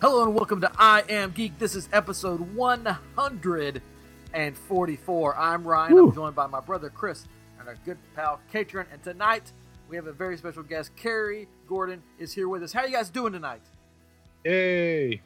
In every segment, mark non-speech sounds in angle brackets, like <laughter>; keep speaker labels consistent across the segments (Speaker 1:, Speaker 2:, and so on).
Speaker 1: Hello and welcome to I Am Geek. This is episode 144. I'm Ryan.
Speaker 2: Woo.
Speaker 1: I'm joined by my brother Chris and our good pal Katrin. And tonight we have a very special guest. Carrie Gordon is here with us. How are you guys doing tonight?
Speaker 3: Yay!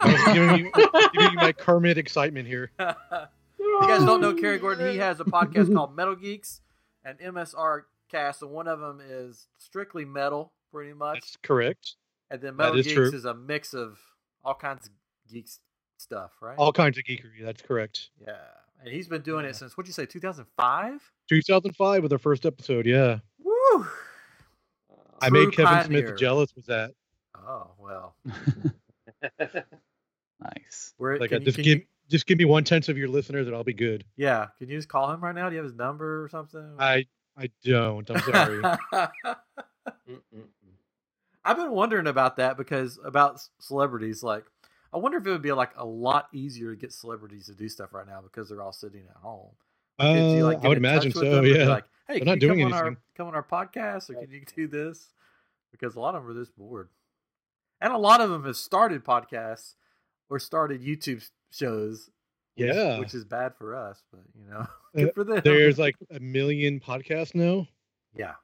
Speaker 3: I was giving you, giving you my Kermit excitement here.
Speaker 1: you guys don't know Carrie Gordon. He has a podcast called Metal Geeks and MSR Cast, and one of them is strictly metal, pretty much.
Speaker 3: That's correct.
Speaker 1: And then
Speaker 3: that
Speaker 1: Metal
Speaker 3: is
Speaker 1: Geeks
Speaker 3: true.
Speaker 1: is a mix of all kinds of geeks stuff, right?
Speaker 3: All kinds of geekery. That's correct.
Speaker 1: Yeah. And he's been doing
Speaker 3: Yeah.
Speaker 1: it since, what'd you say, 2005?
Speaker 3: 2005 with our first episode. Yeah,
Speaker 1: Woo!
Speaker 3: I
Speaker 1: True
Speaker 3: made Kevin
Speaker 1: pioneer.
Speaker 3: Smith jealous with that.
Speaker 1: Oh, well.
Speaker 2: nice.
Speaker 1: We're,
Speaker 3: <laughs> Like,
Speaker 1: can you-
Speaker 3: uh, just
Speaker 1: can
Speaker 3: give
Speaker 1: you-
Speaker 3: just give me one tenth of your listeners, and I'll
Speaker 1: <laughs>
Speaker 3: be good.
Speaker 1: yeah. Can you just call him right now? Do you have his number or something?
Speaker 3: I I don't. I'm
Speaker 1: <laughs>
Speaker 3: sorry.
Speaker 1: I've been wondering about that because about s- celebrities, like, I wonder if it would be like a lot easier to get celebrities to do stuff right now because they're all sitting at home. Could you,
Speaker 3: Uh,
Speaker 1: like,
Speaker 3: I
Speaker 1: get
Speaker 3: would
Speaker 1: in touch
Speaker 3: imagine
Speaker 1: with
Speaker 3: so.
Speaker 1: them and be
Speaker 3: Yeah.
Speaker 1: Like, <laughs> hey,
Speaker 3: They're
Speaker 1: can
Speaker 3: not
Speaker 1: you
Speaker 3: doing
Speaker 1: come on our
Speaker 3: anything.
Speaker 1: come on our podcast, or can you do this? Because a lot of them are just bored, and a lot of them have started podcasts or started YouTube shows. which-
Speaker 3: Yeah.
Speaker 1: which is bad for us, but you know, <laughs> good
Speaker 3: Uh,
Speaker 1: for them.
Speaker 3: There's like a million podcasts now,
Speaker 1: yeah,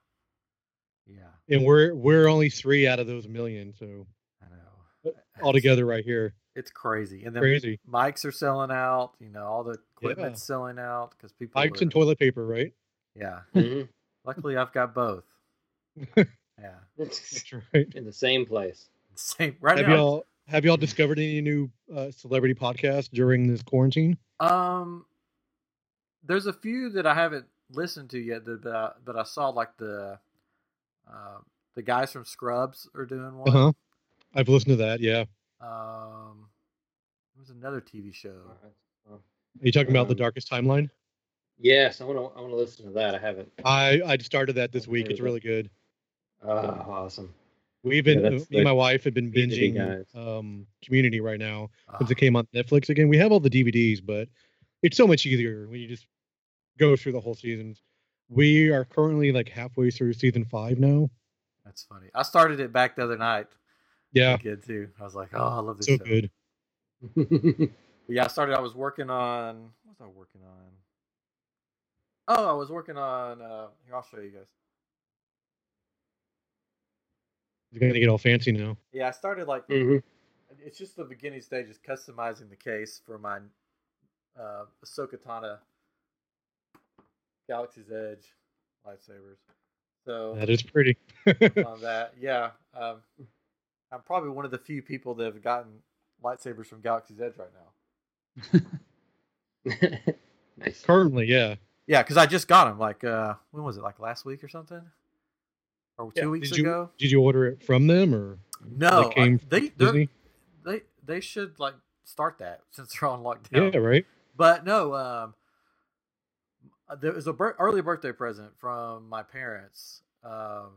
Speaker 1: yeah,
Speaker 3: and we're we're only three out of those million. So
Speaker 1: I know.
Speaker 3: Uh, all together, right here,
Speaker 1: it's crazy, and then
Speaker 3: crazy.
Speaker 1: mics are selling out. You know, all the equipment's selling out because people.
Speaker 3: Bikes
Speaker 1: are-
Speaker 3: and toilet paper, right?
Speaker 1: yeah.
Speaker 4: Mhm.
Speaker 1: Luckily, I've got
Speaker 3: <laughs>
Speaker 1: both. yeah,
Speaker 3: That's right.
Speaker 4: in the same place.
Speaker 1: same right
Speaker 3: have
Speaker 1: now.
Speaker 3: y'all have y'all discovered any new uh, celebrity podcasts during this quarantine?
Speaker 1: Um, there's a few that I haven't listened to yet that that I, that I saw like the uh, the guys from Scrubs are doing one.
Speaker 3: Uh-huh. I've listened to that. Yeah,
Speaker 1: Um, there was another TV show.
Speaker 3: are you talking about the
Speaker 4: Um,
Speaker 3: Darkest Timeline?
Speaker 4: Yes, I want to. I want to listen to that. I haven't.
Speaker 3: I I started that this
Speaker 4: I've
Speaker 3: week.
Speaker 4: heard
Speaker 3: It's
Speaker 4: of it.
Speaker 3: really good.
Speaker 4: Oh, awesome. <laughs>
Speaker 3: We've
Speaker 4: Yeah,
Speaker 3: been
Speaker 4: that's-
Speaker 3: me and my
Speaker 4: that's
Speaker 3: wife have been
Speaker 4: community
Speaker 3: binging
Speaker 4: guys.
Speaker 3: um, Community right now since it
Speaker 1: Ah,
Speaker 3: came on Netflix again. We have all the DVDs, but it's so much easier when you just go through the whole seasons. We are currently like halfway through season five now.
Speaker 1: that's funny. I started it back the other night.
Speaker 3: Yeah,
Speaker 1: Kid too. I was like, oh, I love this
Speaker 3: so
Speaker 1: show.
Speaker 3: good.
Speaker 4: Mm-hmm.
Speaker 1: But yeah, I started. I was working on. What was I working on? Oh, I was working on. Uh, here, I'll show you guys.
Speaker 3: It's gonna get all fancy now.
Speaker 1: Yeah, I started like
Speaker 4: Mhm.
Speaker 1: It's just the beginning stages, customizing the case for my uh, Ahsoka Tana Galaxy's Edge lightsabers. So
Speaker 3: That is pretty. <laughs>
Speaker 1: on that, yeah, um, I'm probably one of the few people that have gotten lightsabers from Galaxy's Edge right now.
Speaker 4: <laughs> nice.
Speaker 3: currently, yeah.
Speaker 1: Yeah, because I just got them. Like, uh, when was it? Like last week or something, or two
Speaker 3: Yeah,
Speaker 1: weeks
Speaker 3: did you-
Speaker 1: ago?
Speaker 3: Did you order it from them or?
Speaker 1: No,
Speaker 3: that came
Speaker 1: I, they
Speaker 3: from
Speaker 1: they're-
Speaker 3: Disney?
Speaker 1: they they should like start that since they're on
Speaker 3: Yeah,
Speaker 1: lockdown.
Speaker 3: right.
Speaker 1: But no, um, uh, there was a bir- early birthday present from my parents, um,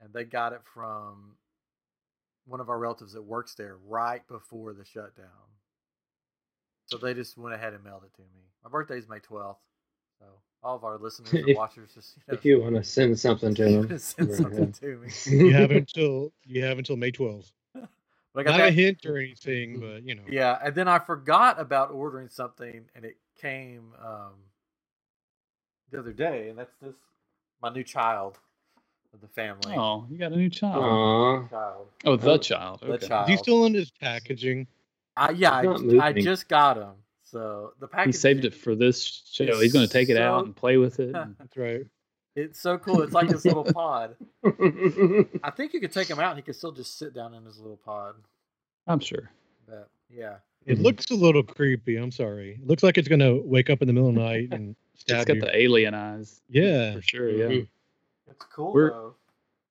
Speaker 1: and they got it from one of our relatives that works there right before the shutdown. So they just went ahead and mailed it to me. My birthday's May twelfth, so all of our
Speaker 4: <laughs>
Speaker 1: listeners and
Speaker 4: If-
Speaker 1: watchers just you know,
Speaker 4: If you want
Speaker 1: <laughs>
Speaker 4: to send something to them,
Speaker 1: send something to me.
Speaker 3: <laughs> You <laughs>
Speaker 4: <laughs>
Speaker 3: have until you have until May twelfth.
Speaker 1: But I got
Speaker 3: Not
Speaker 1: that-
Speaker 3: a hint or anything, but you know.
Speaker 1: Yeah, and then I forgot about ordering something, and it came um, the other day, and that's this my new child of the family.
Speaker 2: Oh, you got a new child.
Speaker 4: Aw.
Speaker 1: Child,
Speaker 2: oh, the child.
Speaker 1: the
Speaker 2: Okay.
Speaker 1: child.
Speaker 3: Is he still in his packaging?
Speaker 1: I, yeah,
Speaker 4: He's not
Speaker 1: I, I
Speaker 4: moving.
Speaker 1: just got him. So the package
Speaker 2: He saved it for this show. He's going to take it out
Speaker 1: So-
Speaker 2: and play
Speaker 1: <laughs>
Speaker 2: with it. and-
Speaker 3: That's right.
Speaker 1: It's so cool. It's like this
Speaker 2: <laughs>
Speaker 1: little pod. I think you could take him out, and he could still just sit down in his little pod.
Speaker 2: I'm sure.
Speaker 1: But yeah,
Speaker 3: It
Speaker 4: Mhm.
Speaker 3: looks a little creepy. I'm sorry. It looks like it's gonna wake up in the middle of the night and
Speaker 2: It's
Speaker 3: stab
Speaker 2: got
Speaker 3: you.
Speaker 2: the alien eyes.
Speaker 3: Yeah.
Speaker 2: For sure. Yeah.
Speaker 4: Mhm.
Speaker 1: it's cool
Speaker 2: We're-
Speaker 1: though.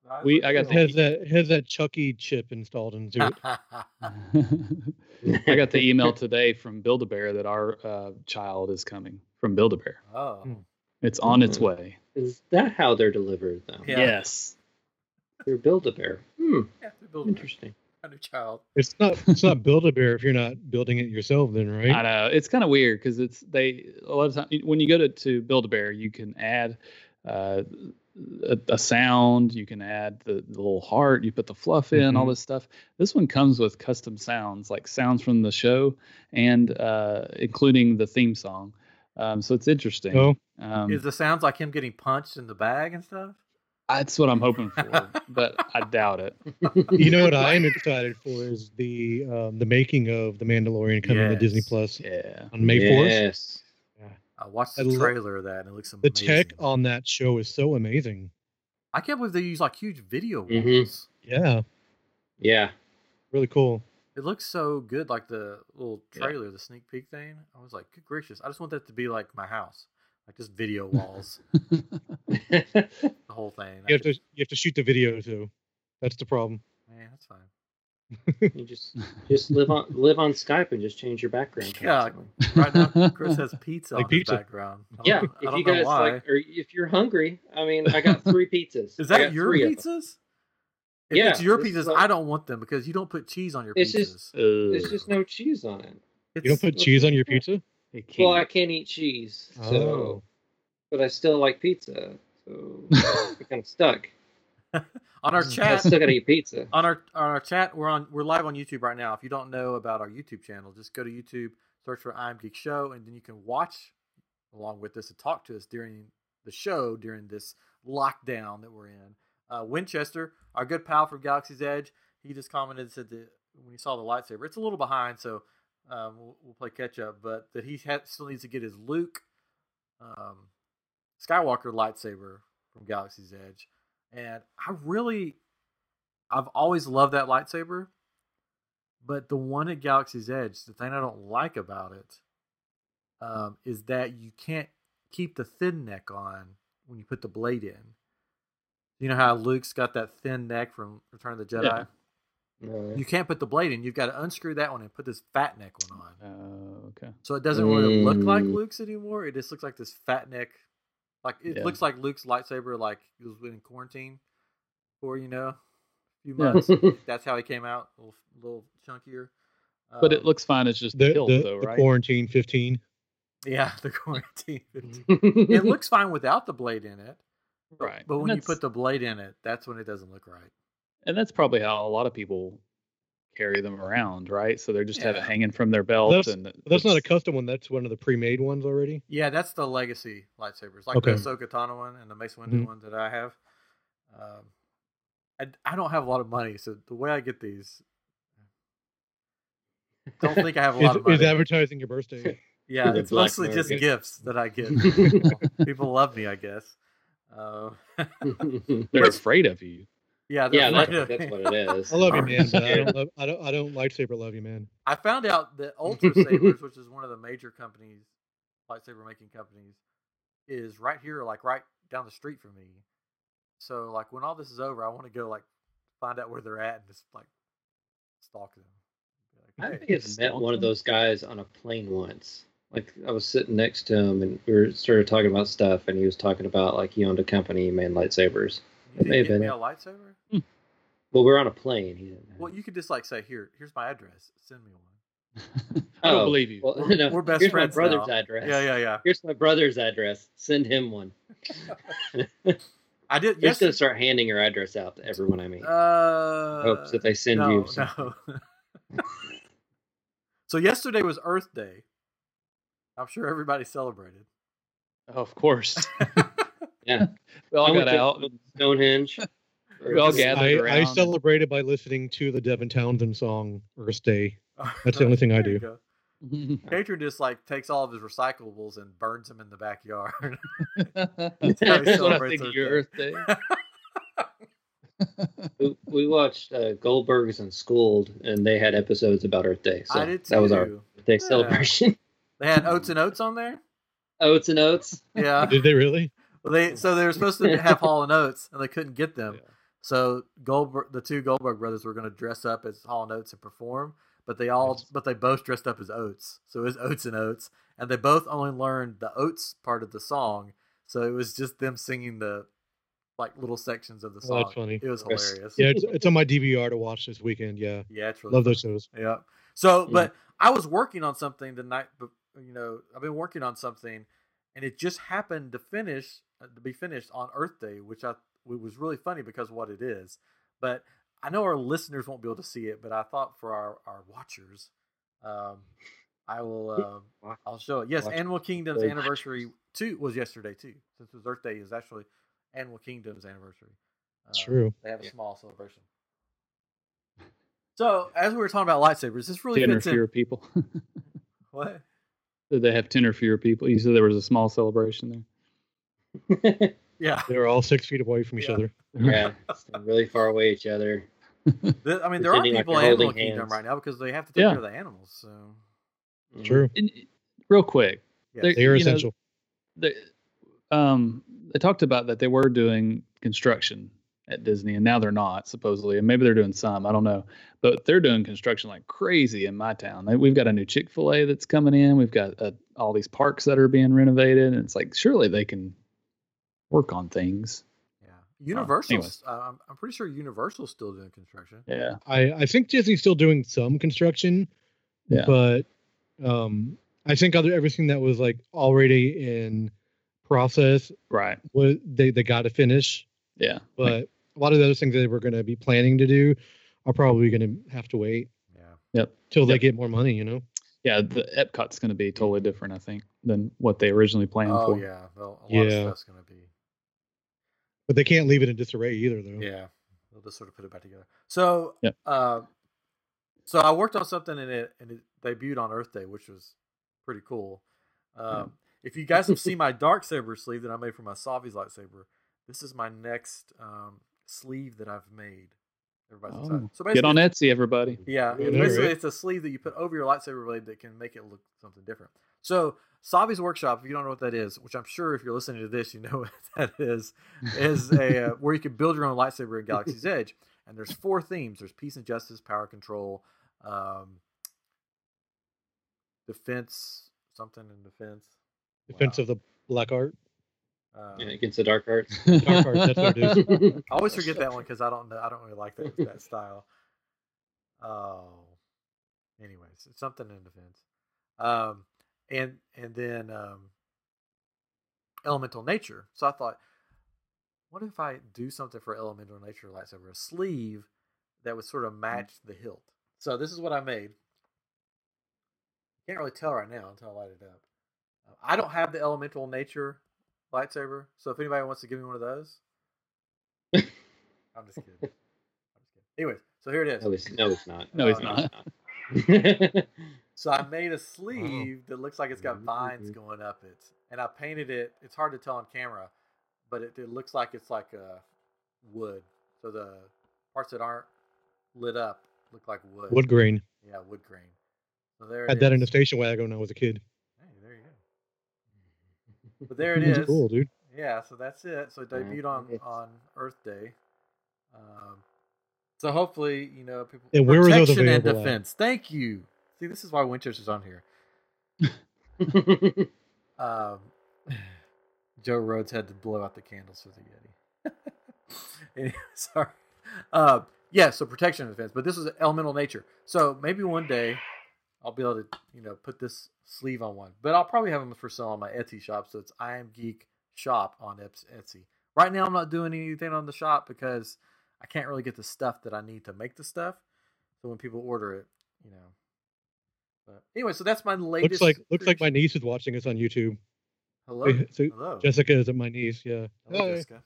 Speaker 1: That's
Speaker 2: we-
Speaker 1: what's
Speaker 2: I got
Speaker 3: It has that it has that Chucky chip installed into
Speaker 1: <laughs>
Speaker 3: it.
Speaker 1: cool.
Speaker 2: <laughs> I got the email today from Build a Bear that our uh, child is coming from Build a Bear.
Speaker 1: oh,
Speaker 2: It's on its
Speaker 4: Mhm.
Speaker 2: way.
Speaker 4: <laughs> Is that how they're delivered, though?
Speaker 1: Yeah.
Speaker 2: Yes.
Speaker 4: They're build a bear. Hmm.
Speaker 1: yeah, they built
Speaker 4: Interesting.
Speaker 1: a new child.
Speaker 3: It's not it's not build a bear if you're not building it yourself then,
Speaker 2: I
Speaker 3: right?
Speaker 2: know it's kind of weird because it's they a lot of times when you go to, to Build a Bear, you can add uh, a, a sound. You can add the, the little heart. You put the fluff in, all
Speaker 3: Mm-hmm.
Speaker 2: this stuff. This one comes with custom sounds, like sounds from the show, and uh, including the theme song. Um, so it's interesting.
Speaker 3: Oh,
Speaker 2: um,
Speaker 1: Is the sounds like him getting punched in the bag and stuff?
Speaker 2: that's what I'm hoping for,
Speaker 1: <laughs>
Speaker 2: but I doubt it.
Speaker 3: you
Speaker 2: <laughs>
Speaker 3: know what I am excited for is the um, the making of the Mandalorian coming to Disney
Speaker 1: Yes.
Speaker 3: Plus
Speaker 2: Yeah.
Speaker 3: on May fourth.
Speaker 4: Yes.
Speaker 1: I watched
Speaker 3: I
Speaker 1: the
Speaker 3: lo-
Speaker 1: trailer of that and it looks
Speaker 3: The
Speaker 1: amazing.
Speaker 3: tech on that show is so amazing.
Speaker 1: I can't believe they use like huge video walls.
Speaker 4: Mhm.
Speaker 3: Yeah,
Speaker 4: Yeah. <laughs>
Speaker 3: really cool.
Speaker 1: It looks so good, like the little
Speaker 2: Yeah.
Speaker 1: trailer, the sneak peek thing. I was like, good gracious. I just want that to be like my house. Like just
Speaker 3: <laughs>
Speaker 1: video walls, the whole thing. I
Speaker 3: You have to
Speaker 1: could-
Speaker 3: you have to shoot the video too. That's the problem.
Speaker 1: man, that's fine.
Speaker 4: you just just live on live on Skype and just change
Speaker 3: <laughs>
Speaker 4: your background.
Speaker 1: Yeah.
Speaker 4: constantly.
Speaker 1: Right
Speaker 4: <laughs>
Speaker 1: now, Chris has pizza
Speaker 3: Like
Speaker 1: on his
Speaker 3: pizza.
Speaker 1: background. I don't-
Speaker 4: Yeah.
Speaker 1: I
Speaker 4: If
Speaker 1: don't
Speaker 4: you
Speaker 1: know
Speaker 4: guys
Speaker 1: why.
Speaker 4: like, or if you're hungry, I mean, I
Speaker 1: <laughs>
Speaker 4: got three pizzas.
Speaker 1: Is
Speaker 4: I
Speaker 1: that
Speaker 4: got
Speaker 1: your
Speaker 4: three of them.
Speaker 1: pizzas? If
Speaker 4: Yeah,
Speaker 1: it's your
Speaker 4: this is
Speaker 1: pizzas,
Speaker 4: like-
Speaker 1: I don't want them because you don't put cheese on your
Speaker 4: It's
Speaker 1: pizzas.
Speaker 4: just- There's just no cheese on it.
Speaker 1: It's-
Speaker 3: You don't put cheese on your pizza.
Speaker 2: It can't.
Speaker 4: Well, I can't eat cheese, so
Speaker 3: Oh.
Speaker 4: but I still like pizza,
Speaker 3: <laughs>
Speaker 4: so I'm kind of stuck.
Speaker 1: on our
Speaker 4: I
Speaker 1: chat.
Speaker 4: still gotta eat pizza.
Speaker 1: on our on our chat we're on we're live on youtube right now if you don't know about our youtube channel just go to youtube search for i'm geek show and then you can watch along with us and talk to us during the show during this lockdown that we're in uh, winchester our good pal from galaxy's edge he just commented and said that when he saw the lightsaber it's a little behind so um, we'll, we'll play catch up but that he ha- still needs to get his luke um, skywalker lightsaber from galaxy's edge and i really I've always loved that lightsaber, but the one at Galaxy's Edge, the thing I don't like about it, um, is that you can't keep the thin neck on when you put the blade in. You know how Luke's got that thin neck from Return of the Jedi?
Speaker 2: Yeah.
Speaker 4: No.
Speaker 1: <laughs> You can't put the blade in. You've got to unscrew that one and put this fat neck one on.
Speaker 2: Oh, okay.
Speaker 1: So it doesn't really look like
Speaker 4: Mm.
Speaker 1: Luke's anymore. It just looks like this fat neck. Like it
Speaker 2: Yeah.
Speaker 1: looks like Luke's lightsaber, like it was in quarantine for you know a
Speaker 2: <laughs>
Speaker 1: few
Speaker 4: <laughs>
Speaker 1: months. That's how he came out, a little, little chunkier.
Speaker 2: But
Speaker 1: Um,
Speaker 2: it looks fine. It's just
Speaker 3: The,
Speaker 2: the, hilt,
Speaker 3: the,
Speaker 2: though,
Speaker 3: the
Speaker 2: right?
Speaker 3: quarantine fifteen.
Speaker 1: <laughs> yeah, the quarantine.
Speaker 2: Mm. <laughs>
Speaker 1: it looks fine without the blade in it,
Speaker 2: right.
Speaker 1: but
Speaker 2: And
Speaker 1: when you
Speaker 2: that's-
Speaker 1: put the blade in it, that's when it doesn't look right.
Speaker 2: and that's probably how a lot of people carry them around, right? So they just have it
Speaker 1: Yeah.
Speaker 2: hanging from their belt.
Speaker 3: That's-
Speaker 2: and
Speaker 3: That's not a
Speaker 2: it's-
Speaker 3: custom one. That's one of the pre-made ones already.
Speaker 1: Yeah, that's the legacy lightsabers, like
Speaker 3: Okay.
Speaker 1: the Ahsoka Tano one and the Mace Windu
Speaker 3: Mhm.
Speaker 1: one that I have. Um, I, I don't have a lot of money, so the way I get these, don't think I have a lot
Speaker 3: Is,
Speaker 1: of money.
Speaker 3: is advertising
Speaker 1: <laughs>
Speaker 3: your birthday?
Speaker 1: yeah,
Speaker 4: the
Speaker 1: it's
Speaker 4: black
Speaker 1: mostly just
Speaker 4: market.
Speaker 1: gifts that I get.
Speaker 3: <laughs>
Speaker 1: People love me, I guess. Uh,
Speaker 2: They're afraid of you.
Speaker 1: yeah,
Speaker 4: yeah,
Speaker 1: that's <laughs>
Speaker 4: that, that's what it is.
Speaker 3: I love you, man. But I don't. Love, I don't. I don't lightsaber love you, man.
Speaker 1: I found out
Speaker 4: <laughs>
Speaker 1: that Ultra Sabers, which is one of the major companies, lightsaber making companies, is right here, like right down the street from me. So, like, when all this is over, I want to go like find out where they're at and just like stalk them. Be
Speaker 4: I
Speaker 1: like, "Hey."
Speaker 4: think I've met one of those guys on a plane once. Like I was sitting next to him, and we were started talking about stuff, and he was talking about like he owned a company, he made lightsabers.
Speaker 1: You didn't
Speaker 4: may have
Speaker 1: get
Speaker 4: been
Speaker 1: me
Speaker 4: it.
Speaker 1: a lightsaber?
Speaker 4: Well, we're on a plane. He didn't.
Speaker 1: Well, you could just like say, "Here, here's my address. Send me one."
Speaker 2: I don't
Speaker 4: Oh,
Speaker 2: believe you.
Speaker 4: well,
Speaker 1: We're-
Speaker 4: <laughs> no,
Speaker 1: we're best
Speaker 4: here's
Speaker 1: friends
Speaker 4: my brother's
Speaker 1: now.
Speaker 4: address.
Speaker 1: Yeah, yeah, yeah.
Speaker 4: Here's my brother's address. Send him one.
Speaker 1: I did.
Speaker 4: You're
Speaker 1: Yes.
Speaker 4: just gonna start handing your address out to everyone I meet.
Speaker 1: Uh,
Speaker 4: hopes that they send
Speaker 1: no,
Speaker 4: you. Some.
Speaker 1: No. <laughs> so yesterday was Earth Day. I'm sure everybody celebrated. <laughs>
Speaker 3: Oh,
Speaker 2: of course.
Speaker 4: Yeah.
Speaker 2: We all
Speaker 4: I went
Speaker 2: got
Speaker 4: to
Speaker 2: out.
Speaker 4: <laughs>
Speaker 2: <laughs>
Speaker 1: <laughs>
Speaker 4: Stonehenge.
Speaker 2: We all
Speaker 4: Just-
Speaker 2: gathered
Speaker 3: I,
Speaker 2: around.
Speaker 3: I celebrated by listening to the Devin Townsend song Earth Day. That's the only thing I
Speaker 1: There you
Speaker 3: do.
Speaker 1: go.
Speaker 2: and-
Speaker 1: Catron just like takes all of his recyclables and burns them in the backyard. <laughs> That's how he
Speaker 2: That's what I
Speaker 1: celebrates
Speaker 2: think of your Earth Day.
Speaker 4: <laughs> we, we watched uh, Goldberg's and Schooled, and they had episodes about Earth Day. So
Speaker 1: I did too.
Speaker 4: that was our Earth Day
Speaker 1: Yeah.
Speaker 4: celebration. <laughs>
Speaker 1: They had oats and oats on there.
Speaker 4: Oats and oats.
Speaker 1: Yeah.
Speaker 3: Did
Speaker 1: <laughs>
Speaker 3: they really? Oh,
Speaker 1: Well, they so they were supposed to have Hall and Oates, and they couldn't get them.
Speaker 2: Yeah.
Speaker 1: So Goldberg, the two Goldberg brothers, were going to dress up as Hall and Oates and perform, but they all,
Speaker 2: Nice.
Speaker 1: but they both dressed up as Oates. So it was Oates and Oates, and they both only learned the Oates part of the song. So it was just them singing the like little sections of the
Speaker 3: Oh,
Speaker 1: song.
Speaker 3: that's
Speaker 1: <laughs>
Speaker 3: funny.
Speaker 1: It was
Speaker 4: Yes.
Speaker 1: hilarious.
Speaker 3: Yeah, it's, it's on my DVR to watch this weekend. Yeah,
Speaker 1: yeah, it's really
Speaker 3: love
Speaker 1: funny.
Speaker 3: those shows.
Speaker 1: Yeah. So,
Speaker 4: Yeah.
Speaker 1: but I was working on something the night, bef- you know, I've been working on something and it just happened to finish uh, to be finished on Earth Day, which I it was really funny because of what it is. But I know our listeners won't be able to see it, but I thought for our our watchers, um, I will
Speaker 3: <laughs>
Speaker 1: uh, I'll show it. Yes,
Speaker 4: Watch-
Speaker 1: Animal Kingdom's
Speaker 4: Watch-
Speaker 1: anniversary too was yesterday too, since it was Earth Day is actually Animal Kingdom's anniversary.
Speaker 3: It's
Speaker 1: Uh,
Speaker 3: true.
Speaker 1: They have a
Speaker 4: Yeah.
Speaker 1: small celebration. So as we were talking about lightsabers, this really
Speaker 2: ten or
Speaker 1: fits in.
Speaker 2: fewer people.
Speaker 1: <laughs>
Speaker 2: <laughs>
Speaker 1: What?
Speaker 2: Did they have ten or fewer people? You said there was a small celebration there.
Speaker 1: Yeah,
Speaker 3: They were all six feet away from each
Speaker 1: Yeah.
Speaker 3: other.
Speaker 4: yeah, stand really far away each other.
Speaker 1: The- I mean there are
Speaker 4: Pretending like
Speaker 1: people
Speaker 4: you're
Speaker 1: in Animal
Speaker 4: holding
Speaker 1: Kingdom
Speaker 4: hands.
Speaker 1: right now because they have to take
Speaker 2: Yeah.
Speaker 1: care of the animals. So Mm-hmm.
Speaker 4: Mhm.
Speaker 3: True.
Speaker 2: And, real quick,
Speaker 1: yes.
Speaker 2: There-
Speaker 3: They are
Speaker 2: You know,
Speaker 3: essential.
Speaker 2: they, um, they talked about that they were doing construction at Disney, and now they're not supposedly, and maybe they're doing some. I don't know, but they're doing construction like crazy in my town. They, we've got a new Chick Fil A that's coming in. We've got uh, all these parks that are being renovated, and it's like surely they can work on things.
Speaker 1: Yeah, Universal's.
Speaker 2: anyways.
Speaker 1: uh, I'm, I'm pretty sure Universal's still doing construction.
Speaker 2: Yeah,
Speaker 3: I, I think Disney's still doing some construction,
Speaker 2: Yeah.
Speaker 3: but um, I think other everything that was like already in process
Speaker 2: right.
Speaker 3: was they, they got to finish.
Speaker 2: Yeah,
Speaker 3: But a lot of those things they were going to be planning to do are probably going to have to wait
Speaker 1: Yeah,
Speaker 3: till they
Speaker 2: Yep.
Speaker 3: get more money. You know,
Speaker 2: yeah. The Epcot's going to be totally different, I think, than what they originally planned
Speaker 1: oh
Speaker 2: for.
Speaker 1: yeah, well, a lot of
Speaker 3: Yeah.
Speaker 1: stuff's gonna be.
Speaker 3: but they can't leave it in disarray either, though.
Speaker 1: Yeah, they'll just sort of put it back together. So,
Speaker 2: Yep.
Speaker 1: uh, so I worked on something and it and it debuted on Earth Day, which was pretty cool. Um, If you guys have seen my dark saber sleeve that I made for my Savi's lightsaber, this is my next um, sleeve that I've made. Everybody's excited.
Speaker 2: Oh,
Speaker 1: So
Speaker 2: Get
Speaker 1: basically,
Speaker 2: on Etsy, everybody. <laughs>
Speaker 1: Yeah,
Speaker 3: Yeah,
Speaker 1: it's
Speaker 3: they're
Speaker 1: basically
Speaker 3: right.
Speaker 1: it's a sleeve that you put over your lightsaber blade that can make it look something different. So Savi's workshop, if you don't know what that is, which I'm sure if you're listening to this, you know <laughs> what that is, is a uh, where you can build your own lightsaber in Galaxy's Edge. And there's four themes: there's peace and justice, power control, um, defense, something in defense,
Speaker 3: Defense of the black art.
Speaker 1: Wow.
Speaker 4: Yeah,
Speaker 1: Um,
Speaker 4: against the dark arts.
Speaker 3: <laughs> Dark arts, that's what it is.
Speaker 1: I always forget that one because I don't know. I don't really like that that style. Oh, anyways, it's something in defense. Um, and and then um, elemental nature. So I thought, what if I do something for elemental nature lightsaber, a sleeve that would sort of match the hilt. So this is what I made. Can't really tell right now until I light it up. Uh, I don't have the elemental nature lightsaber, so if anybody wants to give me one of those, I'm just kidding. I'm just kidding. Anyways, so here it is.
Speaker 4: <laughs> No, it's, no, it's not. <laughs>
Speaker 2: No,
Speaker 1: it's
Speaker 4: it's not.
Speaker 1: So I made a sleeve that looks like it's got
Speaker 4: Mhm,
Speaker 1: vines
Speaker 4: mhm.
Speaker 1: going up it, and I painted it. It's hard to tell on camera, but it, it looks like it's like a wood. So the parts that aren't lit up look like wood.
Speaker 3: Wood grain.
Speaker 1: Yeah, wood grain. So there. it
Speaker 3: Had that in a
Speaker 1: is.
Speaker 3: station wagon when I was a kid.
Speaker 1: Hey, there you go.
Speaker 3: <laughs>
Speaker 1: But there it
Speaker 3: That's
Speaker 1: is.
Speaker 3: Cool, dude.
Speaker 1: Yeah, so that's it. So it
Speaker 4: Alright,
Speaker 1: debuted on
Speaker 4: it's-
Speaker 1: on Earth Day. Um, so hopefully, you know, people
Speaker 3: And where are those
Speaker 1: protection and
Speaker 3: available at?
Speaker 1: defense. Thank you. See, this is why Winchester's on here. Um, Joe Rhodes had to blow out the candles with the Yeti. <laughs> Anyway, <laughs> sorry. Uh, yeah, so protection and defense, but this is elemental nature. So maybe one day I'll be able to, you know, put this sleeve on one. But I'll probably have them for sale on my Etsy shop. So it's I am Geek Shop on Ets- Etsy. Right now, I'm not doing anything on the shop because I can't really get the stuff that I need to make the stuff. So when people order it, you know. But anyway, so that's my latest.
Speaker 3: Looks like looks like my
Speaker 1: creation.
Speaker 3: niece is watching us on YouTube.
Speaker 1: hello,
Speaker 3: so
Speaker 1: hello,
Speaker 3: Jessica is at my niece. Yeah.
Speaker 1: Hello,
Speaker 3: Hi.
Speaker 1: Jessica.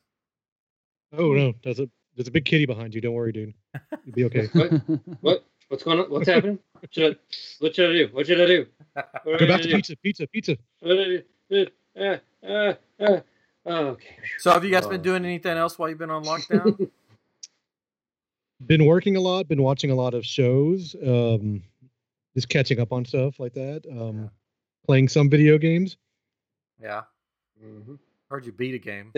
Speaker 3: Oh no, there's a there's a big kitty behind you. Don't worry, dude. You'll be
Speaker 4: <laughs>
Speaker 3: okay.
Speaker 4: what? What's going on? What's happening? Should I, what should I do? What should I do? What
Speaker 3: Go
Speaker 4: should I
Speaker 3: back to
Speaker 4: do?
Speaker 3: pizza, pizza, pizza.
Speaker 4: What should I do? Uh, uh, uh, oh, okay.
Speaker 1: So, have you guys
Speaker 4: Oh.
Speaker 1: been doing anything else while you've been on lockdown?
Speaker 3: Been working a lot. Been watching a lot of shows. Um, just catching up on stuff like that. Um,
Speaker 1: Yeah.
Speaker 3: playing some video games.
Speaker 1: yeah,
Speaker 4: Mhm.
Speaker 1: heard you beat a game.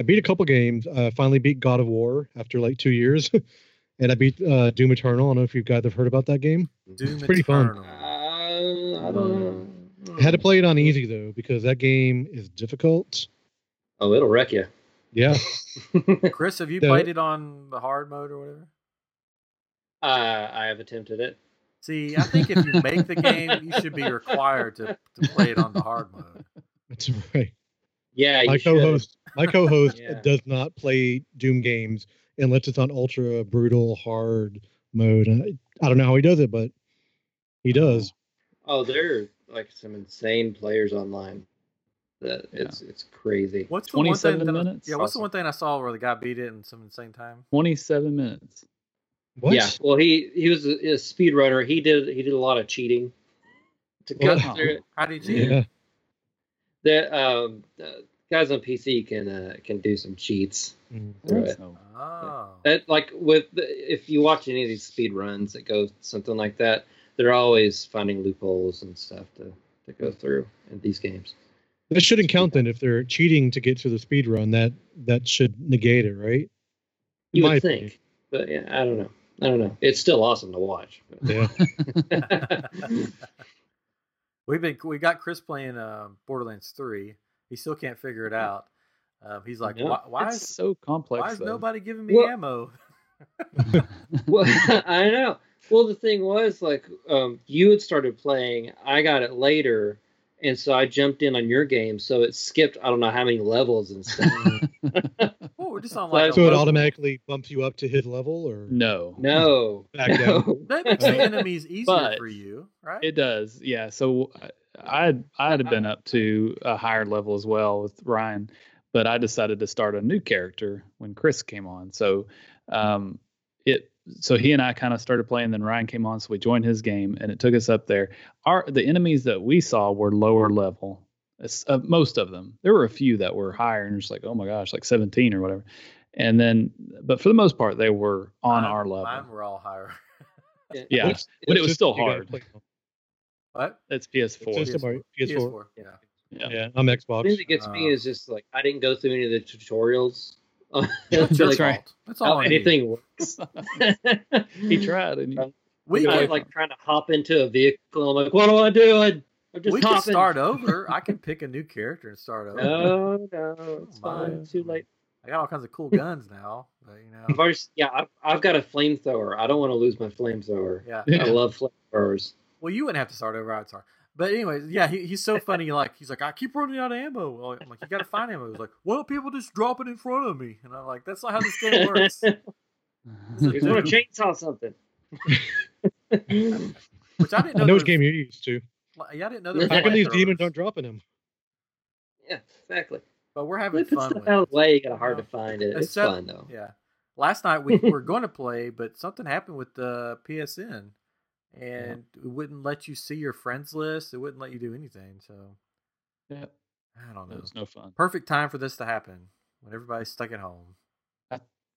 Speaker 3: I beat a couple games. I finally beat God of War after like two years, <laughs> and I beat uh, Doom Eternal. I don't know if you guys have heard about that game.
Speaker 1: Doom
Speaker 3: pretty fun.
Speaker 1: Eternal.
Speaker 4: Uh, I don't know.
Speaker 3: I had to play it on easy though because that game is difficult.
Speaker 4: Oh, it'll wreck you.
Speaker 3: Yeah, <laughs>
Speaker 1: Chris, have you
Speaker 3: The-
Speaker 1: played it on the hard mode or whatever?
Speaker 4: uh, I have attempted it.
Speaker 1: See, I think if you make the game, you should be required to, to play it on the hard mode.
Speaker 3: That's right.
Speaker 4: Yeah, you
Speaker 3: my
Speaker 4: should.
Speaker 3: co-host, my co-host
Speaker 4: Yeah.
Speaker 3: does not play Doom games unless it's on ultra brutal hard mode. And I, I don't know how he does it, but he does.
Speaker 4: Oh, there are like some insane players online. That
Speaker 2: Yeah.
Speaker 4: it's it's crazy.
Speaker 1: What's the one thing?
Speaker 2: 27
Speaker 1: That,
Speaker 2: minutes?
Speaker 1: Yeah, what's the
Speaker 4: Awesome.
Speaker 1: one thing I saw where the guy beat it in some insane time?
Speaker 2: 27 minutes.
Speaker 3: What?
Speaker 4: Yeah. Well, he he was a, a speed runner. He did he did a lot of cheating to cut
Speaker 2: Wow.
Speaker 4: through it.
Speaker 1: How did you?
Speaker 3: Yeah.
Speaker 4: The um, the guys on PC can uh, can do some cheats.
Speaker 3: Mm.
Speaker 4: Right.
Speaker 2: That's no-
Speaker 1: Oh,
Speaker 4: That like with the, if you watch any of these speed runs that go something like that, they're always finding loopholes and stuff to to go through in these games.
Speaker 3: That shouldn't count then if they're cheating to get to the speed run. That that should negate it, right? In
Speaker 4: You
Speaker 3: my
Speaker 4: would
Speaker 3: opinion.
Speaker 4: think, but yeah, I don't know. I don't know. It's still awesome to watch. <laughs>
Speaker 3: Yeah.
Speaker 1: we've been we got Chris playing um, Borderlands three. He still can't figure it out. Um, he's like,
Speaker 4: No,
Speaker 1: why, why
Speaker 2: it's
Speaker 1: is
Speaker 2: so complex.
Speaker 1: why is
Speaker 2: though.
Speaker 1: nobody giving me
Speaker 4: Well-
Speaker 1: ammo?
Speaker 4: well, <laughs> I know. Well, the thing was, like, um, you had started playing. I got it later, and so I jumped in on your game. So it skipped. I don't know how many levels and
Speaker 1: <laughs>
Speaker 3: <laughs>
Speaker 4: stuff.
Speaker 1: Oh, we're just on
Speaker 4: So I
Speaker 1: like.
Speaker 4: was
Speaker 1: a
Speaker 3: So it
Speaker 1: low-
Speaker 3: automatically bumps you up to his level, or
Speaker 2: no.
Speaker 4: no,
Speaker 1: <laughs>
Speaker 4: <laughs>
Speaker 3: Back down.
Speaker 4: No.
Speaker 1: <laughs> That makes the enemies easier
Speaker 2: But
Speaker 1: for you, right?
Speaker 2: It does, yeah. So uh, I- I'd I'd have been up to a higher level as well with Ryan, but I decided to start a new character when Chris came on. So um, it so he and I kind of started playing. Then Ryan came on, so we joined his game, and it took us up there. Our the enemies that we saw were lower level. It's, Uh, most of them. There were a few that were higher, and just like oh my gosh, like seventeen or whatever. And then, but for the most part, they were on
Speaker 1: Mine-
Speaker 2: our level.
Speaker 1: Mine were all higher. <laughs>
Speaker 2: Yeah,
Speaker 3: It's-
Speaker 2: but
Speaker 3: it's
Speaker 2: it was
Speaker 3: just-
Speaker 2: still
Speaker 3: you gotta
Speaker 2: hard.
Speaker 3: play-
Speaker 1: What?
Speaker 2: It's PS4.
Speaker 3: It's just about PS4.
Speaker 1: PS4. Yeah.
Speaker 2: yeah.
Speaker 3: Yeah, I'm
Speaker 4: The
Speaker 3: Xbox.
Speaker 4: thing that gets me
Speaker 1: Oh.
Speaker 4: is just like I didn't go through any of the tutorials. <laughs>
Speaker 1: That's your fault.
Speaker 4: Like,
Speaker 2: right.
Speaker 1: That's all
Speaker 4: How
Speaker 1: I need.
Speaker 4: Oh, anything
Speaker 2: <laughs>
Speaker 4: works.
Speaker 2: he tried, and he, <laughs>
Speaker 1: We
Speaker 4: I was
Speaker 1: could,
Speaker 4: like trying to hop into a vehicle. I'm like, what do I do? I, I'm just
Speaker 1: we could
Speaker 4: hopping.
Speaker 1: start over. I can pick a new character and start over.
Speaker 4: No, no, it's
Speaker 1: Oh, my.
Speaker 4: fine. Too late.
Speaker 1: I got all kinds of cool guns now, but you
Speaker 4: I've
Speaker 1: know,
Speaker 4: already, yeah, I've, I've got a flamethrower. I don't want to lose my
Speaker 1: <laughs>
Speaker 4: flamethrower.
Speaker 1: yeah.
Speaker 4: I
Speaker 2: <laughs>
Speaker 4: love flamethrowers.
Speaker 1: Well, you wouldn't have to start over. I'd start. But anyways, yeah, he, he's so funny. Like he's like, I keep running out of ammo. Well, I'm like, you gotta find ammo. He's like, well, people just drop it in front of me, and I'm like, that's not how this game works.
Speaker 4: You
Speaker 2: <laughs>
Speaker 4: just
Speaker 1: <laughs>
Speaker 4: want to chainsaw something. <laughs>
Speaker 1: Which I didn't know.
Speaker 3: I know which
Speaker 1: there
Speaker 3: game you're used to.
Speaker 1: was- Yeah, I didn't know. There was
Speaker 3: How come these
Speaker 1: flamethrowers.
Speaker 3: demons aren't dropping him?
Speaker 4: yeah, exactly.
Speaker 1: But we're having
Speaker 4: If it's
Speaker 1: fun
Speaker 4: out
Speaker 1: with.
Speaker 4: of
Speaker 1: it.
Speaker 4: the way, you got hard to find it. It's
Speaker 1: Except-
Speaker 4: fun though.
Speaker 1: Yeah. Last night we
Speaker 2: <laughs>
Speaker 1: were going to play, but something happened with the PSN, and it wouldn't let you see your friends list. It wouldn't let you do anything. So
Speaker 2: yeah,
Speaker 1: I don't
Speaker 2: it
Speaker 1: know.
Speaker 2: was no fun.
Speaker 1: Perfect time for this to happen when everybody's stuck at home.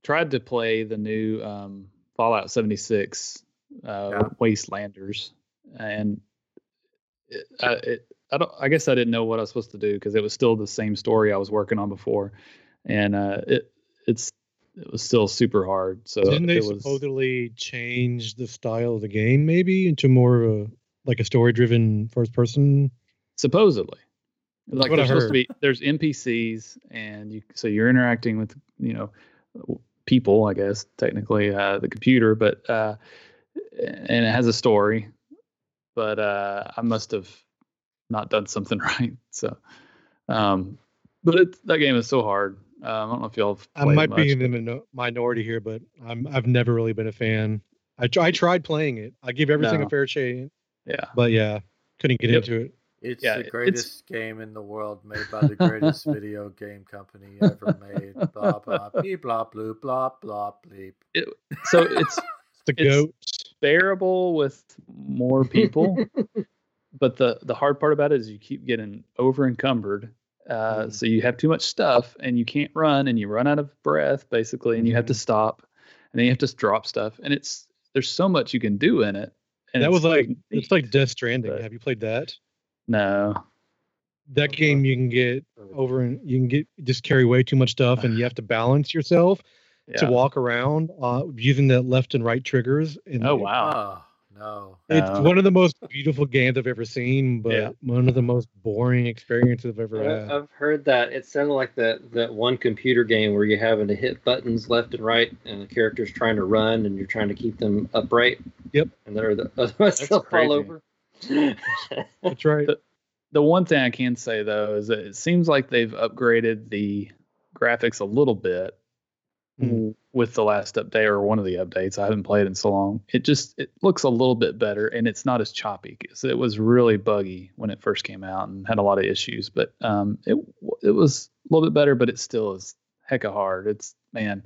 Speaker 2: Tried to play the new um, Fallout 76 uh,
Speaker 1: Yeah.
Speaker 2: Wastelanders, and it, I, it, I don't. I guess I didn't know what I was supposed to do because it was still the same story I was working on before, and uh, it it's it was still super hard. So
Speaker 3: Didn't they
Speaker 2: it was,
Speaker 3: supposedly change the style of the game maybe into more of a like a story driven first person?
Speaker 2: supposedly like
Speaker 3: what I
Speaker 2: there's supposed to be there's npcs and you so you're interacting with you know people i guess technically uh the computer but uh and it has a story but uh i must have not done something <laughs> right so um but it, that game is so hard um, i don't know if y'all have
Speaker 3: I
Speaker 2: played it
Speaker 3: might
Speaker 2: much.
Speaker 3: be in the min- minority here, but I'm I've never really been a fan. I, tr- I tried playing it. I give everything
Speaker 2: No.
Speaker 3: a fair shake,
Speaker 2: yeah
Speaker 3: but yeah, couldn't get
Speaker 2: Yep.
Speaker 3: into it.
Speaker 1: It's
Speaker 2: Yeah,
Speaker 1: the
Speaker 2: it's-
Speaker 1: greatest game in the world made by the greatest video game company ever made.
Speaker 2: <laughs>
Speaker 1: Blah blah beep, blah blue blah blah bleep.
Speaker 2: so it's
Speaker 3: It's the
Speaker 2: It's-
Speaker 3: goat.
Speaker 2: bearable with more people
Speaker 3: <laughs>
Speaker 2: but the the hard part about it is you keep getting over encumbered uh,
Speaker 3: Mhm.
Speaker 2: so you have too much stuff and you can't run and you run out of breath basically and you
Speaker 3: Mm-hmm.
Speaker 2: have to stop and then you have to drop stuff and it's there's so much you can do in it and
Speaker 3: that
Speaker 2: it's
Speaker 3: was like
Speaker 2: neat.
Speaker 3: it's like Death Stranding.
Speaker 2: but- Uh-huh.
Speaker 3: Have you played that?
Speaker 2: no
Speaker 3: That game you can get
Speaker 2: Oh,
Speaker 3: over and you can get just carry way too much stuff, and you have to balance yourself to
Speaker 2: Yeah.
Speaker 3: walk around uh, using the left and right triggers. And
Speaker 2: oh wow
Speaker 1: Oh no.
Speaker 3: It's
Speaker 2: No.
Speaker 3: one of the most beautiful games I've ever seen, but
Speaker 2: Yeah.
Speaker 3: one of the most boring experiences I've
Speaker 1: Uh,
Speaker 3: ever had.
Speaker 4: I, I've heard that. It sounded like that that one computer game where you're having to hit buttons left and right, and the character's trying to run, and you're trying to keep them upright.
Speaker 3: Yep.
Speaker 4: And they're the, <laughs> otherwise
Speaker 2: That's
Speaker 4: they'll
Speaker 2: crazy.
Speaker 4: fall over.
Speaker 3: That's right.
Speaker 2: The- the one thing I can say though is that it seems like they've upgraded the graphics a little bit
Speaker 3: Mhm.
Speaker 2: with the last update or one of the updates. I haven't played in so long. It just it looks a little bit better and it's not as choppy because it was really buggy when it first came out and had a lot of issues. But um, it it was a little bit better, but it still is hecka hard. It's man.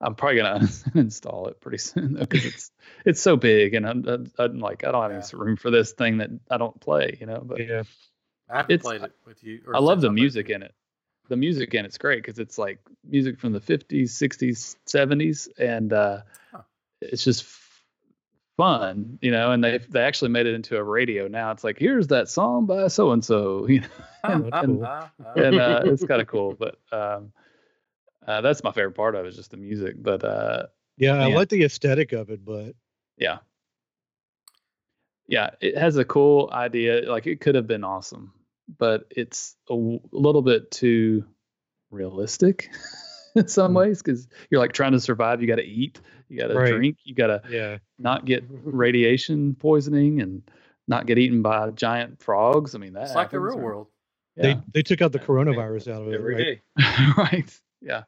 Speaker 2: I'm probably gonna <laughs> install it pretty soon because it's it's so big and I'm, I'm, I'm like I don't have any room for this thing that I don't play, you know. But
Speaker 3: Yeah.
Speaker 1: I haven't
Speaker 2: It's-
Speaker 1: played it with you. or
Speaker 2: I love
Speaker 1: since
Speaker 2: the
Speaker 1: played
Speaker 2: music
Speaker 1: with <laughs>
Speaker 2: in it. The music in it's great because it's like music from the 50s, 60s, 70s, and uh,
Speaker 1: Huh.
Speaker 2: it's just f- fun, you know. And they they actually made it into a radio now. It's like here's that song by so and so, <laughs> you know,
Speaker 1: you.
Speaker 3: That's cool.
Speaker 2: and uh, it's kind of cool. But um, uh, that's my favorite part of it is just the music. But uh,
Speaker 3: Yeah, I
Speaker 2: Man.
Speaker 3: like the aesthetic of it, but
Speaker 2: yeah, yeah, it has a cool idea. Like it could have been awesome, but it's a w- little bit too realistic <laughs> in some
Speaker 3: Mm.
Speaker 2: ways because you're like trying to survive. You got to eat, you got to
Speaker 3: Right.
Speaker 2: drink, you got to
Speaker 3: yeah,
Speaker 1: <laughs>
Speaker 2: not get radiation poisoning and not get eaten by giant frogs. I mean, that
Speaker 1: It's like the
Speaker 2: happens,
Speaker 1: real
Speaker 2: or-
Speaker 1: world. <laughs>
Speaker 2: Yeah.
Speaker 3: they they took out the coronavirus out of it.
Speaker 4: <laughs> every
Speaker 3: right?
Speaker 4: day.
Speaker 2: <laughs> right. Yeah.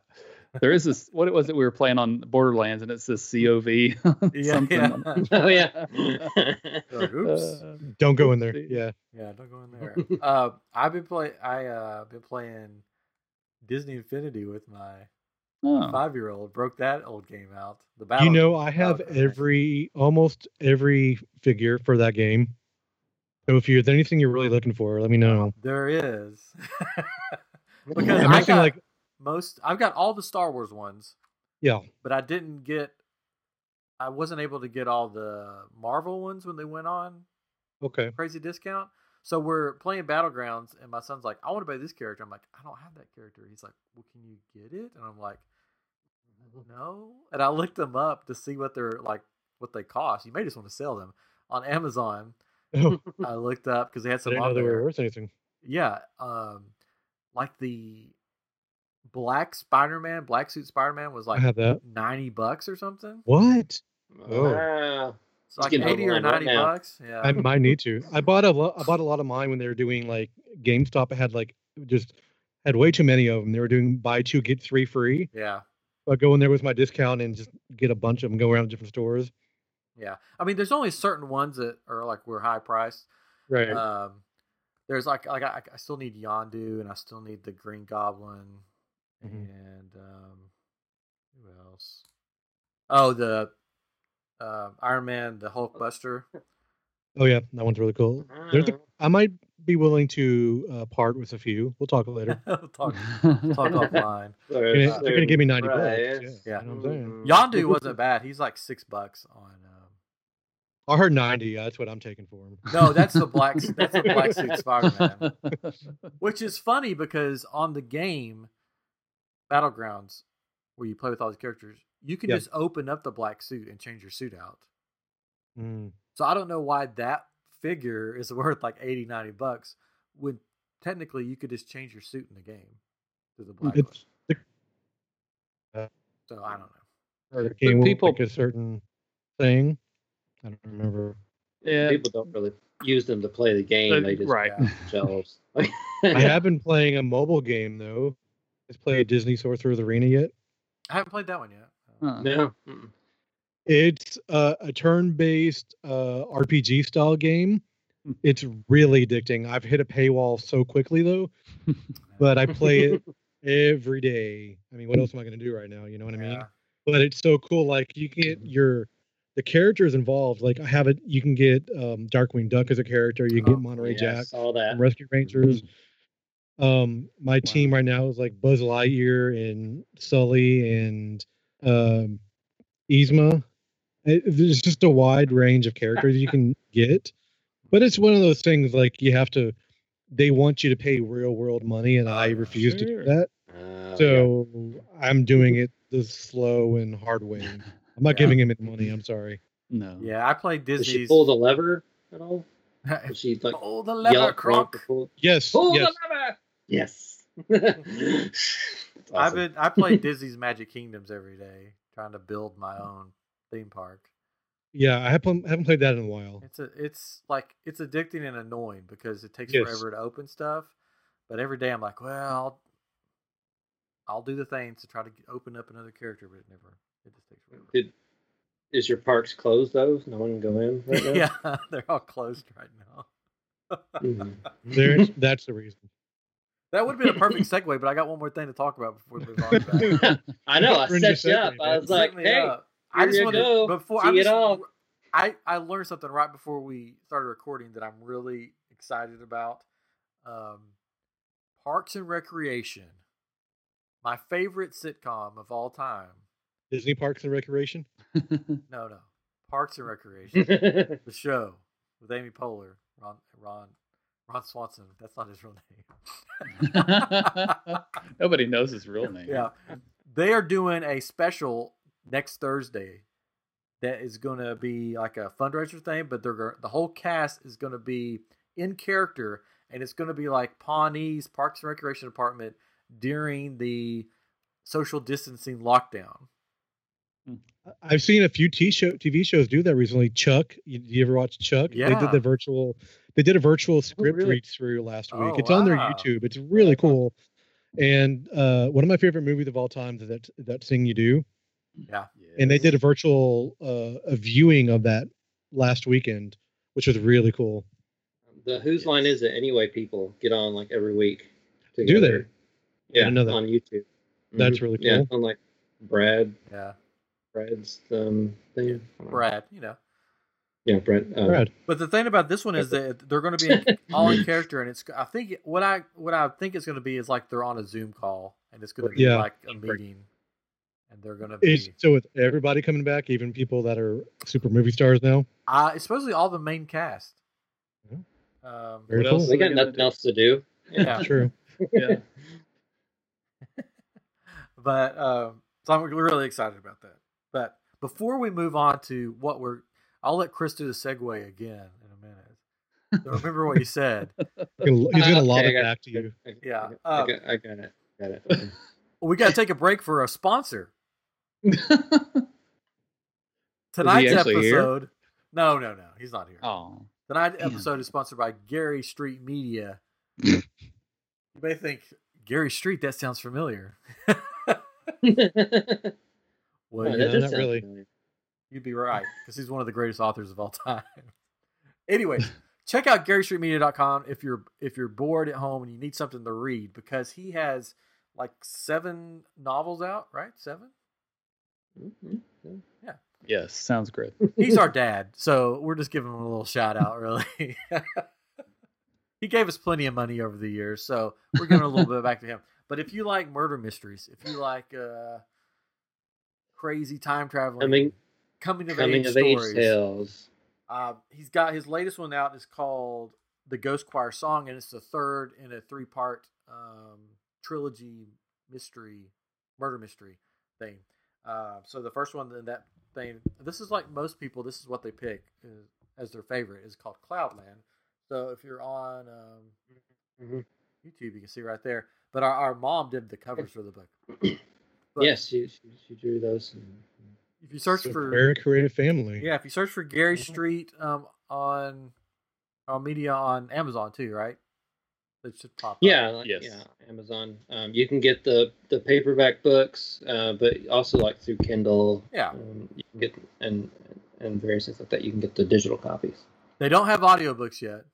Speaker 2: There is this what it was that we were playing on Borderlands and it's this COV
Speaker 1: Yeah,
Speaker 2: something.
Speaker 1: yeah.
Speaker 4: Oh yeah. <laughs>
Speaker 1: Like, Oops.
Speaker 2: Uh,
Speaker 3: Don't go in there.
Speaker 2: Oopsie.
Speaker 3: Yeah.
Speaker 1: yeah, don't go in there. uh, I've been play. I uh been playing Disney Infinity with my
Speaker 2: <laughs> oh.
Speaker 1: five year old. Broke that old game out. The battle.
Speaker 3: you know, I have
Speaker 1: Battle Cry.
Speaker 3: every almost every figure for that game. So if you there's anything you're really looking for, let me know.
Speaker 1: There is. <laughs> because
Speaker 3: I'm
Speaker 1: I
Speaker 3: not
Speaker 1: got
Speaker 3: saying like
Speaker 1: most. I've got all the Star Wars ones,
Speaker 3: yeah,
Speaker 1: but I didn't get. I wasn't able to get all the Marvel ones when they went on
Speaker 3: okay.
Speaker 1: crazy discount. So we're playing Battlegrounds, and my son's like, "I want to play this character." I'm like, "I don't have that character." He's like, "Well, can you get it?" And I'm like, "No." And I looked them up to see what they're like, what they cost. You may just want to sell them on
Speaker 3: <laughs>
Speaker 1: Amazon.
Speaker 3: Oh,
Speaker 1: I looked up because they had
Speaker 3: I
Speaker 1: some
Speaker 3: didn't
Speaker 1: on
Speaker 3: know they were
Speaker 1: there.
Speaker 3: worth anything.
Speaker 1: Yeah, um, like the black Spider-Man, black suit Spider-Man was
Speaker 3: I
Speaker 1: like
Speaker 3: have that.
Speaker 1: ninety bucks or something.
Speaker 3: What? Oh.
Speaker 4: Wow.
Speaker 1: It's like
Speaker 4: getting
Speaker 1: eighty or
Speaker 4: online right
Speaker 1: ninety
Speaker 4: now.
Speaker 1: bucks. Yeah, <laughs>
Speaker 3: I might need to. I bought a lo- I bought a lot of mine when they were doing like GameStop. I had like just had way too many of them. They were doing buy two get three free.
Speaker 1: yeah.
Speaker 3: I go in there with my discount and just get a bunch of them, go around to different stores.
Speaker 1: Yeah, I mean, there's only certain ones that are like we're high priced.
Speaker 3: Right.
Speaker 1: Um, there's like like I, I still need Yondu and I still need the Green Goblin
Speaker 3: Mhm.
Speaker 1: and um, who else? Oh, the um Iron Man, the Hulk Buster.
Speaker 3: oh yeah, that one's really cool. There's
Speaker 4: Ah.
Speaker 3: a, I might be willing to uh, part with a few. We'll talk later.
Speaker 1: We'll <laughs>
Speaker 2: <laughs>
Speaker 1: talk talk offline.
Speaker 3: They're gonna- they're gonna give me ninety bucks.
Speaker 4: Right.
Speaker 3: Yeah,
Speaker 1: Yeah.
Speaker 3: you know what I'm saying?
Speaker 1: Yondu wasn't bad. He's like six bucks on. Um,
Speaker 3: I heard ninety. That's what I'm taking for him.
Speaker 1: no, that's the black. That's the black suit Spider Man. Which is funny because on the game Battlegrounds, where you play with all these characters, you can
Speaker 3: Yeah.
Speaker 1: just open up the black suit and change your suit out.
Speaker 3: Mm.
Speaker 1: So I don't know why that figure is <laughs> worth like 80, 90 bucks when technically you could just change your suit in the game to the black
Speaker 3: It's
Speaker 1: one. So I don't know.
Speaker 3: the game
Speaker 2: people-
Speaker 3: people like a certain thing. I don't remember.
Speaker 2: yeah.
Speaker 4: People don't really use them to play the game.
Speaker 2: Uh,
Speaker 4: they just
Speaker 2: right.
Speaker 4: <laughs>
Speaker 1: yeah.
Speaker 4: themselves.
Speaker 3: <laughs> I have been playing a mobile game though. Has played Disney Sorcerer's Arena yet?
Speaker 1: I haven't played that one yet. Uh,
Speaker 2: Huh.
Speaker 4: No. Mm-mm.
Speaker 3: It's uh, a turn-based uh, RPG style game.
Speaker 2: Hmm.
Speaker 3: It's really addicting. I've hit a paywall so
Speaker 1: <laughs>
Speaker 3: quickly though, but I play it every day. I mean, what else am I going to do right now? You know what I mean?
Speaker 1: Yeah. Mm-hmm.
Speaker 3: but it's so cool. Like you get your the characters involved. Like I have it. You can get um, Darkwing Duck as a character. You can
Speaker 1: Oh,
Speaker 3: get Monterey
Speaker 4: Yeah,
Speaker 3: Jack
Speaker 4: Saw that.
Speaker 3: from Rescue Rangers. Um, my team right now is like Buzz Lightyear and Sully and um, Yzma. It- there's just a wide range of characters you can get, but it's one of those things like you have to. They want you to pay real world money, and I refuse to do
Speaker 2: Sure.
Speaker 3: that.
Speaker 4: Uh,
Speaker 3: So I'm doing it the slow and hard way. I'm not
Speaker 1: Yeah.
Speaker 3: giving him any money. I'm sorry.
Speaker 2: No.
Speaker 1: Yeah, I played
Speaker 4: yeah. Did she
Speaker 1: Disney's. <laughs>
Speaker 4: pull the <laughs> lever at all? Did she like
Speaker 1: Pull the
Speaker 4: yell
Speaker 1: lever,
Speaker 4: at Gronk
Speaker 1: Kronk.
Speaker 4: to pull,
Speaker 3: Yes.
Speaker 4: pull
Speaker 3: yes.
Speaker 4: the lever? Yes. <laughs> That's
Speaker 1: I've
Speaker 4: awesome.
Speaker 1: been I play Disney's Magic Kingdoms every day, trying to build my own theme park.
Speaker 3: Yeah, I haven't haven't played that in
Speaker 1: <laughs>
Speaker 3: a while.
Speaker 1: It's a it's like it's addicting and annoying because it takes
Speaker 3: Yes.
Speaker 1: forever to open stuff. But every day I'm like, well, I'll, I'll do the things to try to get, open up another character, but it never. It just takes forever.
Speaker 4: Did, is your parks closed though? No one can go in. Right now?
Speaker 1: <laughs> yeah, they're all closed right now.
Speaker 4: Mhm.
Speaker 3: There, that's the reason.
Speaker 1: That would have been a perfect segue, but I got one more thing to talk about before we move on. To that.
Speaker 4: I know. I
Speaker 3: Ruined
Speaker 4: set
Speaker 3: your
Speaker 4: you up.
Speaker 3: segue,
Speaker 4: I
Speaker 3: man.
Speaker 4: was like,
Speaker 1: Set me
Speaker 4: hey,
Speaker 1: up. I just
Speaker 4: here
Speaker 1: want
Speaker 4: you
Speaker 1: to
Speaker 4: go.
Speaker 1: before
Speaker 4: See
Speaker 1: I'm
Speaker 4: it
Speaker 1: just-
Speaker 4: all.
Speaker 1: I I learned something right before we started recording that I'm really excited about. Um, Parks and Recreation, my favorite sitcom of all time.
Speaker 3: Disney Parks and Recreation.
Speaker 1: No, no, Parks and
Speaker 4: <laughs>
Speaker 1: Recreation,
Speaker 4: That's
Speaker 1: the show with Amy Poehler, Ron Ron Ron Swanson. That's not his real <laughs> name.
Speaker 2: <laughs> Nobody knows his real name.
Speaker 1: yeah, they are doing a special next Thursday that is going to be like a fundraiser thing, but they're gonna- the whole cast is going to be in character, and it's going to be like Pawnee's Parks and Recreation Department during the social distancing lockdown.
Speaker 3: I've seen a few t show, TV shows do that recently. Chuck, you, you ever watch Chuck? They
Speaker 1: Yeah.
Speaker 3: did the virtual. They did a virtual script
Speaker 4: really?
Speaker 3: read through last week.
Speaker 1: Oh,
Speaker 3: it's on their
Speaker 1: wow.
Speaker 3: YouTube. It's really cool. And uh, one of my favorite movies of all time is that that thing you do. And they did a virtual uh, a viewing of that last weekend, which was really cool.
Speaker 4: the whose line is it anyway? People get on like every week.
Speaker 3: they?
Speaker 4: together. Yeah,
Speaker 3: didn't know that.
Speaker 4: on YouTube.
Speaker 3: That's
Speaker 4: Mhm.
Speaker 3: really
Speaker 4: Yeah,
Speaker 3: cool.
Speaker 4: on like Brad,
Speaker 1: Yeah,
Speaker 4: Brad's um thing.
Speaker 1: Brad, you know.
Speaker 4: Yeah, Brad. Uh,
Speaker 3: Brad,
Speaker 1: But the thing about this one is that they're going to be in, all in character, and it's. I think what I what I think it's going to be is like they're on a Zoom call, and it's going to be
Speaker 3: Yeah.
Speaker 1: like a meeting, and they're going to be.
Speaker 3: is so with everybody coming back, even people that are super movie stars now.
Speaker 1: Uh, especially all the main cast.
Speaker 3: Yeah.
Speaker 2: Mm-hmm.
Speaker 1: Um,
Speaker 3: Very
Speaker 2: What
Speaker 3: cool.
Speaker 2: else?
Speaker 4: They
Speaker 2: What are
Speaker 4: got
Speaker 2: they gonna
Speaker 4: nothing
Speaker 2: do?
Speaker 4: else to do.
Speaker 1: yeah,
Speaker 3: True.
Speaker 2: Yeah.
Speaker 1: but um, so I'm really excited about that. But before we move on to what we're, I'll let Chris do the segue again in a minute. So remember what you said.
Speaker 3: He's gonna
Speaker 4: Uh,
Speaker 3: lob
Speaker 4: okay, I
Speaker 3: it
Speaker 4: got
Speaker 3: back to you.
Speaker 4: <laughs> I- I-
Speaker 1: Yeah,
Speaker 4: I,
Speaker 1: uh,
Speaker 4: got, I got it. Got it.
Speaker 1: We got to take a break for a sponsor.
Speaker 3: <laughs>
Speaker 2: he
Speaker 1: Tonight's
Speaker 2: actually here?
Speaker 1: episode. No, no, no. He's not here.
Speaker 2: oh.
Speaker 1: Tonight's
Speaker 2: Damn.
Speaker 1: episode is sponsored by Gary Street
Speaker 2: <laughs>
Speaker 1: Media. you may think Gary Street. That sounds familiar. <laughs> Well,
Speaker 4: Oh,
Speaker 1: you
Speaker 4: that
Speaker 3: Yeah,
Speaker 4: does
Speaker 3: not
Speaker 4: sound
Speaker 3: really.
Speaker 4: familiar.
Speaker 1: You'd be
Speaker 4: <laughs>
Speaker 1: right because he's one of the greatest authors of all time. <laughs> anyway, check out GaryStreetMedia.com if you're if you're bored at home and you need something to read because he has like seven novels out, right? Seven.
Speaker 4: Mhm.
Speaker 2: Yes. Sounds great.
Speaker 1: He's
Speaker 4: <laughs>
Speaker 1: our dad, so we're just giving him a little shout out, really. <laughs> he gave us plenty of money over the years, so we're giving a little bit back to him. But if you like murder mysteries, if you like uh, crazy time traveling,
Speaker 4: Coming-
Speaker 1: coming of
Speaker 4: Coming
Speaker 1: age
Speaker 4: of age
Speaker 1: stories,
Speaker 4: tales.
Speaker 1: Uh, he's got his latest one out is called the Ghost Choir Song, and it's the third in a three part um, trilogy mystery murder mystery thing. Uh, so the first one in that thing, this is like most people, this is what they pick is, as their favorite is called Cloudland. So if you're on um,
Speaker 4: Mhm.
Speaker 1: YouTube, you can see right there. But our, our mom did the covers for the book. But
Speaker 4: yes, she, she she drew those. and-
Speaker 1: If you search
Speaker 3: So
Speaker 1: for
Speaker 3: very creative family.
Speaker 1: Yeah, if you search for Gary
Speaker 3: Mm-hmm.
Speaker 4: Mhm.
Speaker 1: Street um, on on media on Amazon too, right? That should pop. up.
Speaker 4: Yeah, like,
Speaker 2: yes.
Speaker 4: yeah, Amazon. Um, you can get the the paperback books, uh, but also like through Kindle.
Speaker 1: yeah.
Speaker 4: Um, you can get and and various things like that. You can get the digital copies.
Speaker 1: They don't have audiobooks yet.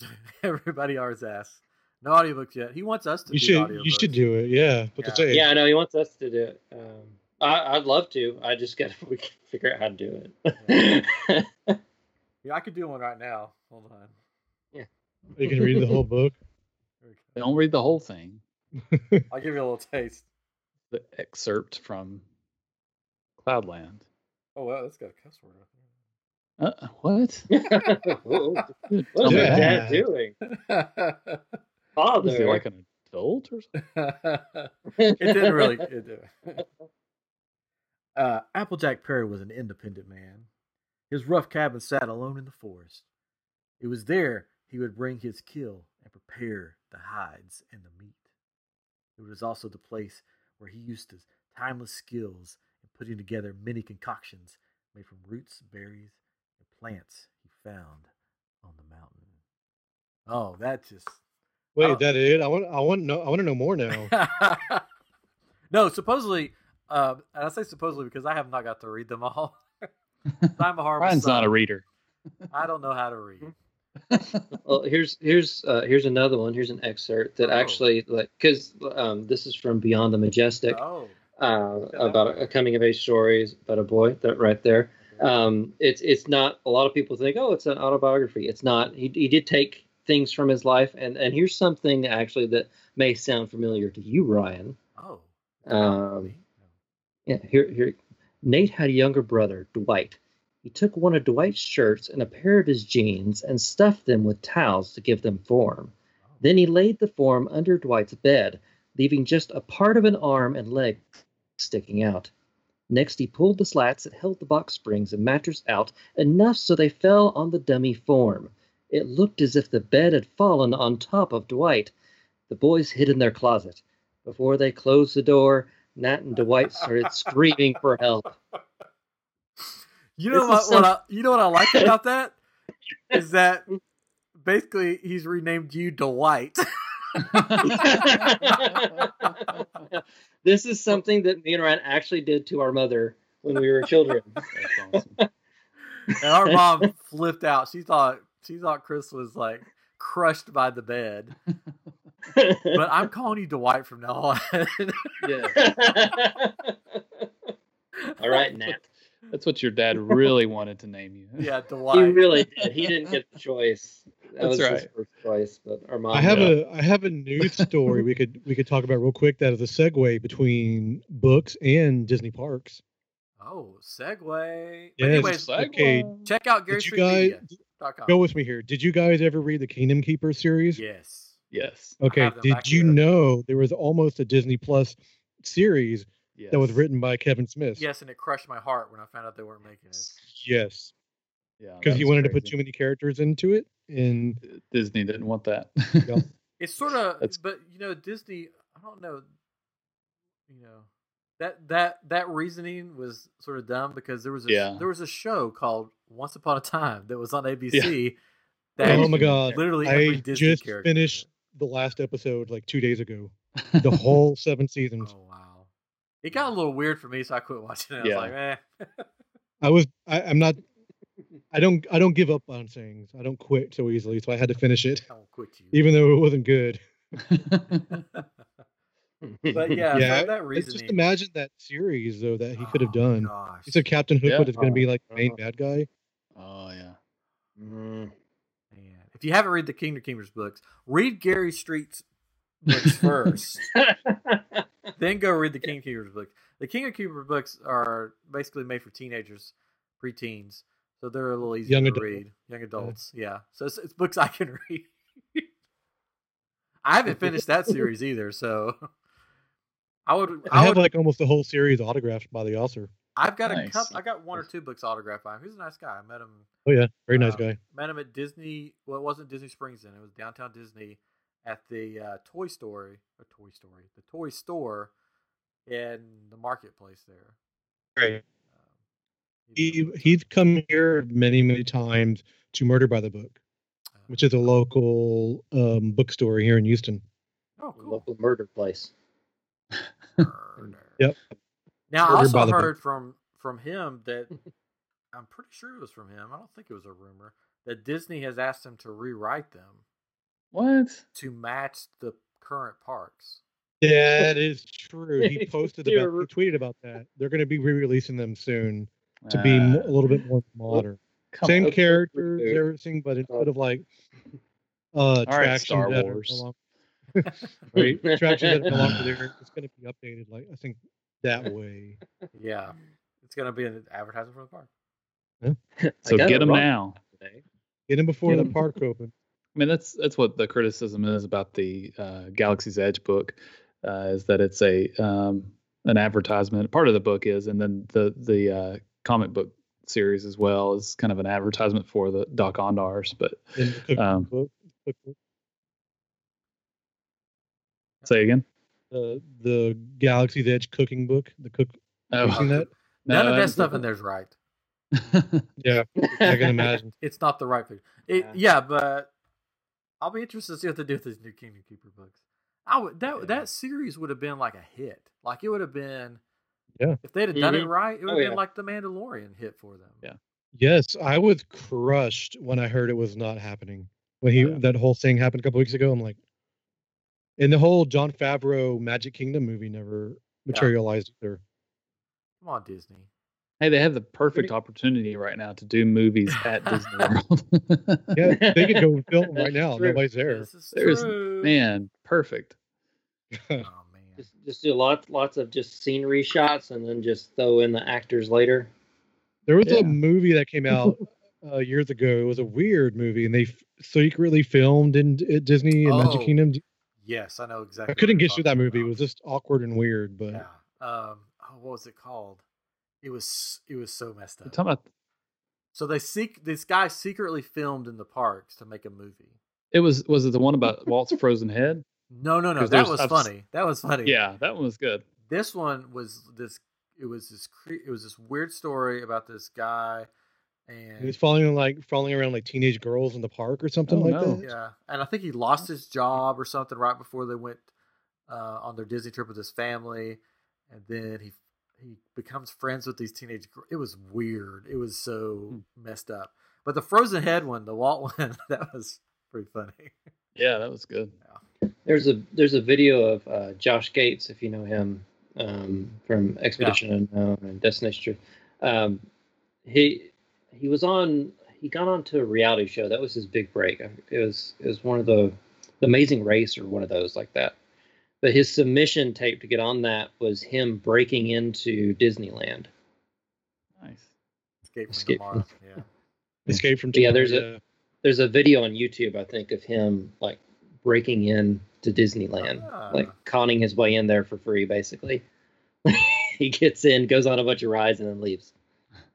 Speaker 1: <laughs> Everybody ours asks. No audiobooks yet. He wants us to
Speaker 3: You
Speaker 1: do
Speaker 3: should
Speaker 1: audiobooks.
Speaker 3: you should do it. Yeah. But
Speaker 1: Yeah.
Speaker 3: the thing-
Speaker 4: Yeah, I know he wants us to do it. Um, I, I'd love to. I just got to <laughs> we can figure out how to do
Speaker 1: <laughs>
Speaker 4: it. <laughs>
Speaker 1: Yeah, I could do one right now. Hold on.
Speaker 3: you can read the
Speaker 1: <laughs>
Speaker 3: whole book.
Speaker 1: Here we
Speaker 2: Don't read the whole thing.
Speaker 1: go. I'll give you a little taste.
Speaker 2: The excerpt from Cloudland.
Speaker 1: Oh wow, that's got a cuss word. up
Speaker 2: Uh, what?
Speaker 4: Whoa,
Speaker 2: Dude,
Speaker 4: what is
Speaker 2: tell me
Speaker 4: your
Speaker 3: Yeah.
Speaker 2: that.
Speaker 4: dad doing?
Speaker 2: Is
Speaker 4: Father,
Speaker 2: he like an adult or something?
Speaker 1: there. <laughs> it <laughs> didn't
Speaker 4: <laughs>
Speaker 1: really. It did. <laughs> Uh, Applejack Perry was an independent man. His rough cabin sat alone in the forest. It was there he would bring his kill and prepare the hides and the meat. It was also the place where he used his timeless skills in putting together many concoctions made from roots, berries, and plants he found on the mountain. Oh, that just
Speaker 3: Wait,
Speaker 1: Oh.
Speaker 3: is that it? I want. I want. No, I want to know more now.
Speaker 1: <laughs> no, supposedly, uh, and I say supposedly because I have not got to read them all. I'm a harvest.
Speaker 2: Brian's not a
Speaker 1: son.
Speaker 2: reader.
Speaker 1: I don't know how to read.
Speaker 4: Well, here's here's uh, here's another one. Here's an excerpt that
Speaker 1: Oh.
Speaker 4: actually like because um, this is from Beyond the Majestic
Speaker 1: Oh,
Speaker 4: uh,
Speaker 1: that
Speaker 4: about a, coming of age story about a boy that right there. Um, it's it's not a lot of people think oh it's an autobiography. It's not. He he did take things from his life and and here's something actually that may sound familiar to you, Ryan.
Speaker 1: oh.
Speaker 4: Um, Yeah, here, here. Nate had a younger brother, Dwight. He took one of Dwight's shirts and a pair of his jeans and stuffed them with towels to give them form. Then he laid the form under Dwight's bed, leaving just a part of an arm and leg sticking out. Next, he pulled the slats that held the box springs and mattress out enough so they fell on the dummy form. It looked as if the bed had fallen on top of Dwight. The boys hid in their closet. Before they closed the door, Nat and Dwight started screaming for help.
Speaker 1: You know
Speaker 4: This
Speaker 1: what,
Speaker 4: is
Speaker 1: what
Speaker 4: so-
Speaker 1: I, you know what I like about that is that basically he's renamed you Dwight. <laughs>
Speaker 4: this is something that me and Ryan actually did to our mother when we were children.
Speaker 2: <laughs>
Speaker 4: <laughs>
Speaker 2: That's awesome.
Speaker 1: And our mom flipped out. She thought she thought Chris was like crushed by the bed. But I'm calling you Dwight from now on.
Speaker 2: Yeah.
Speaker 4: All right, Nat.
Speaker 2: That's what your dad really wanted to name you. <laughs>
Speaker 3: <laughs>
Speaker 1: yeah,
Speaker 4: He
Speaker 1: Dwight.
Speaker 4: really did. He didn't get the choice. That
Speaker 2: That's
Speaker 4: was his
Speaker 2: right.
Speaker 4: first choice, but our
Speaker 1: Oh,
Speaker 4: mom.
Speaker 3: I have
Speaker 4: did. <laughs>
Speaker 3: a. I have a news story we could we could talk about real quick. That is a segue between books and Disney parks.
Speaker 1: Oh, segue.
Speaker 3: Yes.
Speaker 1: Anyways,
Speaker 2: Segway.
Speaker 3: okay.
Speaker 1: check out Gary
Speaker 3: Did you guys
Speaker 1: Oh.
Speaker 3: go with me here? Did you guys ever read the Kingdom Keeper series?
Speaker 1: Yes.
Speaker 2: Yes.
Speaker 1: I
Speaker 3: Okay.
Speaker 1: have them
Speaker 3: Did
Speaker 1: back
Speaker 3: you
Speaker 1: here.
Speaker 3: know there was almost a Disney Plus series
Speaker 2: yes.
Speaker 3: that was written by Kevin Smith?
Speaker 1: Yes, and it crushed my heart when I found out they weren't making it.
Speaker 3: Yes.
Speaker 2: Yeah.
Speaker 1: Oh,
Speaker 2: that
Speaker 3: Because he
Speaker 2: was
Speaker 3: wanted to put
Speaker 2: crazy.
Speaker 3: too many characters into it, and
Speaker 2: Disney didn't want that.
Speaker 3: Yeah.
Speaker 1: It's sort of,
Speaker 2: That's-
Speaker 1: but you know, Disney. I don't know. You know that that that reasoning was sort of dumb because there was a
Speaker 2: Yeah.
Speaker 1: there was a show called Once Upon a Time that was on ABC. That
Speaker 3: oh my god,
Speaker 1: literally
Speaker 3: I
Speaker 1: every Disney
Speaker 3: just
Speaker 1: character.
Speaker 3: finished the last episode like two days ago. The whole seven seasons.
Speaker 1: Oh wow! It got a little weird for me, so I quit watching it. I
Speaker 2: Yeah.
Speaker 1: was like, eh. <laughs>
Speaker 3: I was. I, I'm not. I don't. I don't give up on things. I don't quit so easily. So I had to finish it,
Speaker 1: I won't quit you.
Speaker 3: even though it wasn't good.
Speaker 2: <laughs>
Speaker 1: But yeah,
Speaker 3: <laughs> Yeah,
Speaker 1: for that
Speaker 3: Let's
Speaker 1: reasoning.
Speaker 3: just imagine that series though that he could
Speaker 1: Oh,
Speaker 3: have done.
Speaker 1: Gosh.
Speaker 3: He said Captain Hook,
Speaker 2: Yeah.
Speaker 3: but it's going to be like the
Speaker 4: Uh-huh.
Speaker 3: main bad guy.
Speaker 2: oh yeah.
Speaker 4: Mm.
Speaker 1: Man, if you haven't read the Kingdom Keepers books, read Gary Street's books first. then go read the Kingdom Keepers books. The Kingdom Keepers books are basically made for teenagers, preteens, so they're a little easier
Speaker 3: Young
Speaker 1: to
Speaker 3: adult.
Speaker 1: read. Young adults, yeah. So it's, it's books I can <laughs> read. I haven't finished
Speaker 3: <laughs>
Speaker 1: that series either, so <laughs> I would. I
Speaker 3: I, have
Speaker 1: would.
Speaker 3: like almost the whole series autographed by the author.
Speaker 1: I've got a
Speaker 2: Nice.
Speaker 1: cup. I got one or two books autographed by him. He's a nice guy. I met him
Speaker 3: Oh yeah, very nice
Speaker 1: Uh,
Speaker 3: guy.
Speaker 1: met him at Disney. Well, it wasn't Disney Springs then; it was downtown Disney at the uh, Toy Story, or Toy Story, the Toy Store, in the marketplace there.
Speaker 3: Great.
Speaker 1: Um,
Speaker 3: He he's come here many many times to Murder by the Book,
Speaker 1: uh,
Speaker 3: which is a local um, bookstore here in Houston. <laughs>
Speaker 1: oh cool.
Speaker 4: Local murder place.
Speaker 1: Murder.
Speaker 3: Yep.
Speaker 1: Now I
Speaker 3: Murder
Speaker 1: also
Speaker 3: by the
Speaker 1: heard from from him
Speaker 3: <laughs>
Speaker 1: that I'm pretty sure it was from him. I don't think it was a rumor that Disney has asked him to rewrite them
Speaker 2: What?
Speaker 1: to match the current
Speaker 3: <laughs>
Speaker 1: parks.
Speaker 3: That is true.
Speaker 2: <laughs>
Speaker 3: He posted
Speaker 4: You're
Speaker 3: about, he
Speaker 4: right.
Speaker 3: tweeted about that. They're going to be re-releasing them soon to be m- a little bit more modern.
Speaker 2: Ah. Uh, come
Speaker 3: Same
Speaker 2: on.
Speaker 3: characters,
Speaker 4: Dude.
Speaker 3: everything, but instead of like uh,
Speaker 2: right,
Speaker 3: attractions
Speaker 2: Star
Speaker 3: that are no
Speaker 2: Wars. <laughs>
Speaker 3: longer- right, attractions that are no longer there. It's going to be updated. Like I think that way.
Speaker 1: Yeah, it's gonna be an advertisement for the park.
Speaker 4: <laughs>
Speaker 2: So
Speaker 4: I got
Speaker 2: get
Speaker 4: it
Speaker 2: them
Speaker 4: wrong
Speaker 2: now.
Speaker 4: today.
Speaker 3: Get in before
Speaker 2: Yeah.
Speaker 3: the park opens.
Speaker 2: I mean, that's that's what the criticism is about the uh, Galaxy's Edge book, uh, is that it's a um, an advertisement. Part of the book is, and then the the uh, comic book series as well is kind of an advertisement for the Doc Ondars. But
Speaker 3: In the cook-
Speaker 2: um,
Speaker 3: book, cookbook.
Speaker 2: say again.
Speaker 3: the uh, the Galaxy's Edge cooking book. The cook.
Speaker 2: Oh,
Speaker 3: you seen that?
Speaker 2: No, <laughs>
Speaker 1: None of
Speaker 2: I
Speaker 1: that
Speaker 2: haven't
Speaker 1: stuff
Speaker 2: seen
Speaker 1: in there's right.
Speaker 3: yeah, I can imagine.
Speaker 1: It's not the right thing. It, yeah. but I'll be interested to see what they do with these new Kingdom Keeper books. I would that
Speaker 2: Yeah.
Speaker 1: that series would have been like a hit. Like it would have been.
Speaker 3: Yeah.
Speaker 1: If they'd have done it
Speaker 4: Mhm.
Speaker 1: right, it would
Speaker 4: Oh,
Speaker 1: have been
Speaker 4: yeah.
Speaker 1: like the Mandalorian hit for them.
Speaker 2: Yeah.
Speaker 3: Yes, I was crushed when I heard it was not happening. When he
Speaker 2: Yeah.
Speaker 3: that whole thing happened a couple weeks ago, I'm like, and the whole John Favreau Magic Kingdom movie never materialized either.
Speaker 1: Come on, Disney.
Speaker 2: <laughs> Hey, they have the perfect
Speaker 4: Pretty-
Speaker 2: opportunity right now to do movies
Speaker 1: <laughs>
Speaker 2: at Disney World. <laughs>
Speaker 3: Yeah, they could go film right
Speaker 4: That's
Speaker 3: now.
Speaker 4: true.
Speaker 3: Nobody's there.
Speaker 1: This is
Speaker 2: There's-
Speaker 1: true.
Speaker 2: Man, perfect.
Speaker 1: Oh man.
Speaker 4: <laughs> Just, just do lots lots of just scenery shots and then just throw in the actors later.
Speaker 3: There was
Speaker 2: Yeah.
Speaker 3: a movie that came out uh, years ago. It was a weird movie, and they f- secretly filmed in D- at Disney and Magic
Speaker 1: Oh.
Speaker 3: Kingdom.
Speaker 1: Yes, I know exactly.
Speaker 3: I
Speaker 1: what
Speaker 3: couldn't
Speaker 1: you're
Speaker 3: get through that
Speaker 1: talking
Speaker 3: movie. It
Speaker 1: about.
Speaker 3: was just awkward and weird. But
Speaker 1: yeah. Um. Oh, what was it called? It was it was so messed
Speaker 2: You're
Speaker 1: up.
Speaker 2: talking about
Speaker 1: So they seek this guy secretly filmed in the parks to make a movie.
Speaker 2: it was was it the one
Speaker 1: <laughs>
Speaker 2: about Walt's frozen head?
Speaker 1: No, no, no.
Speaker 2: 'Cause
Speaker 1: That
Speaker 2: there's-
Speaker 1: was
Speaker 2: I've s-
Speaker 1: funny. That was funny.
Speaker 2: Yeah, that one was good.
Speaker 1: This one was this. It was this. cre- It was this weird story about this guy,
Speaker 3: he was
Speaker 1: and
Speaker 3: following like following around like teenage girls in the park or something
Speaker 2: Oh,
Speaker 3: like
Speaker 2: no.
Speaker 3: that.
Speaker 1: yeah, and I think he lost his
Speaker 2: Mm.
Speaker 1: job or something right before they went uh, on their Disney trip with his family, and then he he becomes friends with these teenage. gir- It was weird. It was
Speaker 2: Mm.
Speaker 1: so messed up. But the frozen head one, the Walt <laughs> one, that was pretty funny.
Speaker 2: Yeah, that was good.
Speaker 4: There's a there's a video of uh, Josh Gates if you know him um, from Expedition Unknown and Destination Truth. Um, he he was on he got onto a reality show that was his big break. It was it was one of the the Amazing Race or one of those like that. But his submission tape to get on that was him breaking into Disneyland.
Speaker 2: Nice.
Speaker 1: Escape from
Speaker 4: Escape
Speaker 1: tomorrow. Yeah.
Speaker 2: <laughs>
Speaker 3: Escape from
Speaker 4: Yeah,
Speaker 3: Tomorrow,
Speaker 4: there's a- There's a video on YouTube I think of him like breaking in to Disneyland.
Speaker 1: Ah.
Speaker 4: like conning his way in there for free, basically. <laughs> he gets in, goes on a bunch of rides, and then leaves.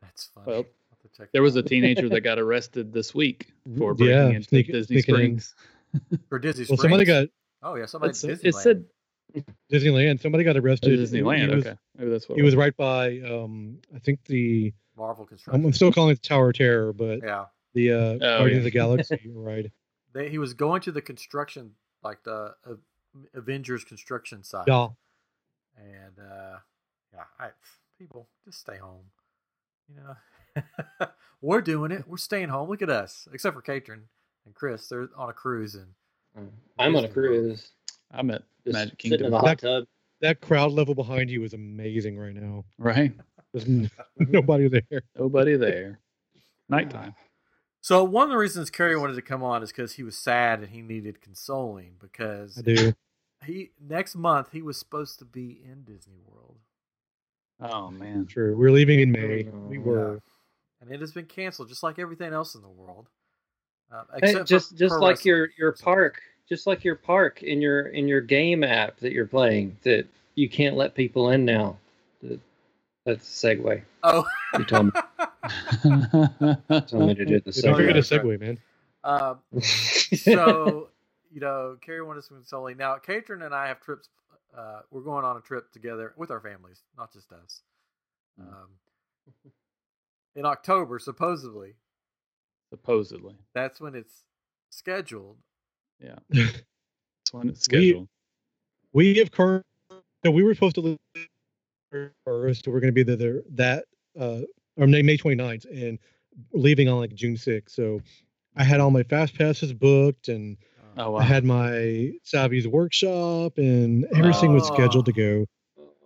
Speaker 1: That's funny.
Speaker 2: Well,
Speaker 1: I'll have to check it
Speaker 2: There was a
Speaker 1: out. <laughs>
Speaker 2: teenager that got arrested this week for breaking
Speaker 3: Mm-hmm. Yeah,
Speaker 2: into
Speaker 3: sneak-
Speaker 2: Disney
Speaker 3: sneaking in.
Speaker 2: Springs.
Speaker 1: for Disney
Speaker 3: Well,
Speaker 1: Springs.
Speaker 3: somebody got
Speaker 1: oh yeah, somebody
Speaker 2: It's,
Speaker 1: Disney.
Speaker 2: it said
Speaker 3: Disneyland. Somebody got
Speaker 2: oh,
Speaker 3: arrested. He-
Speaker 2: Disneyland.
Speaker 3: He was,
Speaker 2: okay, maybe that's what
Speaker 3: He was right by, um, I think the
Speaker 1: Marvel
Speaker 3: I'm,
Speaker 1: construction.
Speaker 3: I'm still calling it the Tower of Terror, but
Speaker 1: yeah,
Speaker 3: the uh, Guardians
Speaker 2: Oh, yeah.
Speaker 3: of the Galaxy ride.
Speaker 1: they, he was going to the construction, like the uh, Avengers construction site.
Speaker 3: Yeah,
Speaker 1: And uh, yeah, I, people just stay home. You know, <laughs> we're doing it. We're staying home. Look at us, except for Katrin and Chris. They're on a cruise, and
Speaker 4: I'm on a
Speaker 1: Disney World.
Speaker 4: cruise,
Speaker 2: I'm at
Speaker 4: just
Speaker 2: Magic
Speaker 4: sitting in
Speaker 2: Kingdom,
Speaker 4: the hot tub.
Speaker 3: that crowd level behind you is amazing right now.
Speaker 2: right?
Speaker 3: There's n- nobody there.
Speaker 2: Nobody there. Nighttime.
Speaker 1: so one of the reasons Kerry wanted to come on is because he was sad and he needed consoling because
Speaker 3: I do.
Speaker 1: he next month he was supposed to be in Disney World.
Speaker 2: Oh man.
Speaker 3: True. We're leaving in May. We
Speaker 4: Yeah.
Speaker 3: were.
Speaker 1: and it has been canceled, just like everything else in the world. Uh,
Speaker 4: Hey,
Speaker 1: except for
Speaker 4: just just
Speaker 1: pro
Speaker 4: like your
Speaker 1: wrestling.
Speaker 4: your park, just like your park in your in your game app that you're playing that you can't let people in now. That- That's a segue.
Speaker 1: Oh,
Speaker 4: You told me, told me to do
Speaker 1: <laughs>
Speaker 4: the
Speaker 3: Dude, I
Speaker 1: Oh, yeah,
Speaker 3: figured a
Speaker 4: segue.
Speaker 1: that's right.
Speaker 3: segue, man.
Speaker 4: <laughs>
Speaker 1: Um, so you know, Carrie wanted some consoling. Now, Katrin and I have trips. Uh, we're going on a trip together with our families, not just us.
Speaker 4: Hmm.
Speaker 2: Mm.
Speaker 1: Um, in October, supposedly,
Speaker 2: Supposedly,
Speaker 1: that's when it's scheduled.
Speaker 2: that's when it's
Speaker 3: We-
Speaker 2: scheduled.
Speaker 3: We have current. So we were supposed to leave first. So we're going to be there, there that uh, or May May 29th, and leaving on like June 6th. So I had all my fast passes booked, and
Speaker 1: Um,
Speaker 2: oh wow.
Speaker 3: I had my Savvy's workshop, and everything was
Speaker 2: Ah.
Speaker 3: scheduled to go.